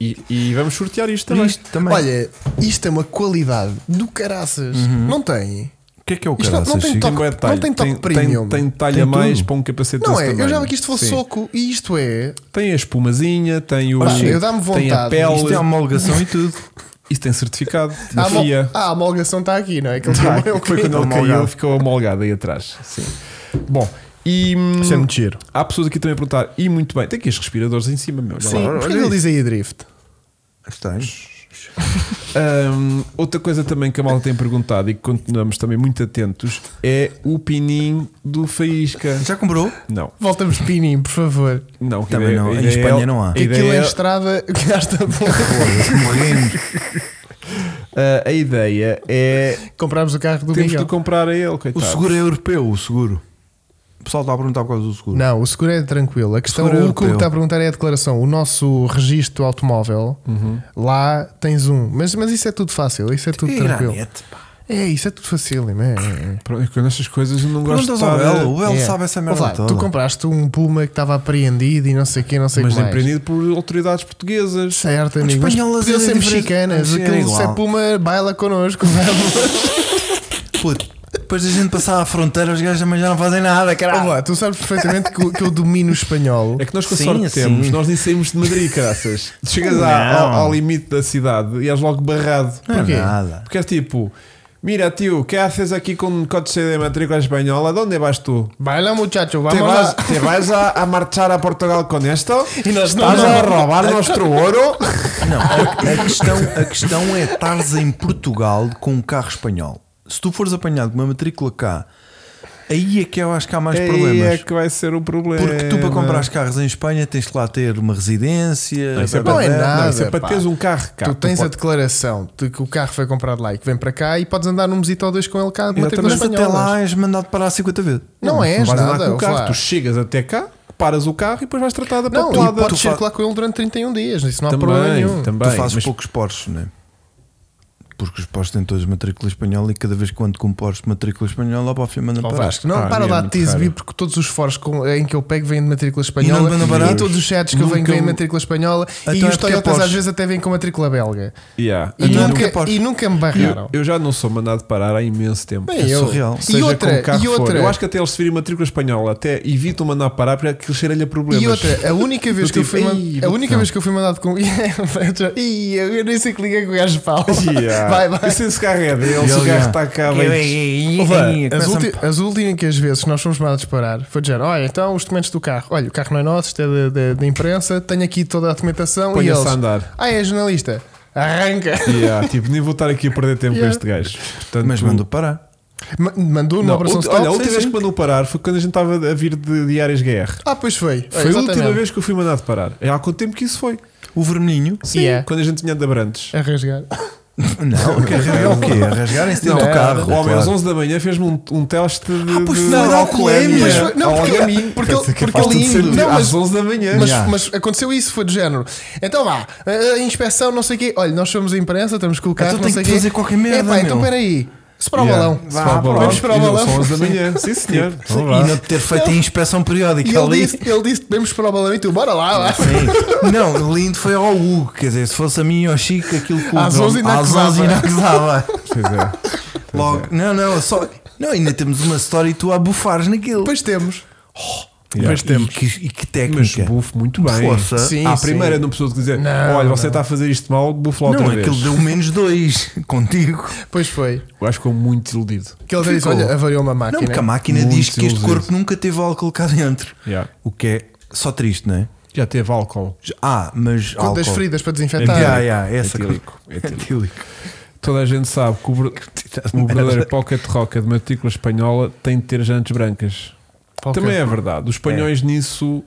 Speaker 2: e, e vamos sortear isto também.
Speaker 3: Isto também.
Speaker 1: Olha, isto é uma qualidade do caraças.
Speaker 2: Uhum.
Speaker 1: Não tem?
Speaker 3: o que é que é o
Speaker 1: isto não- não
Speaker 3: caraças,
Speaker 1: tem
Speaker 3: Chico?
Speaker 1: toque.
Speaker 2: bué detalhe.
Speaker 1: não tem toque
Speaker 2: tem,
Speaker 1: premium.
Speaker 2: tem, tem detalhe
Speaker 3: Tem
Speaker 2: a mais
Speaker 3: tudo.
Speaker 2: para um capacete
Speaker 1: Não
Speaker 2: desse
Speaker 1: é?
Speaker 2: tamanho.
Speaker 1: Eu já vi que isto fosse
Speaker 2: Sim.
Speaker 1: soco e isto é.
Speaker 2: Tem a espumazinha, tem o.
Speaker 1: Pá, eu dá-me
Speaker 2: Tem a
Speaker 1: vontade.
Speaker 2: pele,
Speaker 3: Isto
Speaker 2: isto,
Speaker 3: é homologação e <laughs> tudo.
Speaker 2: tem certificado
Speaker 1: A,
Speaker 2: da
Speaker 1: amo-
Speaker 2: FIA.
Speaker 1: Ah, a homologação está aqui, não é? Aquele
Speaker 2: Tá,
Speaker 1: tamanho
Speaker 2: que foi
Speaker 1: que-
Speaker 2: quando ele
Speaker 3: Amolgado.
Speaker 2: caiu, ficou amolgado aí atrás. Sim. Bom, e. hum,
Speaker 1: Isso é muito giro.
Speaker 2: Há pessoas aqui também a perguntar, e muito bem, tem aqui os respiradores em cima, meu. olha
Speaker 1: Sim,
Speaker 2: lá.
Speaker 1: porquê que ele diz aí drift?
Speaker 3: Tens.
Speaker 2: Hum, outra coisa também que a malta tem perguntado e que continuamos também muito atentos é o pininho do Faísca.
Speaker 3: Já comprou?
Speaker 2: Não,
Speaker 1: Voltamos pininho, por favor.
Speaker 2: não, que
Speaker 3: Também
Speaker 2: ideia-
Speaker 3: não. Em
Speaker 2: ideia-
Speaker 3: Espanha não há.
Speaker 2: a
Speaker 1: Aquilo é
Speaker 2: ideia-
Speaker 1: estrada <laughs> que gasta bom.
Speaker 3: Foda-se, <laughs> Morrendo.
Speaker 2: ah, a ideia é
Speaker 1: Compramos o carro do
Speaker 2: temos de
Speaker 1: Miguel.
Speaker 2: comprar a ele, coitado.
Speaker 3: O seguro é europeu, o seguro. O pessoal está a perguntar por causa do seguro.
Speaker 1: Não, o seguro é tranquilo. A questão, o
Speaker 3: seguro é
Speaker 1: que o que está
Speaker 3: europeu.
Speaker 1: a perguntar é a declaração. O nosso registro automóvel,
Speaker 3: Uhum.
Speaker 1: lá tens um. Mas, mas isso é tudo fácil, isso é tudo
Speaker 3: Que
Speaker 1: tranquilo.
Speaker 3: granete, pá.
Speaker 1: É, isso é tudo fácil, é. é.
Speaker 2: Pronto, é que nestas coisas eu não gosto de
Speaker 3: Perguntas ao
Speaker 2: estar eh,
Speaker 3: Belo, o Belo
Speaker 1: É.
Speaker 3: sabe essa merda
Speaker 1: Ouve lá,
Speaker 3: toda.
Speaker 1: Tu compraste um Puma que estava apreendido e não sei o quê, não sei o
Speaker 2: mas
Speaker 1: que
Speaker 3: é
Speaker 1: mais.
Speaker 2: empreendido por autoridades portuguesas.
Speaker 1: Certo, amigo. Mas
Speaker 3: espanholas
Speaker 1: podiam
Speaker 3: é
Speaker 1: ser
Speaker 3: diferente.
Speaker 1: mexicanas.
Speaker 3: Sim, é
Speaker 1: Aquele
Speaker 3: igual.
Speaker 1: se é Puma, baila connosco. <laughs>
Speaker 3: <laughs>
Speaker 1: vamos.
Speaker 3: Puto, depois da gente passar à fronteira, os gajos também já não fazem nada, caralho.
Speaker 1: Olá, tu sabes perfeitamente que, eu- que eu domino o espanhol.
Speaker 2: É que nós com a
Speaker 3: Sim,
Speaker 2: sorte
Speaker 3: sim.
Speaker 2: temos, nós nem saímos de Madrid,
Speaker 3: <laughs>
Speaker 2: caraças. Chegas à-
Speaker 3: Não.
Speaker 2: ao, ao limite da cidade e és logo barrado.
Speaker 3: Não é
Speaker 1: porquê?
Speaker 3: nada.
Speaker 2: Porque é tipo, mira tio, que haces aqui com um coche de matrícula espanhola? Onde vas tu?
Speaker 1: Baila, muchacho,
Speaker 2: ¿Te
Speaker 1: vamos
Speaker 2: vas,
Speaker 1: lá.
Speaker 2: te vas a, a marchar a Portugal com <laughs> esto?
Speaker 1: E nós não,
Speaker 2: ¿Vas a
Speaker 1: não.
Speaker 2: roubar nuestro ouro? <laughs>
Speaker 3: Não, a, a questão, a questão é estares em Portugal com um carro espanhol. Se tu fores apanhado com uma matrícula cá, aí é que eu acho que há mais
Speaker 2: Aí
Speaker 3: problemas.
Speaker 2: é que vai ser o problema.
Speaker 3: Porque tu para comprar os carros em Espanha tens que lá ter uma residência.
Speaker 2: Não, isso é,
Speaker 1: Não
Speaker 2: para,
Speaker 1: é
Speaker 2: não,
Speaker 1: nada,
Speaker 2: isso é para
Speaker 1: pá.
Speaker 2: teres um carro cá.
Speaker 1: Tu tens a
Speaker 2: podes-
Speaker 1: declaração de que o carro foi comprado lá e que vem para cá e podes andar num mesito ou dois com ele cá de matrículas
Speaker 3: Mas até
Speaker 1: espanholas.
Speaker 3: lá és mandado parar 50 vezes.
Speaker 1: Não és
Speaker 2: vais andar
Speaker 1: nada, é um- ouve
Speaker 2: com o
Speaker 1: lá.
Speaker 2: carro. Tu chegas até cá, reparas o carro e depois vais tratar da
Speaker 1: Não, e
Speaker 2: papelada.
Speaker 1: podes
Speaker 3: Tu fa-
Speaker 1: circular com ele durante 31 dias, isso não há problema nenhum.
Speaker 2: também, também.
Speaker 3: tu fazes
Speaker 2: mas
Speaker 3: poucos Porsches, não é? Porque os Porsches têm todos matrícula espanhola e cada vez que eu ando com um Porsche de matrícula espanhola, a Fia manda
Speaker 1: Ó,
Speaker 3: para
Speaker 1: Vasco, não
Speaker 2: Ah,
Speaker 1: para
Speaker 2: é
Speaker 1: lá de
Speaker 2: muito
Speaker 1: te exibir
Speaker 2: caro.
Speaker 1: porque todos os foros com- em que eu pego vêm de matrícula espanhola
Speaker 3: E não
Speaker 1: e,
Speaker 3: andam baratos.
Speaker 1: todos os chats que eu venho
Speaker 3: Nunca
Speaker 1: vêm de
Speaker 3: um-
Speaker 1: matrícula espanhola e
Speaker 3: Então é
Speaker 1: os
Speaker 3: porque é
Speaker 1: Toyotas às
Speaker 3: Porsche.
Speaker 1: vezes até vêm com matrícula belga
Speaker 2: Yeah.
Speaker 1: e
Speaker 3: Então é
Speaker 1: nunca,
Speaker 3: porque é Porsche.
Speaker 1: e nunca me barraram.
Speaker 2: Eu, eu já não sou mandado parar há imenso tempo.
Speaker 1: Bem,
Speaker 3: é
Speaker 1: eu-
Speaker 3: surreal.
Speaker 1: e
Speaker 2: Seja
Speaker 1: outra-
Speaker 2: com o carro
Speaker 1: e
Speaker 2: for.
Speaker 1: outra-
Speaker 2: Eu acho que até eles se virem matrícula espanhola, até evitam mandar parar porque aquilo cheira-lhe a problemas.
Speaker 1: E outra, a única vez
Speaker 2: Do
Speaker 1: que eu
Speaker 2: tipo,
Speaker 1: fui, man-
Speaker 2: "Ei,
Speaker 1: a
Speaker 2: vou-te
Speaker 1: única
Speaker 2: dar."
Speaker 1: vez que eu fui mandado com. <laughs> é, Ih, eu nem sei que liguei com o gajo de pau.
Speaker 2: <laughs> <laughs> Yeah.
Speaker 1: <laughs> Vai, vai.
Speaker 2: Eu sei se o carro é dele, se o
Speaker 3: Yeah,
Speaker 2: carro
Speaker 3: yeah.
Speaker 2: está cá,
Speaker 3: Eu- eu-
Speaker 2: bem.
Speaker 3: eu-
Speaker 2: Ouve,
Speaker 3: eu- eu-
Speaker 1: As,
Speaker 3: começa-me-
Speaker 1: ulti- as únicas vezes que nós fomos mandados parar foi dizer: olha, então os documentos do carro, olha, o carro não é nosso, isto é da- da da imprensa, tenho aqui toda a documentação e
Speaker 2: Põe-se a
Speaker 1: eles.
Speaker 2: andar.
Speaker 1: Ah, é jornalista,
Speaker 2: <laughs>
Speaker 1: arranca.
Speaker 2: Yeah, tipo, nem vou estar aqui a perder tempo
Speaker 1: Yeah.
Speaker 2: com este gajo. Portanto,
Speaker 3: Mas mandou parar.
Speaker 1: Ma- Mandou na
Speaker 2: Não,
Speaker 1: operação
Speaker 2: outra-
Speaker 1: stop.
Speaker 2: olha, a última
Speaker 1: sim,
Speaker 2: vez
Speaker 1: sim.
Speaker 2: que mandou parar foi quando a gente estava a vir de, de áreas GR.
Speaker 1: Ah, pois foi. Olha,
Speaker 2: Foi a última
Speaker 1: exatamente.
Speaker 2: vez que eu fui mandado parar. É há quanto tempo que isso foi?
Speaker 3: O vermelhinho.
Speaker 2: Sim,
Speaker 1: Yeah. É
Speaker 2: quando a gente tinha de Abrantes.
Speaker 1: A rasgar.
Speaker 3: Não,
Speaker 1: É
Speaker 3: carregar o quê? A rasgarem-se dentro do carro.
Speaker 2: O homem
Speaker 3: claro.
Speaker 2: às 11 da manhã fez-me um, um teste de.
Speaker 3: Ah, pois
Speaker 2: de-
Speaker 3: foi,
Speaker 2: de
Speaker 3: não,
Speaker 2: alcoolemia.
Speaker 1: pois foi, não, porque-
Speaker 2: Algamin.
Speaker 1: porque ele-
Speaker 2: Pensa que
Speaker 1: porque
Speaker 2: faz
Speaker 1: ele
Speaker 2: todo
Speaker 1: indo.
Speaker 2: sentido.
Speaker 1: Não, mas-
Speaker 2: às 11 da manhã.
Speaker 1: Mas,
Speaker 3: Já.
Speaker 1: mas aconteceu isso, foi do género. Então vá, a- a inspeção, não sei o quê. Olha, nós somos a imprensa, estamos com o carro,
Speaker 3: Então
Speaker 1: não
Speaker 3: tem
Speaker 1: sei o
Speaker 3: que
Speaker 1: quê.
Speaker 3: fazer qualquer merda,
Speaker 1: É pá, então
Speaker 3: meu.
Speaker 1: peraí. Se para o
Speaker 2: Yeah.
Speaker 1: balão.
Speaker 2: Se para o balão.
Speaker 1: Vamos para o
Speaker 2: E
Speaker 1: balão.
Speaker 2: São 11 da manhã. <laughs> Sim, senhor.
Speaker 3: Sim,
Speaker 2: Então vá.
Speaker 3: E não é. ter feito a inspeção periódica
Speaker 1: E ele
Speaker 3: ali.
Speaker 1: disse, ele disse, vamos para o balão e tu, bora lá,
Speaker 2: Ah,
Speaker 1: lá.
Speaker 3: Sim. Não, lindo foi ao Hugo. Quer dizer, se fosse a mim ou ao Chico, aquilo que o
Speaker 1: Às
Speaker 3: João-
Speaker 1: 11 ainda
Speaker 3: às
Speaker 1: acusava.
Speaker 3: 11 ainda acusava.
Speaker 2: <laughs> Pois é.
Speaker 3: Logo, não, não, só. Não, ainda temos uma história e tu a bufares naquilo.
Speaker 1: Depois temos.
Speaker 3: E que, e que
Speaker 2: Mas
Speaker 3: técnica.
Speaker 2: bufo muito bem.
Speaker 3: Força.
Speaker 1: Sim,
Speaker 2: à
Speaker 1: sim.
Speaker 2: primeira não precisou de dizer,
Speaker 1: Não,
Speaker 2: olha,
Speaker 1: não.
Speaker 2: você está a fazer isto mal, bufo lá outra
Speaker 3: não,
Speaker 2: vez.
Speaker 3: aquilo deu menos dois <laughs> contigo.
Speaker 1: Pois foi.
Speaker 2: Eu acho que ficou muito iludido.
Speaker 1: Que ele disse,
Speaker 3: Ficou.
Speaker 1: olha, avariou uma
Speaker 3: Não,
Speaker 1: máquina.
Speaker 3: porque a máquina
Speaker 2: Muito
Speaker 3: diz que este
Speaker 2: iludido.
Speaker 3: corpo nunca teve álcool cá dentro.
Speaker 2: Yeah.
Speaker 3: O que é só triste, não é?
Speaker 2: Já teve álcool.
Speaker 3: Ah, mas.
Speaker 1: Quantas
Speaker 3: álcool.
Speaker 1: feridas para
Speaker 3: Ah,
Speaker 1: desinfetar?
Speaker 3: yeah, yeah, essa
Speaker 2: É Etílico,
Speaker 3: coisa. É Etílico.
Speaker 2: Toda a gente sabe que o, ver- o verdadeiro pocket roca de matrícula espanhola tem de ter jantes brancas.
Speaker 1: Ok.
Speaker 2: Também é verdade. Os espanhóis nisso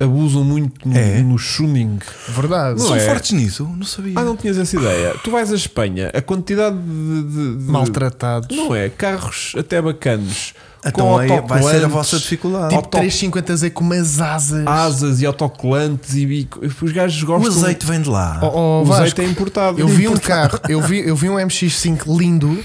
Speaker 2: abusam muito no,
Speaker 3: É.
Speaker 2: no chuning.
Speaker 1: Verdade.
Speaker 2: Não
Speaker 3: São
Speaker 2: é.
Speaker 3: fortes nisso? Não sabia.
Speaker 2: Ah, não tinhas essa ideia. Tu vais à Espanha, a quantidade de. de- de-
Speaker 1: Maltratados.
Speaker 2: Não é? Carros até bacanos.
Speaker 3: Então aí vai ser a
Speaker 2: autocolantes,
Speaker 3: vossa dificuldade.
Speaker 1: Tipo
Speaker 2: Auto-
Speaker 1: 350Z com umas asas.
Speaker 2: Asas e autocolantes e bico. Os gajos
Speaker 3: o
Speaker 2: gostam.
Speaker 3: azeite vem de lá.
Speaker 1: Oh, oh,
Speaker 2: o azeite
Speaker 1: Vasco,
Speaker 2: é importado.
Speaker 1: Eu vi um carro, eu vi, eu vi um MX5 lindo,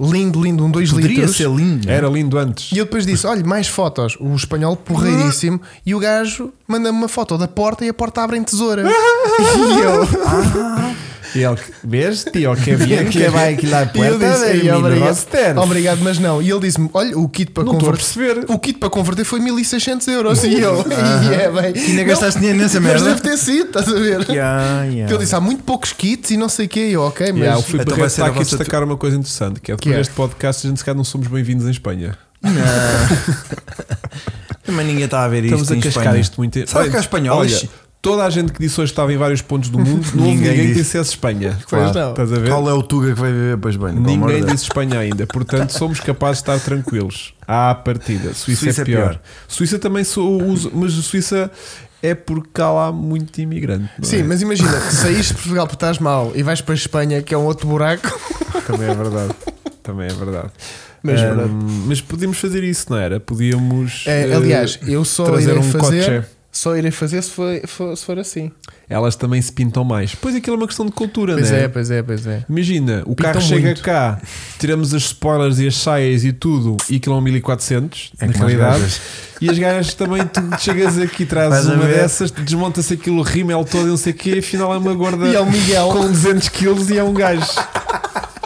Speaker 1: lindo, lindo, um 2
Speaker 3: Poderia
Speaker 1: litros.
Speaker 3: ser lindo.
Speaker 2: Era lindo antes.
Speaker 1: E eu depois disse: olha, mais fotos. O espanhol porreiríssimo. E o gajo manda-me uma foto da porta e a porta abre em tesoura.
Speaker 2: <laughs>
Speaker 1: e eu. Ah.
Speaker 2: E ele, vês,
Speaker 1: <laughs>
Speaker 2: tio, que é
Speaker 3: bien que vai aquí la
Speaker 1: E eu
Speaker 3: puerta
Speaker 1: disse,
Speaker 3: del
Speaker 1: "Ei,
Speaker 3: mini
Speaker 1: obrigado,
Speaker 3: roster."
Speaker 1: obrigado, mas não. E ele disse-me: Olha, o kit para
Speaker 2: Não estou a
Speaker 1: converter.
Speaker 2: perceber.
Speaker 1: O kit para converter foi 1600 euros. E eu, e é bem.
Speaker 3: Ainda gastaste dinheiro nessa
Speaker 1: Mas
Speaker 3: merda?
Speaker 1: deve ter sido, estás a ver?
Speaker 3: Yeah,
Speaker 1: Que
Speaker 3: yeah.
Speaker 1: ele disse: Há muito poucos kits e não sei o quê. E eu, ok, mas.
Speaker 2: Yeah, o Filipe
Speaker 3: Então
Speaker 2: Barreto
Speaker 3: vai ser
Speaker 2: está
Speaker 3: a
Speaker 2: aqui a
Speaker 3: vossa
Speaker 2: destacar uma coisa interessante: que é depois
Speaker 1: Que é?
Speaker 2: deste podcast, a gente se calhar não somos bem-vindos em Espanha.
Speaker 3: Também ninguém está a ver isto.
Speaker 2: Estamos a
Speaker 3: em
Speaker 2: cascar
Speaker 3: Espanha.
Speaker 2: isto muito.
Speaker 3: Sabe
Speaker 2: Bem,
Speaker 3: que há espanhóis?
Speaker 2: Olha, toda a gente que disse hoje que estava em vários pontos do mundo, não houve
Speaker 3: Ninguém
Speaker 2: ninguém, que
Speaker 3: disse.
Speaker 2: dissesse Espanha.
Speaker 1: Pois não.
Speaker 2: Estás a ver?
Speaker 3: Qual é o Tuga que vai viver para a Espanha? Pelo amor de
Speaker 2: Ninguém
Speaker 3: Deus.
Speaker 2: disse Espanha ainda, portanto somos capazes de estar tranquilos. À partida, Suíça,
Speaker 3: Suíça
Speaker 2: é
Speaker 3: é
Speaker 2: pior.
Speaker 3: pior.
Speaker 2: Suíça também sou, uso, mas a Suíça é porque cá lá há muito imigrante. não é?
Speaker 1: Sim, mas imagina, saíste de Portugal porque estás mal e vais para a Espanha, que é um outro buraco.
Speaker 2: Também é verdade. Também é verdade.
Speaker 1: Mas
Speaker 2: Ahm,
Speaker 1: verdade.
Speaker 2: mas podíamos fazer isso, não era? Podíamos.
Speaker 1: É,
Speaker 2: eh,
Speaker 1: aliás, eu só
Speaker 2: trazer
Speaker 1: irei
Speaker 2: um
Speaker 1: fazer.
Speaker 2: coche.
Speaker 1: Só irei fazer se for, for- se for assim.
Speaker 2: elas também se pintam mais. Pois aquilo é uma questão de cultura,
Speaker 3: né?
Speaker 1: Pois
Speaker 2: não
Speaker 1: é, pois é, pois é.
Speaker 2: Imagina, o
Speaker 1: Pintam
Speaker 2: carro chega
Speaker 1: muito.
Speaker 2: cá, tiramos as spoilers e as saias e tudo, e aquilo é um 1400,
Speaker 3: É
Speaker 2: na
Speaker 3: como as
Speaker 2: realidade.
Speaker 3: gajas.
Speaker 2: <laughs> E as gajas também, tu chegas aqui, trazes
Speaker 3: Vais a
Speaker 2: uma
Speaker 3: ver.
Speaker 2: dessas, desmonta-se aquilo, rímel todo, e não sei o quê, afinal é uma gorda
Speaker 1: E é o Miguel. Um
Speaker 2: com 200 quilos e é um gajo.
Speaker 1: <laughs>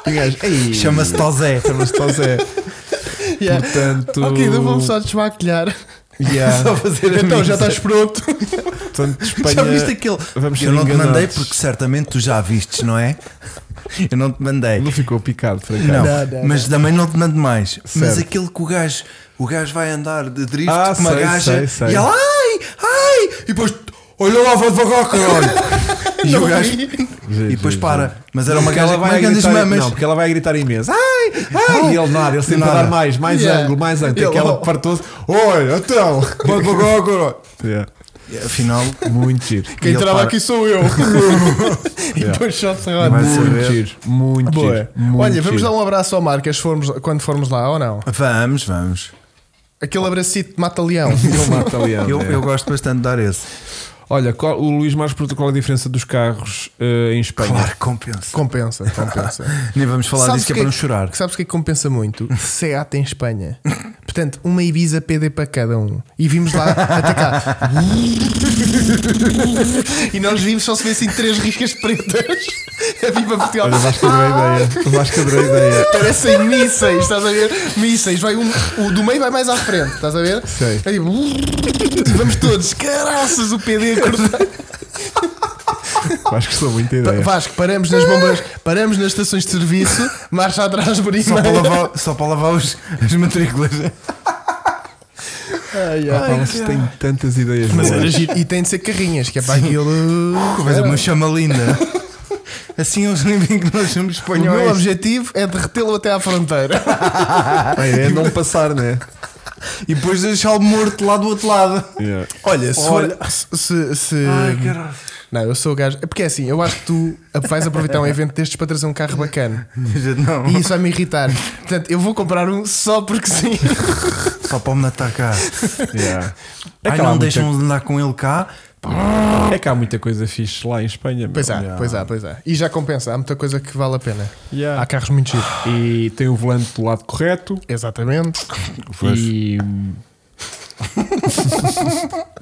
Speaker 2: E o gajo, ei,
Speaker 3: Chama-se <laughs> Tozé.
Speaker 2: chama-se Tosé.
Speaker 1: <laughs> Yeah.
Speaker 2: Portanto,
Speaker 1: Ok, então vamos só <laughs> desmaquilhar.
Speaker 2: yeah.
Speaker 3: Só fazer a
Speaker 1: Então
Speaker 3: missa.
Speaker 1: já estás pronto.
Speaker 2: portanto, Espanha,
Speaker 3: Já viste aquele?
Speaker 2: vamos ser
Speaker 3: Eu não te
Speaker 2: enganados.
Speaker 3: mandei porque certamente tu já vistes,
Speaker 2: <laughs>
Speaker 3: não é? Eu não te mandei.
Speaker 2: Não ficou picado, francamente.
Speaker 3: Não,
Speaker 1: Não, não,
Speaker 3: mas também não te mando mais. Mas
Speaker 2: Certo.
Speaker 3: aquele que o gajo, o gajo vai andar de drift
Speaker 2: Ah,
Speaker 3: com uma
Speaker 2: sei,
Speaker 3: gaja
Speaker 2: sei, sei.
Speaker 3: e ela ai, ai, e depois olha lá, vai devagar, caralho. e o gajo
Speaker 2: <laughs> Giro,
Speaker 3: e depois
Speaker 2: giro,
Speaker 3: para. Mas era uma
Speaker 2: Porque ela
Speaker 3: gaja é que
Speaker 2: vai
Speaker 3: vai grandes
Speaker 2: gritar,
Speaker 3: mamas.
Speaker 2: não, porque ela vai gritar imenso. Ai, ai! E ele nada, ele sempre a
Speaker 3: Nada.
Speaker 2: dar mais, mais
Speaker 1: Yeah.
Speaker 2: ângulo, mais ângulo. Até
Speaker 1: Ele-
Speaker 2: que ela <laughs> partou-se. Oi, então!
Speaker 3: Vai devagar, caralho.
Speaker 2: Yeah.
Speaker 3: E, Afinal,
Speaker 2: Muito giro.
Speaker 1: Quem
Speaker 3: ele
Speaker 1: trava
Speaker 3: para.
Speaker 1: aqui sou
Speaker 3: <laughs>
Speaker 1: eu. e depois só
Speaker 3: Vai
Speaker 1: cerrado.
Speaker 3: ser-
Speaker 2: Muito
Speaker 3: saber.
Speaker 2: giro, muito
Speaker 1: Boa.
Speaker 2: giro. muito
Speaker 1: Olha, vamos
Speaker 2: giro.
Speaker 1: dar um abraço ao Marcas se formos- quando formos lá ou não?
Speaker 3: vamos, vamos.
Speaker 1: Aquele abracito de
Speaker 3: <laughs>
Speaker 1: mata-leão.
Speaker 2: Eu mato aliado,
Speaker 3: Eu,
Speaker 2: é.
Speaker 3: eu gosto bastante de dar esse.
Speaker 2: Olha, qual- o Luís Marques pergunta qual é a diferença dos carros eh, em Espanha.
Speaker 3: Claro, que compensa.
Speaker 1: compensa, compensa.
Speaker 3: Nem vamos falar disso que é para não chorar.
Speaker 1: que sabes o que é que compensa
Speaker 3: <laughs>
Speaker 1: muito? Seat em Espanha. Portanto, uma Ibiza PD para cada um. E vimos lá atacar.
Speaker 3: <laughs>
Speaker 1: e nós vimos só se vê assim três riscas pretas. <laughs> A Viva Portugal.
Speaker 2: Olha, Vasco adorei a ideia. Vasco adorei a ideia.
Speaker 1: Parecem mísseis, estás a ver? Mísseis, vai um, o do meio vai mais à frente, estás a ver?
Speaker 2: Sei.
Speaker 1: É tipo, e vamos todos, caraças, o <laughs> PD acordou.
Speaker 2: Vasco sou muito a ideia.
Speaker 1: Vasco, paramos nas bombas, paramos nas estações de serviço, marcha atrás, brinca.
Speaker 3: Só para lavar, só para lavar os, as matrículas.
Speaker 2: Ah, pá, vocês têm tantas ideias
Speaker 1: Mas
Speaker 2: boas.
Speaker 1: era giro. E tem de ser carrinhas, que é para aquilo.
Speaker 3: Coisa, uma chama linda. Assim eles nem veem que nós somos
Speaker 1: O meu
Speaker 3: espanhóis.
Speaker 1: objetivo é derretê-lo até à fronteira.
Speaker 2: A ideia é não passar, né?
Speaker 3: E depois deixá-lo morto lá do outro lado.
Speaker 2: é- Yeah.
Speaker 1: Olha, se
Speaker 3: Olha.
Speaker 1: for. se- Se, se-
Speaker 3: caralho.
Speaker 1: Não, eu sou o gajo. É Porque é assim, eu acho que tu vais aproveitar um evento destes para trazer um carro bacana.
Speaker 3: Não,
Speaker 1: E isso vai me irritar. Portanto, eu vou comprar um só porque sim.
Speaker 3: só para me atacar.
Speaker 2: Yeah. É,
Speaker 3: Ai,
Speaker 2: que há
Speaker 3: não
Speaker 2: muita,
Speaker 3: deixam de andar com ele cá.
Speaker 2: é que há muita coisa fixe lá em Espanha. meu.
Speaker 1: Pois há,
Speaker 2: Yeah.
Speaker 1: pois há, pois há. E já compensa, há muita coisa que vale a pena.
Speaker 2: Yeah.
Speaker 1: Há carros muito giros.
Speaker 2: <gasps> E tem o volante do lado correto.
Speaker 1: Exatamente. <laughs>
Speaker 2: E.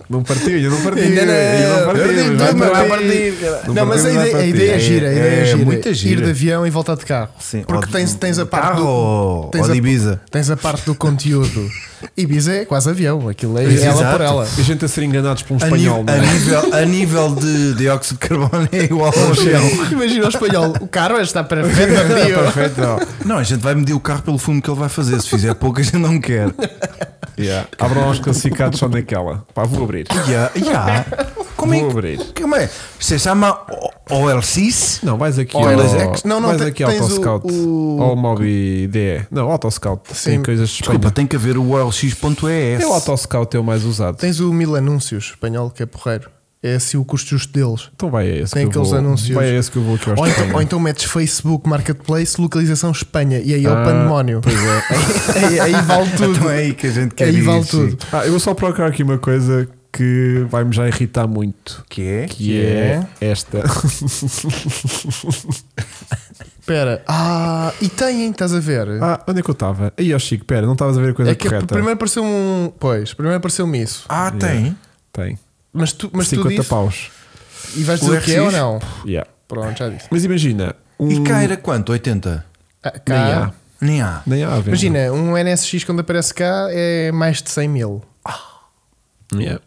Speaker 2: não partilha, não partilha.
Speaker 1: Ainda não-
Speaker 2: não partilha.
Speaker 1: Não,
Speaker 2: mas
Speaker 1: não,
Speaker 2: vai
Speaker 1: não,
Speaker 2: partir.
Speaker 1: não,
Speaker 2: Não
Speaker 1: mas a
Speaker 2: partilha,
Speaker 1: ideia,
Speaker 2: não
Speaker 1: a ideia é gira, a
Speaker 3: É,
Speaker 1: ideia é,
Speaker 3: é
Speaker 1: gira.
Speaker 3: muita gira.
Speaker 1: Ir de avião e voltar de carro.
Speaker 3: Sim,
Speaker 1: Porque
Speaker 3: ou de-
Speaker 1: tens, tens a
Speaker 3: de
Speaker 1: parte
Speaker 3: carro
Speaker 1: do,
Speaker 3: ou-
Speaker 1: tens
Speaker 3: ou de
Speaker 1: a-
Speaker 3: Ibiza?
Speaker 1: Tens a parte do conteúdo. Ibiza é quase avião, aquilo é
Speaker 3: Exato.
Speaker 1: ela por ela.
Speaker 2: A gente a ser enganados por um
Speaker 3: A,
Speaker 2: espanhol,
Speaker 3: ni-
Speaker 2: não
Speaker 3: a
Speaker 2: é?
Speaker 3: nível, a nível de dióxido de carbono é igual ao gel.
Speaker 1: <laughs> Imagina o espanhol, o carro é está perfeito,
Speaker 2: Está <laughs>
Speaker 1: tio.
Speaker 2: Tá perfeito, não.
Speaker 3: Não, a gente vai medir o carro pelo fumo que ele vai fazer. Se fizer pouco, a gente não quer.
Speaker 2: Yeah. Abram lá os classificados só naquela. Pá, vou abrir.
Speaker 3: Ya, ya. Como é
Speaker 2: Vou
Speaker 3: que.
Speaker 2: abrir.
Speaker 3: Como é? Se chama O- OLCIS?
Speaker 2: Não, vais aqui
Speaker 1: Olha,
Speaker 2: ao,
Speaker 1: é que- não, não,
Speaker 2: vais
Speaker 1: te-
Speaker 2: aqui ao
Speaker 1: tens
Speaker 2: Autoscout.
Speaker 1: o- o-
Speaker 2: Ou Mobi DE. Não, Autoscout. Tem
Speaker 1: Sim.
Speaker 2: coisas de Espanha.
Speaker 3: Desculpa, tem que haver o OLX.es.
Speaker 2: É o Autoscout é o mais usado.
Speaker 1: Tens o mil anúncios espanhol que é porreiro. É assim o custo justo deles.
Speaker 2: Então vai a esse.
Speaker 1: Tem
Speaker 2: que eu
Speaker 1: aqueles
Speaker 2: vou,
Speaker 1: anúncios.
Speaker 2: Vai a esse que eu vou aqui ao
Speaker 1: Ou então,
Speaker 2: Espanha.
Speaker 1: ou então metes Facebook, Marketplace, localização Espanha e aí é
Speaker 2: Ah,
Speaker 1: o pandemónio.
Speaker 2: Pois é.
Speaker 1: <laughs> aí, aí vale tudo.
Speaker 3: <laughs> Então é aí que a gente quer
Speaker 1: Aí
Speaker 3: ir,
Speaker 1: vale
Speaker 3: sim.
Speaker 1: tudo.
Speaker 2: Ah, eu vou só procurar aqui uma coisa que vai-me já irritar muito.
Speaker 3: Que é?
Speaker 2: Que, é, esta. <laughs>
Speaker 1: Espera. Ah, e têm, estás a ver?
Speaker 2: Ah, onde é que eu estava? Aí, ó Chico, pera, não estavas a ver a coisa
Speaker 1: é que
Speaker 2: correta.
Speaker 1: primeiro pareceu um. Pois, primeiro pareceu-me isso.
Speaker 3: Ah, tem.
Speaker 2: Tem.
Speaker 1: Mas tu, mas tu
Speaker 2: 50
Speaker 1: dizes,
Speaker 2: paus.
Speaker 1: e vais dizer
Speaker 3: O
Speaker 1: o, que é
Speaker 3: RX?
Speaker 1: ou não?
Speaker 2: Yeah.
Speaker 1: Pronto, já disse.
Speaker 2: Mas imagina. Um...
Speaker 3: E cá era quanto? 80?
Speaker 1: Ah,
Speaker 2: Nem há.
Speaker 1: cá,
Speaker 3: Nem há.
Speaker 2: Nem há a venda.
Speaker 1: imagina, um NSX quando aparece cá é mais de 100 mil.
Speaker 2: Yeah.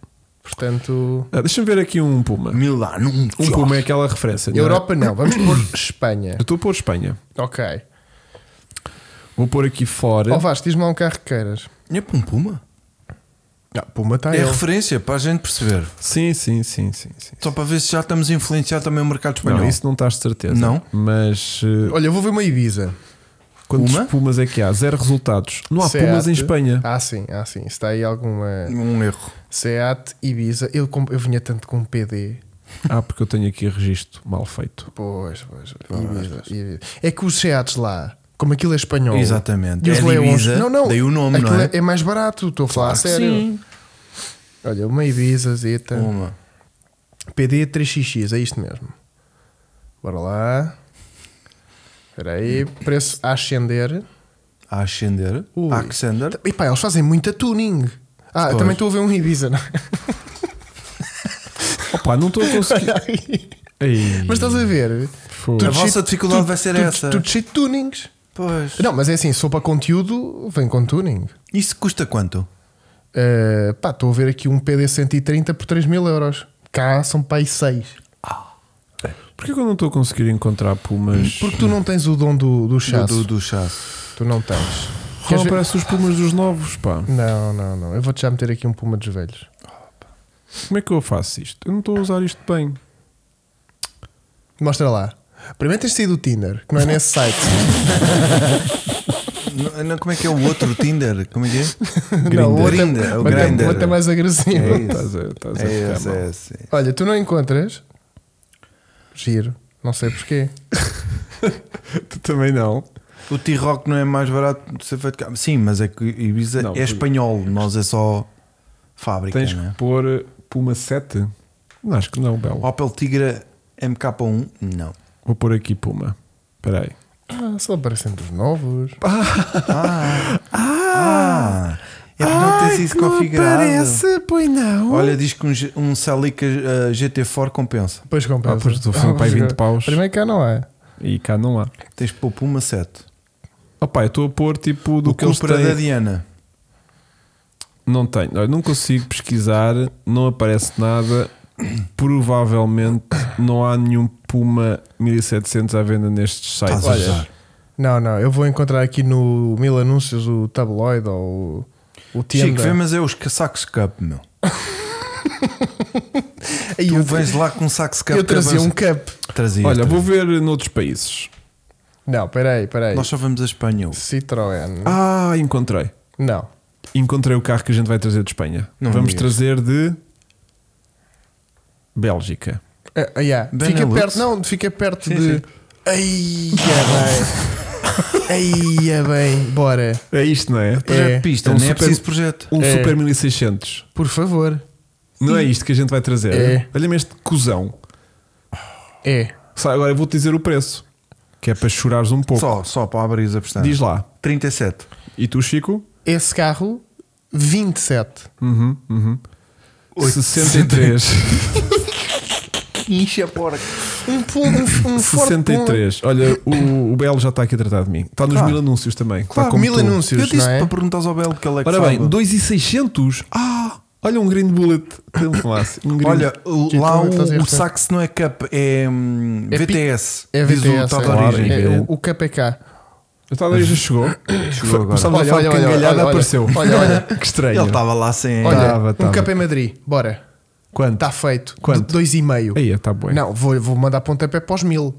Speaker 1: Portanto,
Speaker 2: Ah, Deixa-me ver aqui um Puma.
Speaker 3: Mil lá, num.
Speaker 2: Um Puma é aquela referência. não é?
Speaker 1: Europa não, vamos
Speaker 2: <coughs>
Speaker 1: pôr Espanha.
Speaker 2: Eu estou a pôr Espanha.
Speaker 1: Ok.
Speaker 2: Vou pôr aqui fora.
Speaker 1: Ó Vasco, diz-me lá um carro que queiras.
Speaker 3: É para um Puma.
Speaker 1: Ah, Puma
Speaker 2: tá
Speaker 1: está
Speaker 3: É
Speaker 1: ele.
Speaker 3: referência para a gente perceber.
Speaker 2: Sim, sim, sim, sim. sim.
Speaker 1: Então,
Speaker 3: Só para ver se já estamos a influenciar também o mercado espanhol.
Speaker 2: Não, isso não estás de certeza.
Speaker 3: Não?
Speaker 2: Mas eh,
Speaker 1: Olha, eu vou ver uma Ibiza.
Speaker 2: quantos
Speaker 3: Uma?
Speaker 2: Pumas é que há? Zero resultados. Não há
Speaker 1: Seat.
Speaker 2: Pumas em Espanha.
Speaker 1: Ah, sim, ah, sim. Está aí alguma.
Speaker 3: Um erro.
Speaker 1: Seat, Ibiza. Eu, com- eu vinha tanto com PD.
Speaker 2: Ah, porque eu tenho aqui registro mal feito.
Speaker 1: Pois, pois. Ibiza, Ibiza. É que os Seats lá, como aquilo é espanhol.
Speaker 3: Exatamente.
Speaker 1: E os
Speaker 3: É de
Speaker 1: Leões.
Speaker 3: Ibiza,
Speaker 1: Não, não.
Speaker 3: daí o nome,
Speaker 1: aquilo
Speaker 3: não é?
Speaker 1: é mais barato, estou a falar a Ah, sério. É. Olha, uma Ibiza, Zeta.
Speaker 3: Uma.
Speaker 1: PD 3XX, é isto mesmo. Bora lá. Espera aí, preço a ascender.
Speaker 3: A ascender.
Speaker 1: Ui.
Speaker 3: A ascender.
Speaker 1: E pá, eles fazem muita tuning. Ah, eu
Speaker 3: Pois.
Speaker 1: também estou a ver um Ibiza, não é? <laughs>
Speaker 2: Opa, não estou a conseguir. Ei,
Speaker 1: <laughs> Mas estás a ver?
Speaker 2: fogo.
Speaker 3: Tu- Hum. A
Speaker 1: cheio-
Speaker 3: vossa dificuldade vai ser
Speaker 1: tudo-
Speaker 3: essa.
Speaker 1: Tudo cheio de tunings.
Speaker 3: Pois.
Speaker 1: Não, mas é assim, se for para conteúdo, vem com tuning.
Speaker 3: Isso custa quanto?
Speaker 1: Uh, pá, estou a ver aqui um PD 130 por 3 mil euros. Cá são para aí 6.
Speaker 2: Porquê que eu não estou a conseguir encontrar Pumas?
Speaker 1: Porque tu não tens o dom do, do
Speaker 3: Do,
Speaker 1: chasso.
Speaker 3: do, do chasso.
Speaker 1: Tu não tens.
Speaker 2: Não
Speaker 1: Queres ver-
Speaker 2: aparecem os Pumas dos novos, pá.
Speaker 1: Não, não, não. Eu vou-te já meter aqui um puma dos velhos.
Speaker 2: Como é que eu faço isto? Eu não estou a usar isto bem.
Speaker 1: Mostra lá. Primeiro tens de sair do Tinder, que não é nesse
Speaker 3: <laughs>
Speaker 1: site.
Speaker 3: Não, não, como é que é o outro Tinder? Como é que é?
Speaker 1: não, o outro é-
Speaker 3: Grindr, é o
Speaker 1: o outro é-
Speaker 3: Grindr.
Speaker 1: o outro é mais agressivo.
Speaker 3: É isso.
Speaker 2: Estás a, estás a
Speaker 3: É
Speaker 2: ficar
Speaker 3: esse,
Speaker 2: mal.
Speaker 3: é esse.
Speaker 1: Olha, tu não encontras. Giro. Não sei porquê.
Speaker 2: Tu também não.
Speaker 3: O T-Rock não é mais barato de ser feito cá. Sim, mas é que Ibiza
Speaker 2: Não,
Speaker 3: é
Speaker 2: porque-
Speaker 3: espanhol, nós é só fábrica,
Speaker 2: Tens
Speaker 3: não é?
Speaker 2: que pôr eh, Puma 7? Não, acho que não,
Speaker 1: Oh.
Speaker 2: Belo.
Speaker 3: Opel Tigra MK1, não.
Speaker 2: Vou pôr aqui Puma. Espera aí.
Speaker 1: Ah, só aparecem dos novos.
Speaker 3: Ah! ah, é porque não tens isso configurado.
Speaker 2: pois não.
Speaker 3: Olha, diz que um, G- um Celica ah, GT4 compensa.
Speaker 1: Depois compensa.
Speaker 2: Ah, pois, tu foi para aí 20 paus.
Speaker 1: Primeiro cá não é.
Speaker 2: E cá não há.
Speaker 3: Tens de pôr Puma 7.
Speaker 2: Opá, eu estou a pôr tipo do
Speaker 3: O
Speaker 2: que eles
Speaker 3: Cupra da
Speaker 2: têm.
Speaker 3: Diana.
Speaker 2: Não tenho. Olha, não consigo pesquisar, não aparece nada. Provavelmente não há nenhum Puma 1700 à venda nestes sites.
Speaker 3: Estás a usar.
Speaker 1: Não, não. Eu vou encontrar aqui no Mil Anúncios o tabloide ou o, o
Speaker 3: Chico, vê,
Speaker 1: Tienda.
Speaker 3: mas é os Sax Cup, meu.
Speaker 1: Aí
Speaker 3: Tu
Speaker 1: eu,
Speaker 3: vens lá com um Sax Cup.
Speaker 1: eu trazia um cup.
Speaker 3: Trazia,
Speaker 2: Olha, vou
Speaker 3: trazia.
Speaker 2: ver noutros países.
Speaker 1: Não, peraí, peraí.
Speaker 3: Nós só vamos a Espanha. hoje.
Speaker 1: Citroën.
Speaker 2: Ah, encontrei.
Speaker 1: Não.
Speaker 2: Encontrei o carro que a gente vai trazer de Espanha.
Speaker 3: Não
Speaker 2: Vamos
Speaker 3: digas.
Speaker 2: trazer de Bélgica.
Speaker 1: Ah, ah, yeah.
Speaker 3: Benelux.
Speaker 1: Fica perto, não, fica perto
Speaker 3: Sim,
Speaker 1: de.
Speaker 3: sim.
Speaker 1: Aí é
Speaker 3: <laughs>
Speaker 1: bem. Aí é bem. Bora.
Speaker 2: É isto, não é?
Speaker 3: Projeto
Speaker 1: É,
Speaker 3: de pista,
Speaker 2: é um
Speaker 3: não é
Speaker 2: super-
Speaker 3: preciso projeto.
Speaker 2: Um
Speaker 1: É.
Speaker 2: Super 1600.
Speaker 1: Por favor.
Speaker 2: Não é isto que a gente vai trazer.
Speaker 1: É.
Speaker 2: Olha-me este cuzão.
Speaker 1: É.
Speaker 2: Só agora eu vou-te dizer o preço. Que é para chorares um pouco.
Speaker 3: Só, só para abrir a pestana.
Speaker 2: Diz lá.
Speaker 3: 37.
Speaker 2: E tu, Chico?
Speaker 1: Esse carro, 27.
Speaker 2: Uhum, uhum.
Speaker 3: Oito.
Speaker 1: <laughs>
Speaker 2: 63.
Speaker 3: Incha porca.
Speaker 1: Um, pul- um, um Ford Puma.
Speaker 2: 63. Olha, o, o Belo já está aqui a tratar de mim. Está nos
Speaker 3: Claro.
Speaker 2: mil anúncios também. Está
Speaker 1: Claro,
Speaker 2: como
Speaker 1: mil
Speaker 2: tu.
Speaker 1: anúncios,
Speaker 3: Eu disse
Speaker 1: não é?
Speaker 3: para perguntar ao Belo que ele é que
Speaker 2: Ora
Speaker 3: sabe.
Speaker 2: bem, 2,600? Ah! Olha um Green Bullet. Tem um fumaça. Um green-
Speaker 3: Olha, o-
Speaker 1: Sim,
Speaker 3: lá
Speaker 1: então eu fazia
Speaker 3: o, o
Speaker 1: esta.
Speaker 3: sax não é cup, é hum,
Speaker 1: É pi-
Speaker 3: VTS.
Speaker 1: É
Speaker 3: Diz
Speaker 1: VTS.
Speaker 3: o
Speaker 1: é.
Speaker 3: tal origem.
Speaker 1: É,
Speaker 2: evidente.
Speaker 1: o, o KPK.
Speaker 2: Eu estava aí,
Speaker 1: <coughs>
Speaker 2: já chegou.
Speaker 3: Chegou agora.
Speaker 2: Começámos a
Speaker 1: Olha,
Speaker 2: falar de
Speaker 1: olha, olha,
Speaker 2: cangalhada,
Speaker 1: olha, olha.
Speaker 2: apareceu.
Speaker 1: Olha, olha.
Speaker 2: <laughs>
Speaker 1: tá-
Speaker 2: que estranho.
Speaker 3: Ele estava lá sem.
Speaker 1: Olha,
Speaker 2: Tava,
Speaker 1: um
Speaker 2: tava.
Speaker 1: cup em Madrid. Bora.
Speaker 2: Quanto?
Speaker 1: Está feito.
Speaker 2: Quanto?
Speaker 1: De Dois e meio.
Speaker 2: Aí, está bom.
Speaker 1: tá Não, vou, vou mandar pontapé para os mil.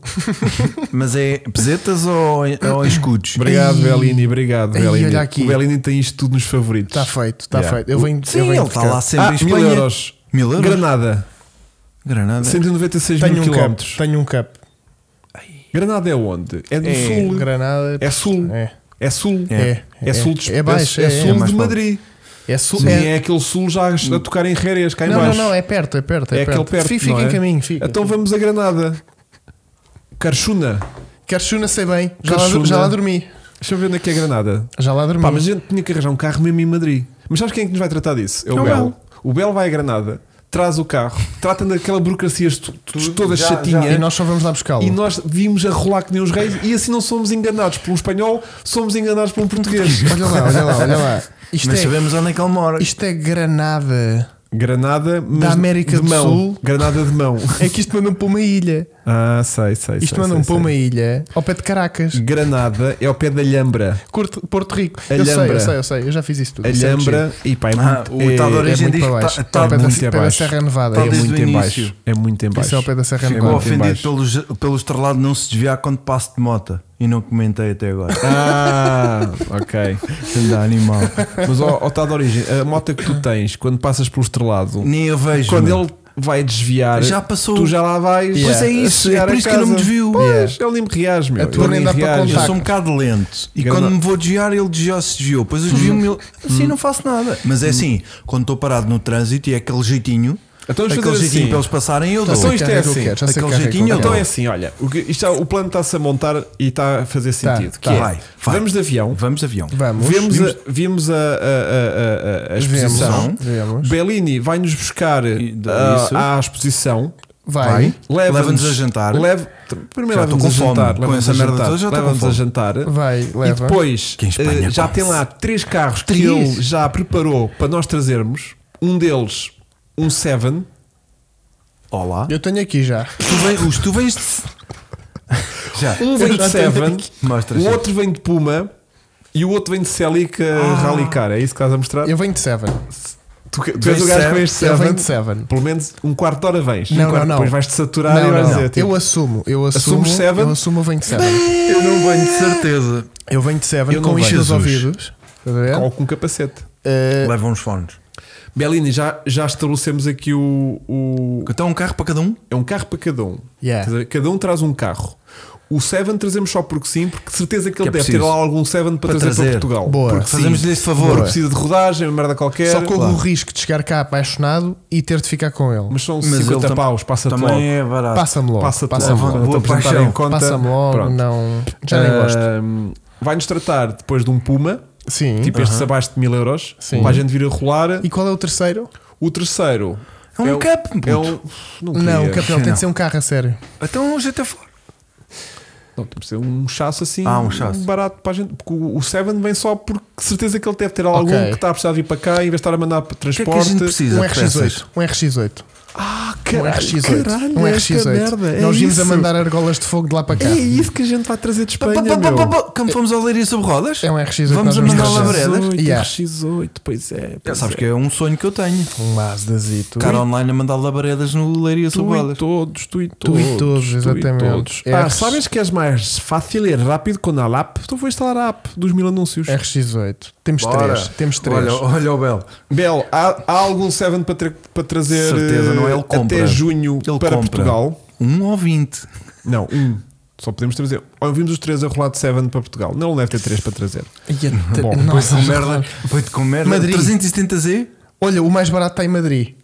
Speaker 3: Mas é pesetas ou, é, ou escudos?
Speaker 2: Obrigado,
Speaker 1: Ai.
Speaker 2: Bellini. Obrigado,
Speaker 1: Ai,
Speaker 2: Bellini.
Speaker 1: olha aqui. Tá
Speaker 2: O Bellini tem isto tudo nos favoritos. <laughs>
Speaker 1: Está feito, está
Speaker 2: Yeah.
Speaker 1: feito. Eu venho,
Speaker 3: Sim,
Speaker 1: eu venho
Speaker 3: ele
Speaker 1: de
Speaker 3: está
Speaker 1: cá.
Speaker 3: lá sempre
Speaker 2: Ah,
Speaker 3: em
Speaker 2: mil
Speaker 3: Espanha.
Speaker 2: euros.
Speaker 3: Mil euros?
Speaker 2: Granada.
Speaker 3: Granada.
Speaker 2: 196
Speaker 1: Tenho
Speaker 2: mil
Speaker 1: um cup.
Speaker 2: quilómetros.
Speaker 1: Tenho um cup.
Speaker 2: Granada é onde? É do
Speaker 1: É,
Speaker 2: sul.
Speaker 1: Granada.
Speaker 2: É sul.
Speaker 1: É.
Speaker 2: É sul.
Speaker 1: É.
Speaker 2: É sul de
Speaker 1: É baixo.
Speaker 2: é,
Speaker 1: É,
Speaker 2: sul
Speaker 1: é
Speaker 2: de
Speaker 3: mais baixo.
Speaker 2: Madrid.
Speaker 1: É sul.
Speaker 2: Sim,
Speaker 1: é-
Speaker 2: é aquele sul já a tocar em Rérias, cá em
Speaker 1: Não, não,
Speaker 2: baixo.
Speaker 1: não. É perto, é perto. É,
Speaker 2: É aquele perto,
Speaker 1: Fica,
Speaker 2: não
Speaker 1: fica
Speaker 2: é?
Speaker 1: em caminho. Fica.
Speaker 2: Então vamos a Granada. Carchuna.
Speaker 1: Carchuna sei bem. Já lá,
Speaker 2: Carchuna.
Speaker 1: já lá dormi.
Speaker 2: Deixa eu ver onde é que é Granada.
Speaker 1: Já lá dormi.
Speaker 2: Pá, mas a gente tinha que arranjar um carro mesmo em Madrid. Mas sabes quem é que nos vai tratar disso? É
Speaker 3: É
Speaker 2: o
Speaker 3: o
Speaker 2: Belo.
Speaker 3: Belo.
Speaker 2: O Belo vai a Granada, traz o carro, trata daquela burocracia estu- toda
Speaker 3: já-
Speaker 2: chatinha.
Speaker 1: E nós só vamos lá buscá-lo.
Speaker 2: E nós vimos a rolar que nem os reis, e assim não somos enganados por um espanhol, somos enganados por um português.
Speaker 1: <laughs> Olha lá, olha lá, olha
Speaker 2: <laughs>
Speaker 1: lá. Isto,
Speaker 3: Mas
Speaker 1: é,
Speaker 3: sabemos onde é que ele mora.
Speaker 1: isto é Granada.
Speaker 2: Granada, mas
Speaker 1: Da América
Speaker 2: de
Speaker 1: do
Speaker 2: mão.
Speaker 1: Sul.
Speaker 2: Granada de mão.
Speaker 1: É que isto mandam para uma ilha.
Speaker 2: Ah, sei, sei.
Speaker 1: Isto
Speaker 2: sei,
Speaker 1: mandam
Speaker 2: sei,
Speaker 1: para uma
Speaker 2: sei.
Speaker 1: ilha ao pé de Caracas.
Speaker 2: Granada é ao pé da Alhambra.
Speaker 1: Curto- Porto Rico. Eu sei,
Speaker 2: Alhambra.
Speaker 1: eu sei, eu sei. Eu já fiz isso tudo. Isso é muito
Speaker 2: Alhambra e pá, é
Speaker 3: Ah,
Speaker 2: muito,
Speaker 3: o
Speaker 2: é,
Speaker 3: tal de
Speaker 1: giro. É
Speaker 3: origem
Speaker 1: muito
Speaker 3: diz
Speaker 1: para
Speaker 3: que
Speaker 1: baixo.
Speaker 3: tá- tá
Speaker 1: é
Speaker 2: muito
Speaker 1: muito da
Speaker 2: abaixo.
Speaker 1: Serra Nevada.
Speaker 3: Tá
Speaker 1: É
Speaker 2: é
Speaker 3: desde
Speaker 1: muito-
Speaker 2: muito
Speaker 3: o
Speaker 2: em
Speaker 3: início.
Speaker 2: baixo. É muito em baixo.
Speaker 1: Isso é ao pé da Serra
Speaker 2: Ficou
Speaker 3: Ficou
Speaker 1: Nevada.
Speaker 2: muito em
Speaker 3: ofendido
Speaker 2: baixo.
Speaker 3: pelos, pelo estrelado não se desviar quando passo de moto. E não comentei até agora.
Speaker 2: Ah, ok.
Speaker 3: Anda,
Speaker 2: <laughs>
Speaker 3: animal.
Speaker 2: Mas ó, ó, tá de origem, a moto que tu tens quando passas pelo estrelado,
Speaker 3: Nem eu vejo.
Speaker 2: quando
Speaker 3: meu.
Speaker 2: ele vai desviar,
Speaker 3: Já passou.
Speaker 2: tu já lá vais.
Speaker 1: Pois é
Speaker 2: a
Speaker 3: isso, é
Speaker 2: chegar
Speaker 3: por
Speaker 2: a
Speaker 3: isso que eu não me
Speaker 2: casa.
Speaker 3: desvio.
Speaker 2: Pois, é
Speaker 1: Yeah.
Speaker 2: ele nem me reage, meu.
Speaker 1: A tua
Speaker 2: Ele
Speaker 1: nem
Speaker 2: nem
Speaker 1: dá para
Speaker 2: reage.
Speaker 1: contar.
Speaker 3: Eu sou um bocado lento e
Speaker 2: Grande-
Speaker 3: quando me vou desviar, ele já se desviou. Depois eu
Speaker 2: Hum.
Speaker 3: desvio-me, ele- assim não faço nada. Mas é assim, quando estou parado no trânsito e é aquele jeitinho,
Speaker 2: Então vamos
Speaker 3: aquele
Speaker 2: fazer
Speaker 3: jeitinho
Speaker 2: assim.
Speaker 3: para eles passarem, eu dou.
Speaker 2: Então
Speaker 1: sei
Speaker 2: isto
Speaker 1: que
Speaker 2: é
Speaker 1: que eu
Speaker 2: assim,
Speaker 1: quero, já sei
Speaker 3: aquele
Speaker 1: que é que eu
Speaker 3: jeitinho,
Speaker 1: quero.
Speaker 2: Então é assim, olha, o, que- isto é- o plano está-se a montar e está a fazer
Speaker 1: Tá,
Speaker 2: sentido.
Speaker 1: tá.
Speaker 2: que é,
Speaker 3: Vai, vai.
Speaker 2: Vamos de avião,
Speaker 3: Vamos de avião.
Speaker 1: Vamos.
Speaker 2: vimos,
Speaker 1: vimos-
Speaker 2: a, vimos a, a- a- a- a exposição.
Speaker 1: Vemos, vemos.
Speaker 2: Bellini vai-nos buscar
Speaker 3: de-
Speaker 2: ah,
Speaker 3: isso.
Speaker 2: à exposição.
Speaker 1: Vai.
Speaker 3: Leva-nos a jantar.
Speaker 2: leva- primeiro
Speaker 3: Já estou
Speaker 2: leva-nos a
Speaker 3: com fome.
Speaker 2: jantar.
Speaker 3: Com
Speaker 2: leva-nos
Speaker 3: essa
Speaker 2: a
Speaker 3: merda
Speaker 2: jantar,
Speaker 3: toda já estou com
Speaker 2: leva-nos a
Speaker 3: fome.
Speaker 2: jantar.
Speaker 1: Vai,
Speaker 2: E
Speaker 1: leva.
Speaker 2: depois
Speaker 3: Que em Espanha
Speaker 2: eh, já
Speaker 3: come-se.
Speaker 2: tem lá três carros que
Speaker 3: Três?
Speaker 2: ele já preparou para nós trazermos. Um deles, um Seven.
Speaker 3: Olá.
Speaker 1: Eu tenho aqui já.
Speaker 3: Tu vens, os tu vens de.
Speaker 2: <laughs>
Speaker 3: <laughs> Já.
Speaker 2: Um vem de Seven,
Speaker 3: Mostra,
Speaker 2: o
Speaker 3: gente.
Speaker 2: outro vem de Puma e o outro vem de Celica
Speaker 3: Ah.
Speaker 2: Rally Car. É isso que estás a mostrar?
Speaker 1: Eu venho de Seven.
Speaker 2: tu que- tu
Speaker 3: Vem
Speaker 2: és o gajo
Speaker 3: Seven.
Speaker 2: que vens de
Speaker 1: Eu venho
Speaker 2: Seven.
Speaker 1: de Seven.
Speaker 2: Pelo menos um quarto de hora vens. Um
Speaker 1: Não,
Speaker 2: quarto,
Speaker 1: não, não.
Speaker 2: Depois vais-te saturar e
Speaker 1: Não,
Speaker 2: vais
Speaker 1: não,
Speaker 2: dizer
Speaker 1: não.
Speaker 2: tipo,
Speaker 1: Eu assumo, eu assumo.
Speaker 2: Assumes Seven?
Speaker 1: Eu assumo, eu venho de
Speaker 2: <laughs>
Speaker 1: Seven.
Speaker 3: Eu não venho de certeza.
Speaker 1: Eu venho de Seven
Speaker 2: Eu não
Speaker 1: com isto
Speaker 2: venho.
Speaker 1: nos
Speaker 3: Jesus.
Speaker 1: ouvidos. Estás a ver?
Speaker 2: ou com um capacete.
Speaker 1: Eh,
Speaker 3: Leva uns fones.
Speaker 2: Belini, já, já estabelecemos aqui o, o-
Speaker 3: Então um carro para cada um?
Speaker 2: É um carro para cada um.
Speaker 1: Yeah.
Speaker 2: Quer dizer, Cada um traz um carro. O O Seven trazemos só porque sim, porque de certeza que ele
Speaker 3: Que é
Speaker 2: deve ter
Speaker 3: preciso.
Speaker 2: lá algum Seven para,
Speaker 3: Para
Speaker 2: trazer,
Speaker 3: trazer.
Speaker 2: para Portugal.
Speaker 1: Boa.
Speaker 2: Porque sim.
Speaker 3: Fazemos-lhe esse favor.
Speaker 2: Porque precisa de rodagem, uma merda qualquer.
Speaker 1: Só corro
Speaker 3: claro.
Speaker 1: o risco de chegar cá apaixonado e ter de ficar com ele.
Speaker 2: Mas são
Speaker 3: Mas ele
Speaker 2: 50
Speaker 3: tam-
Speaker 2: paus, passa-te
Speaker 3: Também
Speaker 2: logo.
Speaker 3: é barato.
Speaker 1: Passa-me logo.
Speaker 2: Passa-te
Speaker 1: Passa-me
Speaker 2: logo.
Speaker 3: logo.
Speaker 2: Quando
Speaker 3: Boa
Speaker 2: estamos a tentar
Speaker 3: paixão.
Speaker 2: em conta,
Speaker 1: Passa-me logo,
Speaker 2: pronto. Eh,
Speaker 1: não. Já nem gosto.
Speaker 2: Ahm, Vai-nos tratar depois de um Puma,
Speaker 1: Sim.
Speaker 2: tipo estes abaixo de 1000 euros,
Speaker 1: Sim.
Speaker 2: para a gente vir a rolar.
Speaker 1: E qual é o terceiro?
Speaker 2: O terceiro
Speaker 3: É um cup, puto.
Speaker 2: É um, não,
Speaker 1: Não,
Speaker 2: queria.
Speaker 1: o campeão tem
Speaker 3: Não.
Speaker 1: de ser um carro a sério.
Speaker 3: Então já até fora.
Speaker 2: Não, tem que ser um chasso assim
Speaker 3: Ah, um chasso.
Speaker 2: barato para a gente. Porque o o Seven vem só porque de certeza que ele deve ter algum
Speaker 1: Ok.
Speaker 2: que está a precisar vir para cá em vez de estar a mandar para
Speaker 3: O que é
Speaker 2: transporte.
Speaker 3: que a gente precisa?
Speaker 1: Um
Speaker 3: de peças?
Speaker 1: RX8. Um RX8.
Speaker 2: Ah,
Speaker 1: Um
Speaker 2: caralho,
Speaker 1: RX8.
Speaker 2: caralho,
Speaker 1: Um
Speaker 2: esta merda,
Speaker 1: RX8.
Speaker 2: é
Speaker 1: Nós vimos
Speaker 2: isso.
Speaker 1: a mandar argolas de fogo de lá para cá.
Speaker 2: É isso que a gente vai trazer de
Speaker 3: Pá,
Speaker 2: Espanha.
Speaker 3: pá, pá,
Speaker 2: meu.
Speaker 3: pá, pá, Como fomos ao Leiria sobre rodas?
Speaker 1: É um RX8.
Speaker 3: Vamos
Speaker 1: nós
Speaker 3: a
Speaker 1: vamos
Speaker 3: mandar
Speaker 1: trazer.
Speaker 3: labrada.
Speaker 2: RX8,
Speaker 1: Yeah.
Speaker 2: RX8, pois é.
Speaker 3: Já
Speaker 2: pois
Speaker 3: sabes
Speaker 2: é.
Speaker 3: que é um sonho que eu tenho.
Speaker 1: Um Mazdazito.
Speaker 3: Cara online a mandar labaredas no Leiria
Speaker 2: Tu
Speaker 3: sobre
Speaker 2: e
Speaker 3: rodas.
Speaker 2: todos, tu e
Speaker 1: Tu
Speaker 2: todos.
Speaker 1: e todos, exatamente.
Speaker 2: todos.
Speaker 1: É
Speaker 2: Ah,
Speaker 1: RX.
Speaker 2: sabes que és mais fácil e rápido quando há app? Então vou instalar a app dos mil anúncios.
Speaker 1: É. RX8. Temos
Speaker 3: Bora.
Speaker 1: três. Temos três.
Speaker 3: Olha,
Speaker 2: oh,
Speaker 3: olha o Bel.
Speaker 2: Bel, há, há algum Seven para, tra- para trazer
Speaker 3: Certeza,
Speaker 2: eh,
Speaker 3: não é? Ele
Speaker 2: até
Speaker 3: compra.
Speaker 2: junho
Speaker 3: Ele
Speaker 2: para
Speaker 3: compra.
Speaker 2: Portugal?
Speaker 3: Um ou vinte.
Speaker 2: Não, um. Só podemos trazer. Ou vimos os três a rolar de Seven para Portugal. Não, ele deve ter três para trazer.
Speaker 1: E a
Speaker 2: <laughs>
Speaker 1: te-
Speaker 2: Bom,
Speaker 1: é
Speaker 2: é,
Speaker 1: Nossa,
Speaker 3: Foi com merda. Foi com merda.
Speaker 1: Madrid.
Speaker 3: 370Z?
Speaker 1: Olha, o mais barato está em Madrid.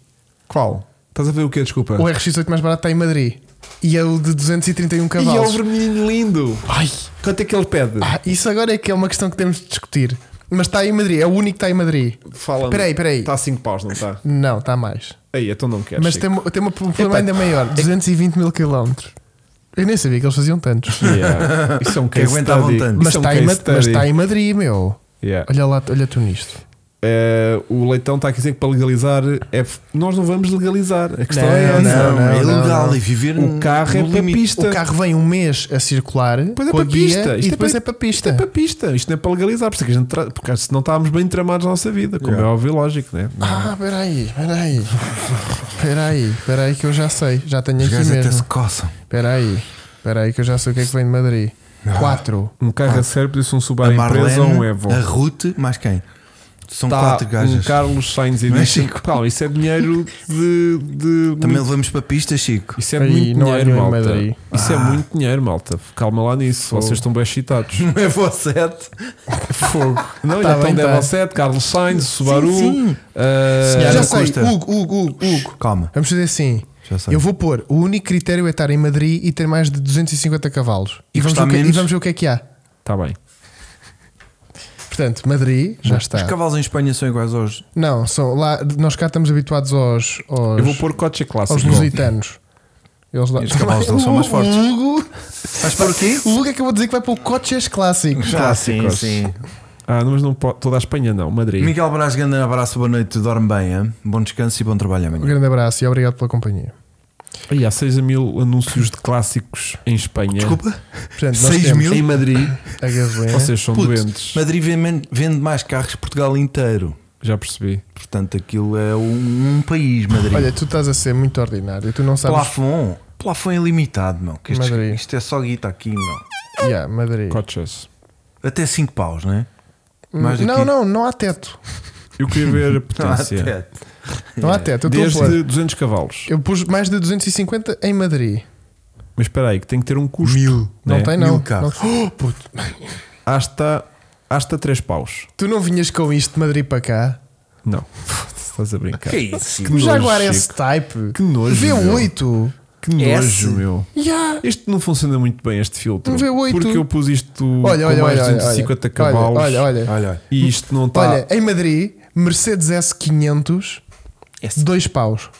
Speaker 2: Qual? Estás a ver o quê? Desculpa.
Speaker 1: O RX8 mais barato está em Madrid. E é o de 231
Speaker 2: e é o
Speaker 1: cavalos.
Speaker 2: vermelhinho lindo. Ai. Quanto é que ele pede?
Speaker 1: Ah, isso agora é que é uma questão que temos de discutir. Mas está em Madrid. É o único que está em Madrid.
Speaker 2: Fala-me.
Speaker 1: Peraí, peraí.
Speaker 2: Está a 5 paus, não está?
Speaker 1: Não, está mais.
Speaker 2: Aí, então não queres.
Speaker 1: Mas
Speaker 2: Chico.
Speaker 1: tem, uma- tem uma- um problema
Speaker 2: Epá,
Speaker 1: ainda maior: 220 mil quilómetros. Eu nem sabia que eles faziam tantos.
Speaker 2: <laughs> Yeah. Isso
Speaker 1: <laughs>
Speaker 2: é um
Speaker 3: Que
Speaker 2: case
Speaker 3: aguentavam
Speaker 2: study.
Speaker 3: tanto.
Speaker 2: Isso
Speaker 1: Mas
Speaker 2: é um
Speaker 1: está, em,
Speaker 2: case
Speaker 1: Ma- mas
Speaker 2: study.
Speaker 1: está em Madrid, meu.
Speaker 2: Yeah.
Speaker 1: Olha lá, olha tu nisto.
Speaker 2: Eh, o Leitão está aqui a dizer que para legalizar é f- nós não vamos legalizar. A questão
Speaker 1: Não,
Speaker 2: é essa.
Speaker 1: não, não,
Speaker 3: é
Speaker 1: não,
Speaker 3: ilegal.
Speaker 1: não.
Speaker 3: E viver
Speaker 2: O carro é
Speaker 3: no
Speaker 2: para
Speaker 3: limite.
Speaker 2: pista.
Speaker 1: O carro vem um mês a circular
Speaker 2: Pois é
Speaker 1: com a
Speaker 2: para
Speaker 1: guia
Speaker 2: pista. Isto
Speaker 1: e
Speaker 2: é
Speaker 1: depois
Speaker 2: para-
Speaker 1: é para pista.
Speaker 2: Isto é para pista, isto não é para legalizar, por isso é que a gente tra... porque senão estávamos bem tramados na nossa vida, como
Speaker 3: Yeah.
Speaker 2: é óbvio e lógico, né?
Speaker 1: Ah, peraí, peraí. Peraí, peraí que eu já sei. Já tenho
Speaker 3: Os
Speaker 1: aqui
Speaker 3: gajos até se
Speaker 1: mesmo.
Speaker 3: coçam.
Speaker 1: Peraí, peraí que eu já sei o que é que vem de Madrid. Quatro.
Speaker 2: Um carro a sério podia ser um Subaru
Speaker 3: A é
Speaker 2: empresa
Speaker 3: Marlene,
Speaker 2: ou um Evo.
Speaker 3: a Ruth, mais quem? São
Speaker 1: Tá,
Speaker 2: Está
Speaker 3: quatro
Speaker 2: um
Speaker 3: gajas.
Speaker 2: Carlos Sainz
Speaker 3: Não é,
Speaker 2: Edition.
Speaker 3: Chico?
Speaker 2: Pá, isso é dinheiro de. de-
Speaker 3: Também levamos para pista,
Speaker 1: <laughs>
Speaker 3: Chico.
Speaker 2: Isso é
Speaker 1: Aí,
Speaker 2: muito
Speaker 1: não há
Speaker 2: dinheiro,
Speaker 1: nenhum em
Speaker 2: malta.
Speaker 1: Madrid.
Speaker 2: Isso é muito dinheiro, malta. Calma lá nisso. Vocês estão bem excitados.
Speaker 3: Não é você?
Speaker 2: Fogo. <laughs> Não,
Speaker 1: Tá
Speaker 2: já estão
Speaker 1: bem, tá.
Speaker 2: Devil 7, Carlos Sainz, Subaru.
Speaker 3: sim.
Speaker 2: ah,
Speaker 3: Senhora
Speaker 1: já sei,
Speaker 3: Costa.
Speaker 1: Hugo, Hugo, Hugo, Hugo.
Speaker 3: Calma,
Speaker 1: Vamos fazer assim.
Speaker 3: já sei.
Speaker 1: Eu vou pôr, o único critério é estar em Madrid e ter mais de 250 cavalos.
Speaker 3: E
Speaker 1: vamos, ver
Speaker 3: custar
Speaker 1: o que, e
Speaker 3: menos?
Speaker 1: vamos ver o que é que há.
Speaker 2: Tá bem.
Speaker 1: Portanto, Madrid já
Speaker 3: Os
Speaker 1: está.
Speaker 3: cavalos em Espanha são iguais aos.
Speaker 1: Não, são lá, nós cá estamos habituados aos, aos,
Speaker 2: Eu vou pôr assim, Coche
Speaker 1: aos
Speaker 2: Clássico.
Speaker 1: lusitanos. Eles lá.
Speaker 3: Os
Speaker 1: <laughs>
Speaker 3: cavalos não são mais
Speaker 1: O
Speaker 3: fortes. <laughs>
Speaker 1: Hugo,
Speaker 3: Mas para o quê?
Speaker 1: o Hugo é que eu vou dizer que vai para o coches clássicos.
Speaker 3: Ah, sim,
Speaker 2: Clássicos.
Speaker 3: sim.
Speaker 2: Ah, não, mas não pode. Toda a Espanha não, Madrid.
Speaker 3: Miguel Brás, grande abraço, boa noite, dorme bem, hein? bom descanso e bom trabalho
Speaker 1: Um
Speaker 3: amanhã.
Speaker 1: grande abraço e obrigado pela companhia.
Speaker 2: E há 6 mil anúncios de clássicos em Espanha.
Speaker 3: Desculpa,
Speaker 1: Portanto, nós
Speaker 3: 6
Speaker 1: temos
Speaker 3: mil?
Speaker 2: Em Madrid,
Speaker 1: a gasolina.
Speaker 2: vocês são
Speaker 3: Puto,
Speaker 2: doentes.
Speaker 3: Madrid vem- vende mais carros que Portugal inteiro.
Speaker 2: Já percebi.
Speaker 3: Portanto, aquilo é um, um país, Madrid.
Speaker 1: Olha, tu estás a ser muito ordinário. Tu não sabes.
Speaker 3: Plafon, plafon é limitado, meu. Que isto,
Speaker 1: Madrid.
Speaker 3: isto é só guita aqui, meu.
Speaker 1: Yeah, é Madrid. Hum,
Speaker 2: Coches.
Speaker 3: Até 5 paus, não é? mais do
Speaker 1: Não,
Speaker 3: que-
Speaker 1: não, não há teto.
Speaker 2: Eu queria ver
Speaker 1: <laughs>
Speaker 2: a
Speaker 3: Não há
Speaker 2: potência.
Speaker 3: teto.
Speaker 1: Não há teto. Eu, estou a falar.
Speaker 2: Desde 200 cavalos.
Speaker 1: eu pus mais de 250 em Madrid.
Speaker 2: Mas espera aí, que tem que ter um custo.
Speaker 3: Mil.
Speaker 1: Não
Speaker 2: né?
Speaker 1: tem, não.
Speaker 3: Mil carros.
Speaker 1: Não- <gasps> Oh, puto.
Speaker 2: Hasta, hasta 3 paus.
Speaker 1: Tu não vinhas com isto de Madrid para cá?
Speaker 2: Não. <laughs> Estás a brincar.
Speaker 3: Que isso?
Speaker 1: O
Speaker 2: nojo,
Speaker 1: Jaguar
Speaker 2: Chico.
Speaker 1: S-Type.
Speaker 2: Que nojo,
Speaker 1: V8.
Speaker 2: Que nojo,
Speaker 3: é Esse.
Speaker 2: meu.
Speaker 1: Yeah.
Speaker 2: Este não funciona muito bem, este filtro.
Speaker 1: Um V8.
Speaker 2: Porque eu pus isto
Speaker 1: Olha,
Speaker 2: com
Speaker 1: olha,
Speaker 2: mais
Speaker 1: olha.
Speaker 2: de
Speaker 1: olha,
Speaker 2: 250
Speaker 1: olha,
Speaker 2: cavalos
Speaker 1: Olha, olha. Olha,
Speaker 3: Olha, olha.
Speaker 2: e isto não tá- está.
Speaker 1: Olha, em Madrid, Mercedes S500,
Speaker 3: Esse-
Speaker 1: dois paus.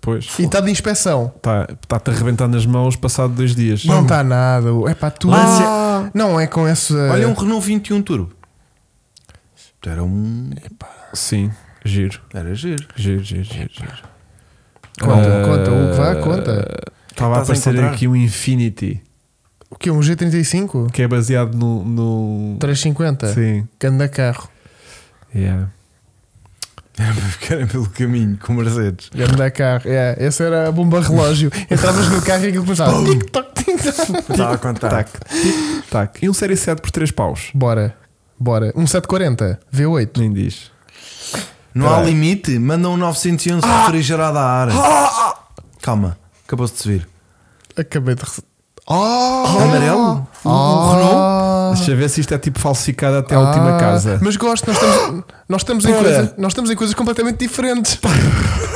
Speaker 2: Pois.
Speaker 1: E está de inspeção.
Speaker 2: Está-te a arrebentar nas mãos passado dois dias.
Speaker 1: Não está nada. É para tu.
Speaker 3: Lá-
Speaker 1: Não é com essa.
Speaker 3: Olha um Renault 21 Turbo. Era um.
Speaker 2: Sim, giro.
Speaker 3: Era giro. <laughs>
Speaker 2: Giro, giro, giro. giro.
Speaker 1: Conta,
Speaker 2: Ah,
Speaker 1: conta, o que vá, conta.
Speaker 2: Estava a
Speaker 3: Estás a
Speaker 2: aparecer
Speaker 3: encontrar?
Speaker 2: aqui um Infinity
Speaker 1: O que? Um G35?
Speaker 2: que é baseado no. no...
Speaker 1: 350?
Speaker 2: Sim.
Speaker 1: Ganda carro.
Speaker 2: Yeah.
Speaker 3: Ficarem pelo caminho com Mercedes.
Speaker 1: Ganda carro. É, essa era a bomba
Speaker 2: <laughs>
Speaker 1: relógio. Entravas no carro e aquilo começava. Tic-toc, tic-toc.
Speaker 3: Está
Speaker 1: tá,
Speaker 3: a contar.
Speaker 2: Tac, tic, tac. E um série 7 por 3 paus.
Speaker 1: Bora, bora. Um 740, V8.
Speaker 2: Nem diz.
Speaker 1: tá.
Speaker 3: Não há
Speaker 2: Peraí.
Speaker 3: limite? Manda um 911
Speaker 1: Ah!
Speaker 3: refrigerado à área. Calma, acabou-se de subir.
Speaker 1: Acabei de. rece- Oh!
Speaker 3: Amarelo?
Speaker 1: Oh!
Speaker 3: O Renault?
Speaker 2: Deixa ver se isto é tipo falsificado até a última
Speaker 1: Ah,
Speaker 2: casa.
Speaker 1: Mas gosto, nós estamos, nós estamos, em,
Speaker 2: Ora.
Speaker 1: coisa, nós estamos em coisas completamente diferentes. <laughs>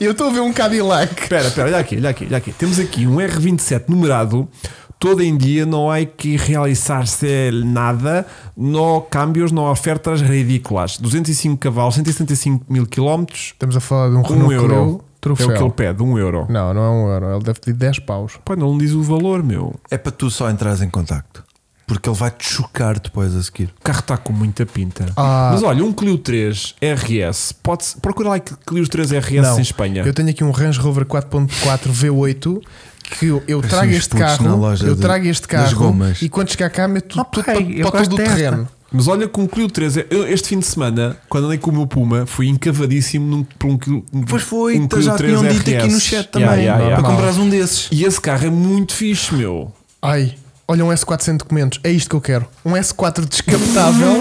Speaker 1: Eu estou a ver um Cadillac.
Speaker 2: Espera, espera, olha aqui, olha aqui, olha aqui. Temos aqui um R27 numerado. Todo em dia não há que realizar-se nada, não cambios, não ofertas ridículas. 205 cavalos, 175 mil quilómetros,
Speaker 1: Estamos a falar de um
Speaker 2: 1
Speaker 1: Renault
Speaker 2: euro.
Speaker 1: Clio troféu.
Speaker 2: É o que ele pede, 1 um euro.
Speaker 1: Não, não é um euro. Ele deve pedir 10 paus.
Speaker 2: Pá, não diz o valor, meu.
Speaker 3: É para tu só entrares em contacto. Porque ele vai-te chocar depois a seguir.
Speaker 2: O carro está com muita pinta.
Speaker 1: Ah.
Speaker 2: Mas olha, um Clio 3 RS, pode procura lá Clio 3 RS
Speaker 1: Não.
Speaker 2: em Espanha.
Speaker 1: Eu tenho aqui um Range Rover 4.4 V8 que eu, eu
Speaker 3: Parecem
Speaker 1: trago
Speaker 3: os
Speaker 1: este
Speaker 3: putos na
Speaker 1: carro,
Speaker 3: loja
Speaker 1: eu
Speaker 3: de-
Speaker 1: trago este
Speaker 3: das
Speaker 1: carro
Speaker 3: gomas.
Speaker 1: e quando chegar cá meto
Speaker 4: Ah,
Speaker 1: tudo
Speaker 4: pai, eu
Speaker 1: para, para
Speaker 4: gosto
Speaker 1: todo o
Speaker 4: desta.
Speaker 1: terreno.
Speaker 2: Mas olha, com o Clio 3, eu, este fim de semana, quando andei com o meu Puma, fui encavadíssimo num, por um Clio. um-
Speaker 3: Pois foi,
Speaker 2: um
Speaker 3: tá- já tinham dito aqui no chat também.
Speaker 2: Yeah, yeah, yeah.
Speaker 3: Para
Speaker 1: Mal.
Speaker 3: comprares um desses.
Speaker 2: E esse carro é muito fixe, meu.
Speaker 1: Ai, olha um S4 sem documentos, é isto que eu quero. Um S4 descapotável,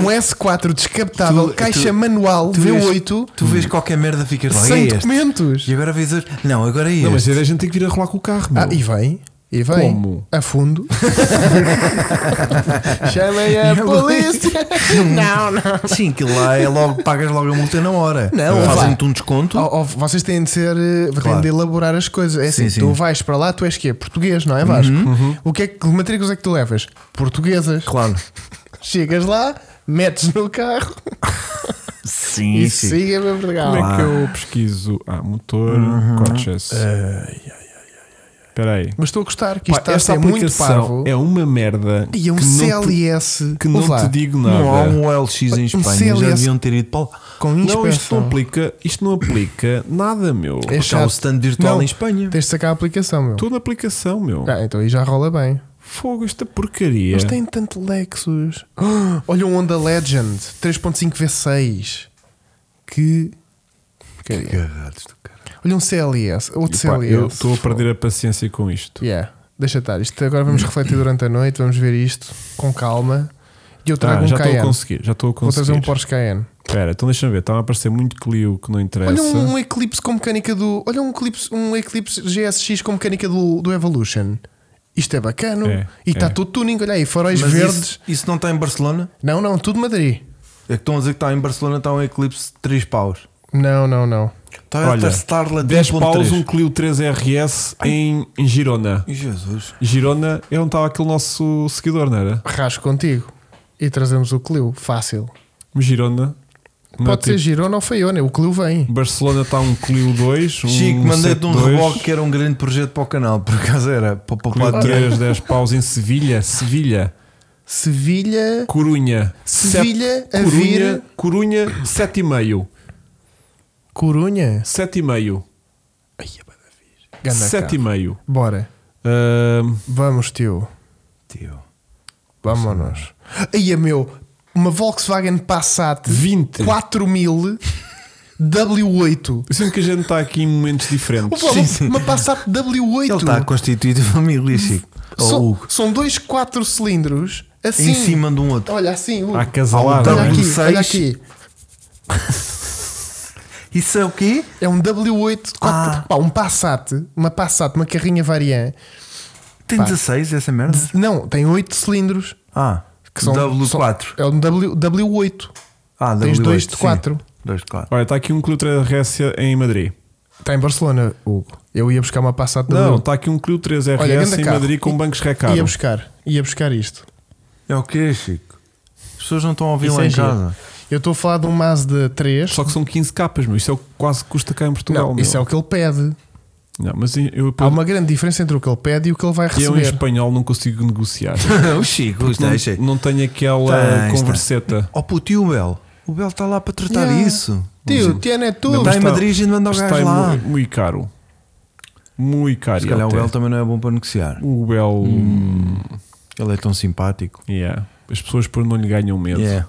Speaker 1: um S4 descapotável,
Speaker 3: Tu-
Speaker 1: caixa
Speaker 3: tu-
Speaker 1: manual
Speaker 3: tu vês-
Speaker 1: V8
Speaker 3: Tu vês qualquer merda, ficas lá.
Speaker 1: Hum. sem
Speaker 3: é este.
Speaker 1: documentos.
Speaker 3: E agora vês. hoje- Não, agora é este.
Speaker 2: Não, mas a gente tem que vir a rolar com o carro, meu.
Speaker 1: Ah, e vem, e vem.
Speaker 2: Como?
Speaker 1: A fundo.
Speaker 3: <laughs>
Speaker 1: Chamei a polícia. <laughs> não, não.
Speaker 3: Sim, que lá é logo, pagas logo a multa na hora.
Speaker 1: Não,
Speaker 3: Fazem-te um desconto.
Speaker 1: Oh, oh, vocês têm de ser eh, têm de elaborar as coisas. É assim,
Speaker 3: Sim, Uhum, sim.
Speaker 1: tu vais para lá, tu és que Português, não é Vasco? O que é que que matrículas é que tu levas? Portuguesas.
Speaker 3: Claro.
Speaker 1: Chegas lá, metes no carro
Speaker 3: Sim,
Speaker 1: e siga para Portugal.
Speaker 2: Como é que eu pesquiso? Ah, motor,
Speaker 1: Uhum.
Speaker 2: coches. Espera aí.
Speaker 1: Mas estou a gostar que
Speaker 2: Pá,
Speaker 1: isto está a
Speaker 2: esta
Speaker 1: ser muito parvo.
Speaker 2: aplicação é uma merda.
Speaker 1: E é um
Speaker 2: que não te-
Speaker 1: CLS.
Speaker 2: que não
Speaker 1: Ouve lá,
Speaker 2: te digo nada.
Speaker 3: Não há um OLX em Espanha, já
Speaker 1: CLS.
Speaker 3: deviam ter ido para lá.
Speaker 1: Com
Speaker 2: Não, isto é não
Speaker 1: inspeção.
Speaker 2: aplica, isto não aplica nada, meu.
Speaker 1: É
Speaker 3: Porque há o
Speaker 1: chato.
Speaker 3: stand virtual
Speaker 1: Não,
Speaker 3: em Espanha.
Speaker 1: Tens de sacar a aplicação, meu.
Speaker 2: Estou na aplicação, meu.
Speaker 1: Ah, então aí já rola bem.
Speaker 2: Fogo, esta porcaria.
Speaker 1: Mas tem tanto Lexus. <gasps> Ah, Olha um Honda Legend 3.5 V6. Que. porcaria.
Speaker 3: Caralhos do cara.
Speaker 1: Olha um CLS, outro
Speaker 2: Pá,
Speaker 1: CLS.
Speaker 2: eu estou a perder a paciência com isto.
Speaker 1: Yeah. Deixa estar. Isto agora vamos refletir durante a noite, vamos ver isto com calma. E eu trago
Speaker 2: Ah,
Speaker 1: um
Speaker 2: já estou a
Speaker 1: Cayenne.
Speaker 2: conseguir, já estou a
Speaker 1: Vou
Speaker 2: conseguir.
Speaker 1: trazer um Porsche Cayenne.
Speaker 2: Espera, então deixa-me ver, estava a aparecer muito Clio que não interessa.
Speaker 1: Olha um, Eclipse com mecânica do. Olha um Eclipse, um Eclipse GSX com mecânica do, do Evolution. Isto é bacano.
Speaker 2: É,
Speaker 1: e está
Speaker 2: é.
Speaker 1: tudo tuning. Olha aí, faróis
Speaker 3: Mas
Speaker 1: verdes.
Speaker 3: isso, isso não está em Barcelona?
Speaker 1: Não, não, tudo Madrid.
Speaker 3: É que estão a dizer que está em Barcelona, está um eclipse de 3 paus.
Speaker 1: Não, não, não.
Speaker 3: Está
Speaker 2: Olha,
Speaker 3: Tá a Starla
Speaker 2: 10 paus,
Speaker 3: 1.3.
Speaker 2: um Clio 3 RS em, em Girona.
Speaker 3: Ih, Jesus.
Speaker 2: Girona é onde estava aquele nosso seguidor, não era?
Speaker 1: Rasco contigo. E trazemos o Clio. Fácil.
Speaker 2: Um Girona. não é
Speaker 1: Pode ser
Speaker 2: tipo-
Speaker 1: Girona ou Faiona. né? O Clio vem.
Speaker 2: Barcelona está um Clio 2. Um
Speaker 3: Chico, mandei-te um
Speaker 2: 72,
Speaker 3: reboque que era um grande projeto para o canal. Por acaso era para poupar
Speaker 2: Clio
Speaker 3: dinheiro.
Speaker 2: 3, 10 paus em Sevilha. Sevilha.
Speaker 1: Sevilha.
Speaker 2: Corunha.
Speaker 1: Sevilha,
Speaker 2: Sete-
Speaker 1: a vir.
Speaker 2: Corunha, Corunha 7,5.
Speaker 1: Corunha.
Speaker 2: 7,5.
Speaker 1: Ganda carro.
Speaker 2: 7,5.
Speaker 1: Bora.
Speaker 2: Ahm,
Speaker 1: Vamos, tio.
Speaker 3: Tio.
Speaker 1: Vámonos. Aí, é meu, uma Volkswagen Passat
Speaker 2: 20.
Speaker 1: 4000 W8.
Speaker 2: Eu sinto que a gente está aqui em momentos diferentes.
Speaker 1: Uma- Uma Passat W8.
Speaker 3: Ele está constituído de
Speaker 1: Hum.
Speaker 3: família, Chico. Ou
Speaker 1: são,
Speaker 3: Hugo.
Speaker 1: são dois 4 cilindros assim.
Speaker 3: Em cima de um outro.
Speaker 1: Olha, assim. Hugo.
Speaker 2: Há casalada.
Speaker 3: Há um
Speaker 1: olha aqui,
Speaker 3: W6.
Speaker 1: olha aqui.
Speaker 3: Isso é o quê?
Speaker 1: É um W8 de quatro-
Speaker 3: Ah.
Speaker 1: pá, um Passat, uma Passat, uma carrinha variante.
Speaker 3: Tem
Speaker 1: Pá.
Speaker 3: 16 essa merda?
Speaker 1: Não, tem 8 cilindros.
Speaker 3: Ah,
Speaker 1: Que são,
Speaker 3: W4.
Speaker 1: são- é um w, W8.
Speaker 3: ah, W8.
Speaker 1: tens dois de
Speaker 3: sim.
Speaker 1: quatro.
Speaker 3: Dois de 4.
Speaker 2: Olha, está aqui um Clio 3 RS em Madrid.
Speaker 1: Está Tá em Barcelona, Hugo. Eu ia buscar uma Passat
Speaker 2: Não,
Speaker 1: W8.
Speaker 2: está aqui um Clio 3 RS
Speaker 1: Uhum. Olha, ganda
Speaker 2: em
Speaker 1: carro.
Speaker 2: Madrid com bancos
Speaker 3: tá
Speaker 1: Ia
Speaker 2: recados.
Speaker 1: buscar, ia buscar isto.
Speaker 3: É o quê, Chico? As pessoas não estão a ouvir
Speaker 1: Isso
Speaker 3: lá
Speaker 1: é
Speaker 3: em
Speaker 1: giro. <laughs>
Speaker 3: casa.
Speaker 1: Eu estou a falar de um Mazda 3.
Speaker 2: Só que são 15 capas, meu. Isso é o que quase custa cá em Portugal.
Speaker 1: não,
Speaker 2: meu.
Speaker 1: isso é o que ele pede.
Speaker 2: Não, mas eu, eu,
Speaker 1: Há uma grande diferença entre o que ele pede e o que ele vai
Speaker 2: eu em
Speaker 1: receber.
Speaker 2: espanhol não
Speaker 1: <laughs>
Speaker 2: consigo negociar.
Speaker 3: o Chico,
Speaker 2: não,
Speaker 3: deixa.
Speaker 2: não tenho aquela
Speaker 3: Tens, tens.
Speaker 2: converseta.
Speaker 3: Oh puto, e o Bel? O Bel está lá para tratar
Speaker 1: Yeah.
Speaker 3: isso.
Speaker 1: Tio, tá- tiene tudo.
Speaker 3: Está em Madrid, a gente manda o
Speaker 2: Está
Speaker 3: gajo
Speaker 2: mu-
Speaker 3: lá.
Speaker 2: muito, caro. Muito caro.
Speaker 3: Se calhar o
Speaker 2: até.
Speaker 3: Bel também não é bom para negociar.
Speaker 2: O Bel.
Speaker 3: Ele é tão simpático.
Speaker 2: yeah. As pessoas por não lhe ganham medo.
Speaker 3: Yeah.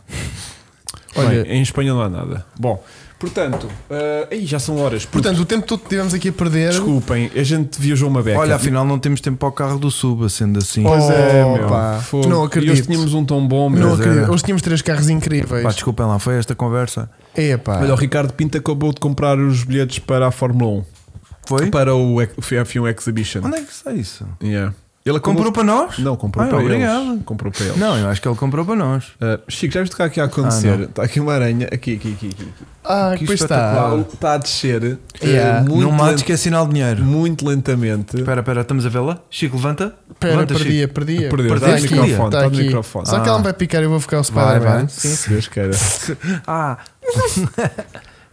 Speaker 2: Bem,
Speaker 1: Olha-
Speaker 2: em Espanha não há nada. Bom, portanto, ah, aí já são horas.
Speaker 1: Portanto, o tempo todo que tivemos aqui a perder.
Speaker 2: Desculpem, a gente viajou uma beca.
Speaker 3: Olha, afinal não temos tempo para o carro do Suba, sendo assim.
Speaker 1: Pois
Speaker 2: Pois é, meu.
Speaker 1: Opa,
Speaker 2: Fogo.
Speaker 1: não
Speaker 2: E hoje
Speaker 1: acredito.
Speaker 2: tínhamos um tão bom, meu.
Speaker 1: Não
Speaker 3: Mas
Speaker 1: acredito.
Speaker 3: era.
Speaker 1: Hoje tínhamos três carros incríveis.
Speaker 3: Pá, desculpem lá, foi esta conversa.
Speaker 1: Epá.
Speaker 2: Olha, o Ricardo Pinto acabou de comprar os bilhetes para a Fórmula 1.
Speaker 3: Foi?
Speaker 2: para o ex- o F1 Exhibition.
Speaker 3: Onde é que sai isso?
Speaker 2: Yeah. Ele
Speaker 3: Comprou
Speaker 2: acabou-
Speaker 3: para nós?
Speaker 2: Não, comprou
Speaker 3: Ah,
Speaker 2: para
Speaker 3: obrigado.
Speaker 2: eles. Comprou para eles.
Speaker 3: Não, eu acho que ele comprou para nós.
Speaker 2: Ah, Chico, já viste o que há aqui a
Speaker 3: Ah,
Speaker 2: acontecer?
Speaker 3: não.
Speaker 2: Está aqui uma aranha. Aqui, aqui, aqui. aqui.
Speaker 1: Ah,
Speaker 3: Que
Speaker 1: pois
Speaker 2: Está
Speaker 1: está.
Speaker 3: espetacular.
Speaker 2: está a descer. eh,
Speaker 1: Yeah.
Speaker 2: Muito,
Speaker 3: não mates
Speaker 2: lent-
Speaker 3: que é sinal de dinheiro.
Speaker 2: muito lentamente.
Speaker 3: Espera, espera, estamos a vê-la? Chico, levanta.
Speaker 1: Espera,
Speaker 3: levanta, Chico.
Speaker 1: perdi, perdi. Está
Speaker 2: Perdeu, está no
Speaker 1: aqui,
Speaker 2: microfone,
Speaker 1: está
Speaker 2: está no
Speaker 1: aqui.
Speaker 2: microfone.
Speaker 1: Só que
Speaker 3: Ah.
Speaker 1: ela me vai picar e eu vou ficar o
Speaker 3: Vai, vai.
Speaker 1: Spider-Man.
Speaker 3: Sim.
Speaker 2: Se Deus queira.
Speaker 3: Ah! <laughs>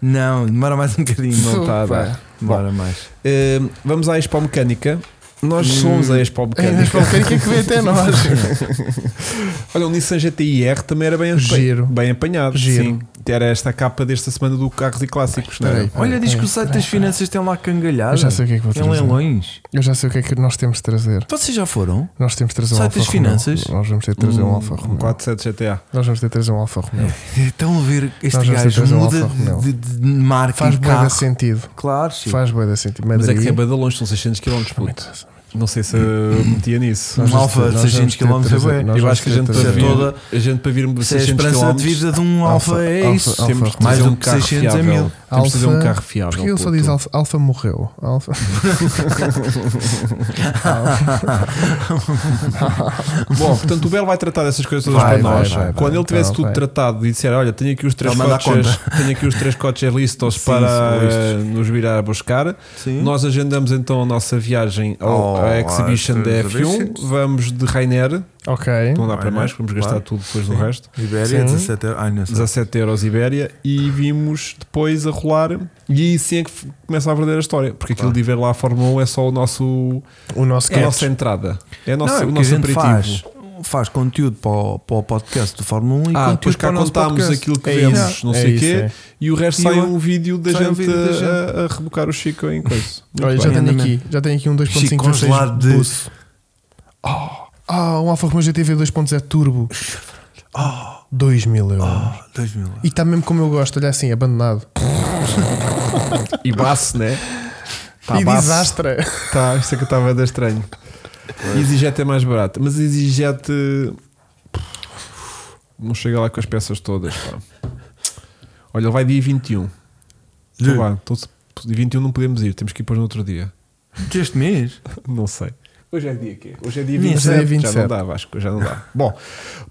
Speaker 3: não, demora mais um bocadinho.
Speaker 2: Não está a
Speaker 1: Opa.
Speaker 2: dar.
Speaker 3: Demora mais.
Speaker 2: Eh, vamos à Expo Mecânica. Nós somos a Expo
Speaker 1: Ainda
Speaker 2: Mecânica.
Speaker 1: foi o que é que veio até nós.
Speaker 2: Olha, o Nissan GTI-R também era bem,
Speaker 1: Giro.
Speaker 2: bem apanhado.
Speaker 1: Giro.
Speaker 2: Sim. Era esta capa desta semana do Carros e Clássicos, não era?
Speaker 1: Espera aí. É.
Speaker 3: Olha, diz que o site das finanças tem lá cangalhada.
Speaker 1: Eu já sei o que é que vou
Speaker 3: Tem
Speaker 1: trazer.
Speaker 3: leilões.
Speaker 1: Eu já sei o que é que nós temos de trazer.
Speaker 3: Vocês já foram?
Speaker 1: Nós temos de trazer um
Speaker 3: Site
Speaker 1: Alfa
Speaker 3: das
Speaker 1: Romeo.
Speaker 3: finanças?
Speaker 1: Nós vamos ter de trazer um Alfa
Speaker 2: Um
Speaker 1: Romeo.
Speaker 2: 47 GTA.
Speaker 1: Nós vamos ter de trazer um Alfa Romeo.
Speaker 3: É. Estão a ver, este
Speaker 1: Nós já
Speaker 3: gajo
Speaker 1: temos um
Speaker 3: muda
Speaker 1: Alfa Romeo.
Speaker 3: de, de- de marca
Speaker 1: Faz
Speaker 3: e
Speaker 1: bué
Speaker 3: carro.
Speaker 1: de sentido.
Speaker 3: Claro, Chico.
Speaker 1: Faz bué de sentido.
Speaker 2: Mas é que
Speaker 1: Madrid-
Speaker 2: é bem de longe, são 600 km, puto. Não sei se eh, metia nisso.
Speaker 1: Nós
Speaker 3: Um
Speaker 1: vamos
Speaker 3: Alfa
Speaker 1: ter- nós
Speaker 3: 600
Speaker 1: vamos ter de
Speaker 3: km é
Speaker 1: trazer-
Speaker 3: bué.
Speaker 1: nós
Speaker 2: Eu
Speaker 1: vamos
Speaker 2: acho que a
Speaker 1: ter
Speaker 2: gente,
Speaker 1: de
Speaker 2: para
Speaker 3: trazer
Speaker 2: vir,
Speaker 3: toda-
Speaker 2: a gente para vir
Speaker 3: Isso é a
Speaker 2: 600
Speaker 3: esperança de
Speaker 2: km,
Speaker 3: vida de um Alfa,
Speaker 1: Alfa,
Speaker 3: é
Speaker 1: Alfa,
Speaker 3: isso.
Speaker 1: Alfa.
Speaker 2: temos de
Speaker 3: Mais
Speaker 2: trazer
Speaker 3: do
Speaker 2: um
Speaker 3: que
Speaker 2: carro
Speaker 3: 600 é
Speaker 2: fiável.
Speaker 3: mil.
Speaker 2: Temos de trazer um
Speaker 1: Alfa-
Speaker 2: carro fiável.
Speaker 1: Porque ele só
Speaker 2: puto.
Speaker 1: diz Alfa, Alfa morreu. <laughs> Alfa.
Speaker 2: Bom, portanto, o Belo vai tratar dessas coisas todas
Speaker 1: Vai,
Speaker 2: para
Speaker 1: vai,
Speaker 2: nós.
Speaker 1: vai, vai,
Speaker 2: Quando ele tivesse
Speaker 1: então,
Speaker 2: tudo
Speaker 1: vai.
Speaker 2: tratado e disser: Olha, tenho aqui os três
Speaker 3: Ele manda a
Speaker 2: coches, <laughs> tenho aqui os três coches listos
Speaker 3: Sim,
Speaker 2: para
Speaker 3: são listos.
Speaker 2: eh, nos virar a buscar.
Speaker 3: Sim.
Speaker 2: Nós agendamos então a nossa viagem ao,
Speaker 3: Oh,
Speaker 2: à Exhibition
Speaker 3: às
Speaker 2: da F1.
Speaker 3: exhibitions.
Speaker 2: Vamos de Rainer,
Speaker 1: Ok.
Speaker 2: não dá para
Speaker 3: Rainer,
Speaker 2: mais, vamos gastar
Speaker 3: claro.
Speaker 2: tudo depois do
Speaker 3: Sim.
Speaker 2: resto.
Speaker 3: Ibéria,
Speaker 1: Sim.
Speaker 3: 17 euros. Ai, não sei.
Speaker 2: 17 euros Ibéria e vimos depois a rolar e aí sim é que f- começa a verdadeira história porque aquilo de ver lá a Fórmula 1 é só o nosso
Speaker 1: O nosso
Speaker 2: a
Speaker 1: catch.
Speaker 2: nossa entrada é a
Speaker 3: É. Não,
Speaker 2: nossa-
Speaker 3: é
Speaker 2: o
Speaker 3: porque a
Speaker 2: nosso
Speaker 3: gente
Speaker 2: aperitivo
Speaker 3: faz, faz conteúdo para o, para o podcast do Fórmula 1 e
Speaker 2: ah, depois
Speaker 3: conteúdo para
Speaker 2: cá
Speaker 3: o nosso
Speaker 2: contámos
Speaker 3: podcast.
Speaker 2: aquilo que
Speaker 1: É
Speaker 2: vemos,
Speaker 1: isso.
Speaker 2: não
Speaker 1: É
Speaker 2: sei o
Speaker 1: isso,
Speaker 2: quê,
Speaker 1: é.
Speaker 2: e o resto
Speaker 3: E
Speaker 2: sai
Speaker 3: o-
Speaker 2: um vídeo da
Speaker 3: sai um
Speaker 2: gente,
Speaker 3: vídeo da gente.
Speaker 2: A, a rebocar o Chico em <laughs> coisa.
Speaker 1: Olha,
Speaker 2: Muito
Speaker 1: já
Speaker 2: bem.
Speaker 1: tenho,
Speaker 3: Andamento.
Speaker 1: aqui, já tenho aqui um 2.5 V6
Speaker 3: Chico, congelado de-
Speaker 1: buço. Oh, ah, um Alfa Romeo GTV 2.0 Turbo. Oh, 2 mil euros.
Speaker 3: Oh, 2000.
Speaker 1: E está mesmo como eu gosto, olha assim, abandonado.
Speaker 2: E baço, né? Tá
Speaker 1: e
Speaker 2: baço.
Speaker 1: desastre.
Speaker 2: Tá, isto é que estava a dar estranho. E EasyJet é mais barato, mas EasyJet eh, não chega lá com as peças todas. pá. Olha, ele vai dia 21. Então
Speaker 3: De-
Speaker 2: vá, então se- 21 não podemos ir, temos que ir depois no outro dia.
Speaker 3: Deste mês?
Speaker 2: Não sei. Hoje é dia quê? Hoje é dia
Speaker 1: Hoje é
Speaker 2: 27.
Speaker 1: dia
Speaker 2: Já
Speaker 1: 27.
Speaker 2: não dá, Vasco, já não dá. Bom,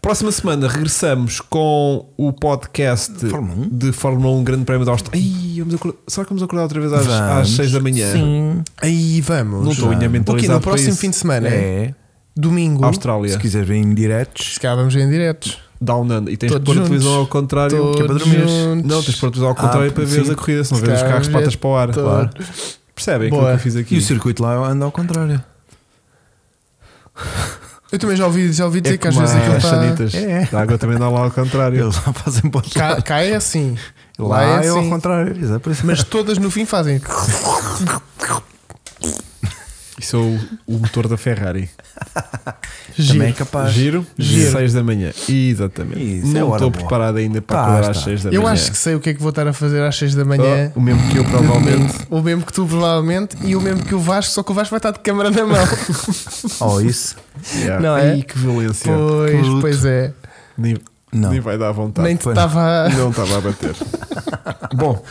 Speaker 2: próxima semana regressamos com o podcast
Speaker 3: Fórmula 1?
Speaker 2: de Fórmula 1 Grande Prémio da Austrália. Ai, vamos acordar- Será que vamos acordar outra vez às, às 6 da manhã?
Speaker 3: Sim.
Speaker 1: Aí vamos.
Speaker 2: Não estou ainda
Speaker 1: O quê?
Speaker 2: mentalizado
Speaker 1: No
Speaker 2: para
Speaker 1: próximo
Speaker 2: isso.
Speaker 1: fim de semana?
Speaker 3: É.
Speaker 1: Domingo.
Speaker 2: Austrália.
Speaker 3: Se quiseres ver em
Speaker 1: Se
Speaker 3: diretos,
Speaker 1: calhar vamos em diretos.
Speaker 2: Down Under. E tens de
Speaker 1: Todos
Speaker 2: pôr a televisão
Speaker 1: juntos.
Speaker 2: ao contrário.
Speaker 1: Todos
Speaker 3: que é para dormir.
Speaker 1: juntos.
Speaker 2: Não, tens de pôr a televisão ao contrário
Speaker 3: Ah,
Speaker 2: para
Speaker 3: sim.
Speaker 2: veres a corrida, senão
Speaker 1: Se
Speaker 2: vês os
Speaker 1: calhar
Speaker 2: carros
Speaker 1: vê
Speaker 2: patas para o ar.
Speaker 1: todo.
Speaker 2: Claro. Percebem aquilo que
Speaker 1: Boa.
Speaker 2: eu fiz aqui?
Speaker 3: e o circuito lá anda ao contrário.
Speaker 1: Eu também já ouvi, já ouvi dizer
Speaker 2: é
Speaker 1: que, às vezes aquilo tá- está...
Speaker 2: chanitas.
Speaker 3: É, é.
Speaker 2: A água também dá lá ao contrário.
Speaker 3: Eles lá <laughs> fazem para o outro
Speaker 1: Cá,
Speaker 3: lado.
Speaker 1: cá é assim. Lá,
Speaker 3: Lá
Speaker 1: é
Speaker 3: é ao
Speaker 1: assim.
Speaker 3: contrário. Exato, por isso.
Speaker 1: Mas todas no fim fazem.
Speaker 2: Isso é o, o motor da Ferrari.
Speaker 1: Giro.
Speaker 3: <laughs> Também é capaz.
Speaker 2: Giro,
Speaker 1: Giro.
Speaker 2: 6 da manhã. Exatamente.
Speaker 3: Isso, é
Speaker 2: não
Speaker 3: hora
Speaker 2: estou
Speaker 3: boa.
Speaker 2: preparado ainda para
Speaker 3: Tá,
Speaker 2: acordar às
Speaker 3: está.
Speaker 2: 6 da
Speaker 1: Eu
Speaker 2: manhã.
Speaker 1: acho que sei o que é que vou estar a fazer às 6 da
Speaker 2: Ah,
Speaker 1: manhã.
Speaker 2: o mesmo que eu, provavelmente.
Speaker 1: O mesmo que tu, provavelmente, e o mesmo que o Vasco, só que o Vasco vai estar de câmara na mão.
Speaker 3: Oh, isso.
Speaker 1: <laughs>
Speaker 2: Yeah.
Speaker 1: Não é?
Speaker 2: Ai, que violência.
Speaker 1: pois,
Speaker 3: Puto.
Speaker 1: pois é.
Speaker 2: Nem,
Speaker 3: Não.
Speaker 2: nem vai dar vontade.
Speaker 1: Nem te
Speaker 3: pois.
Speaker 1: estava.
Speaker 2: Não estava
Speaker 1: <laughs>
Speaker 2: a bater. Bom,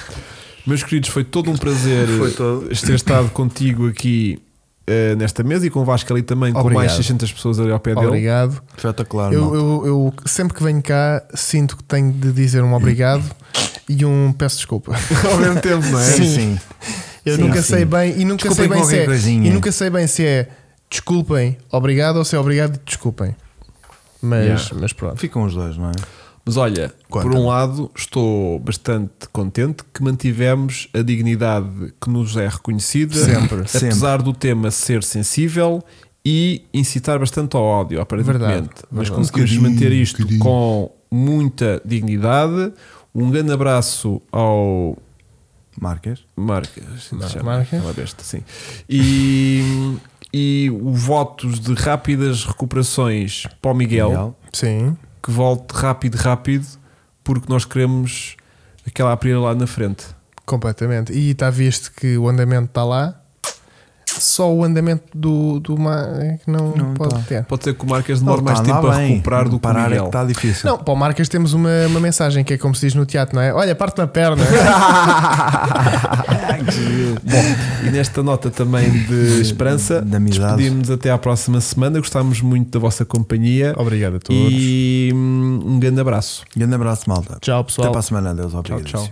Speaker 2: meus queridos, foi todo um prazer
Speaker 3: Foi todo.
Speaker 2: eh, ter estado contigo aqui eh, nesta mesa e com o Vasco ali também, com
Speaker 1: Obrigado.
Speaker 2: mais 600 pessoas ali ao pé dele.
Speaker 1: Obrigado.
Speaker 3: Espetacular.
Speaker 1: Eu,
Speaker 3: malta.
Speaker 1: eu, eu sempre que venho cá sinto que tenho de dizer um obrigado e um peço desculpa.
Speaker 2: ao mesmo tempo, não é?
Speaker 1: Sim.
Speaker 3: sim.
Speaker 1: Eu
Speaker 3: Sim,
Speaker 1: nunca
Speaker 3: sim.
Speaker 1: sei bem e nunca sei bem
Speaker 3: Desculpem
Speaker 1: se é
Speaker 3: qualquer coisinha.
Speaker 1: e nunca sei bem se é desculpem, obrigado ou se é obrigado e desculpem. Mas,
Speaker 2: Yeah.
Speaker 1: mas pronto.
Speaker 3: Ficam os dois, não é?
Speaker 2: Mas olha, por
Speaker 3: Conta-me.
Speaker 2: um lado, estou bastante contente que mantivemos a dignidade que nos é reconhecida,
Speaker 1: Sempre,
Speaker 2: <laughs> apesar do tema ser sensível e incitar bastante ao ódio, aparentemente.
Speaker 1: Verdade,
Speaker 2: Mas
Speaker 1: verdade.
Speaker 2: conseguimos manter isto com muita dignidade. Um grande abraço ao
Speaker 3: Marcas.
Speaker 2: Marcas. assim se chama,
Speaker 1: Marcas.
Speaker 2: aquela besta, sim. E, <laughs> e o votos de rápidas recuperações para o Miguel
Speaker 3: Miguel.
Speaker 1: Sim.
Speaker 2: que volte rápido, rápido, porque nós queremos aquela aprilia lá na frente.
Speaker 1: tá, Completamente. E está visto que o andamento está lá. tá só o andamento do, do mar é que não,
Speaker 3: Não
Speaker 1: pode
Speaker 3: tá.
Speaker 1: ter.
Speaker 2: Pode ser que o Marques demore
Speaker 3: Não,
Speaker 2: mais
Speaker 3: tá,
Speaker 2: tempo
Speaker 3: dá
Speaker 2: a
Speaker 3: bem.
Speaker 2: recuperar do que o
Speaker 3: Parar é
Speaker 2: Miguel.
Speaker 3: que está difícil.
Speaker 1: Não, para o Marcas temos uma, uma mensagem que é como se diz no teatro, não é? Olha, parte da
Speaker 3: <laughs>
Speaker 1: perna.
Speaker 2: <laughs> Bom, e nesta nota também de esperança,
Speaker 3: da amizade.
Speaker 2: despedimos até à próxima semana. Gostámos muito da vossa companhia
Speaker 1: Obrigado a todos.
Speaker 2: e hum, um grande abraço.
Speaker 3: Grande abraço, malta.
Speaker 1: Tchau,
Speaker 3: Até
Speaker 1: pessoal.
Speaker 3: para a semana, Deus.
Speaker 2: Tchau, tchau.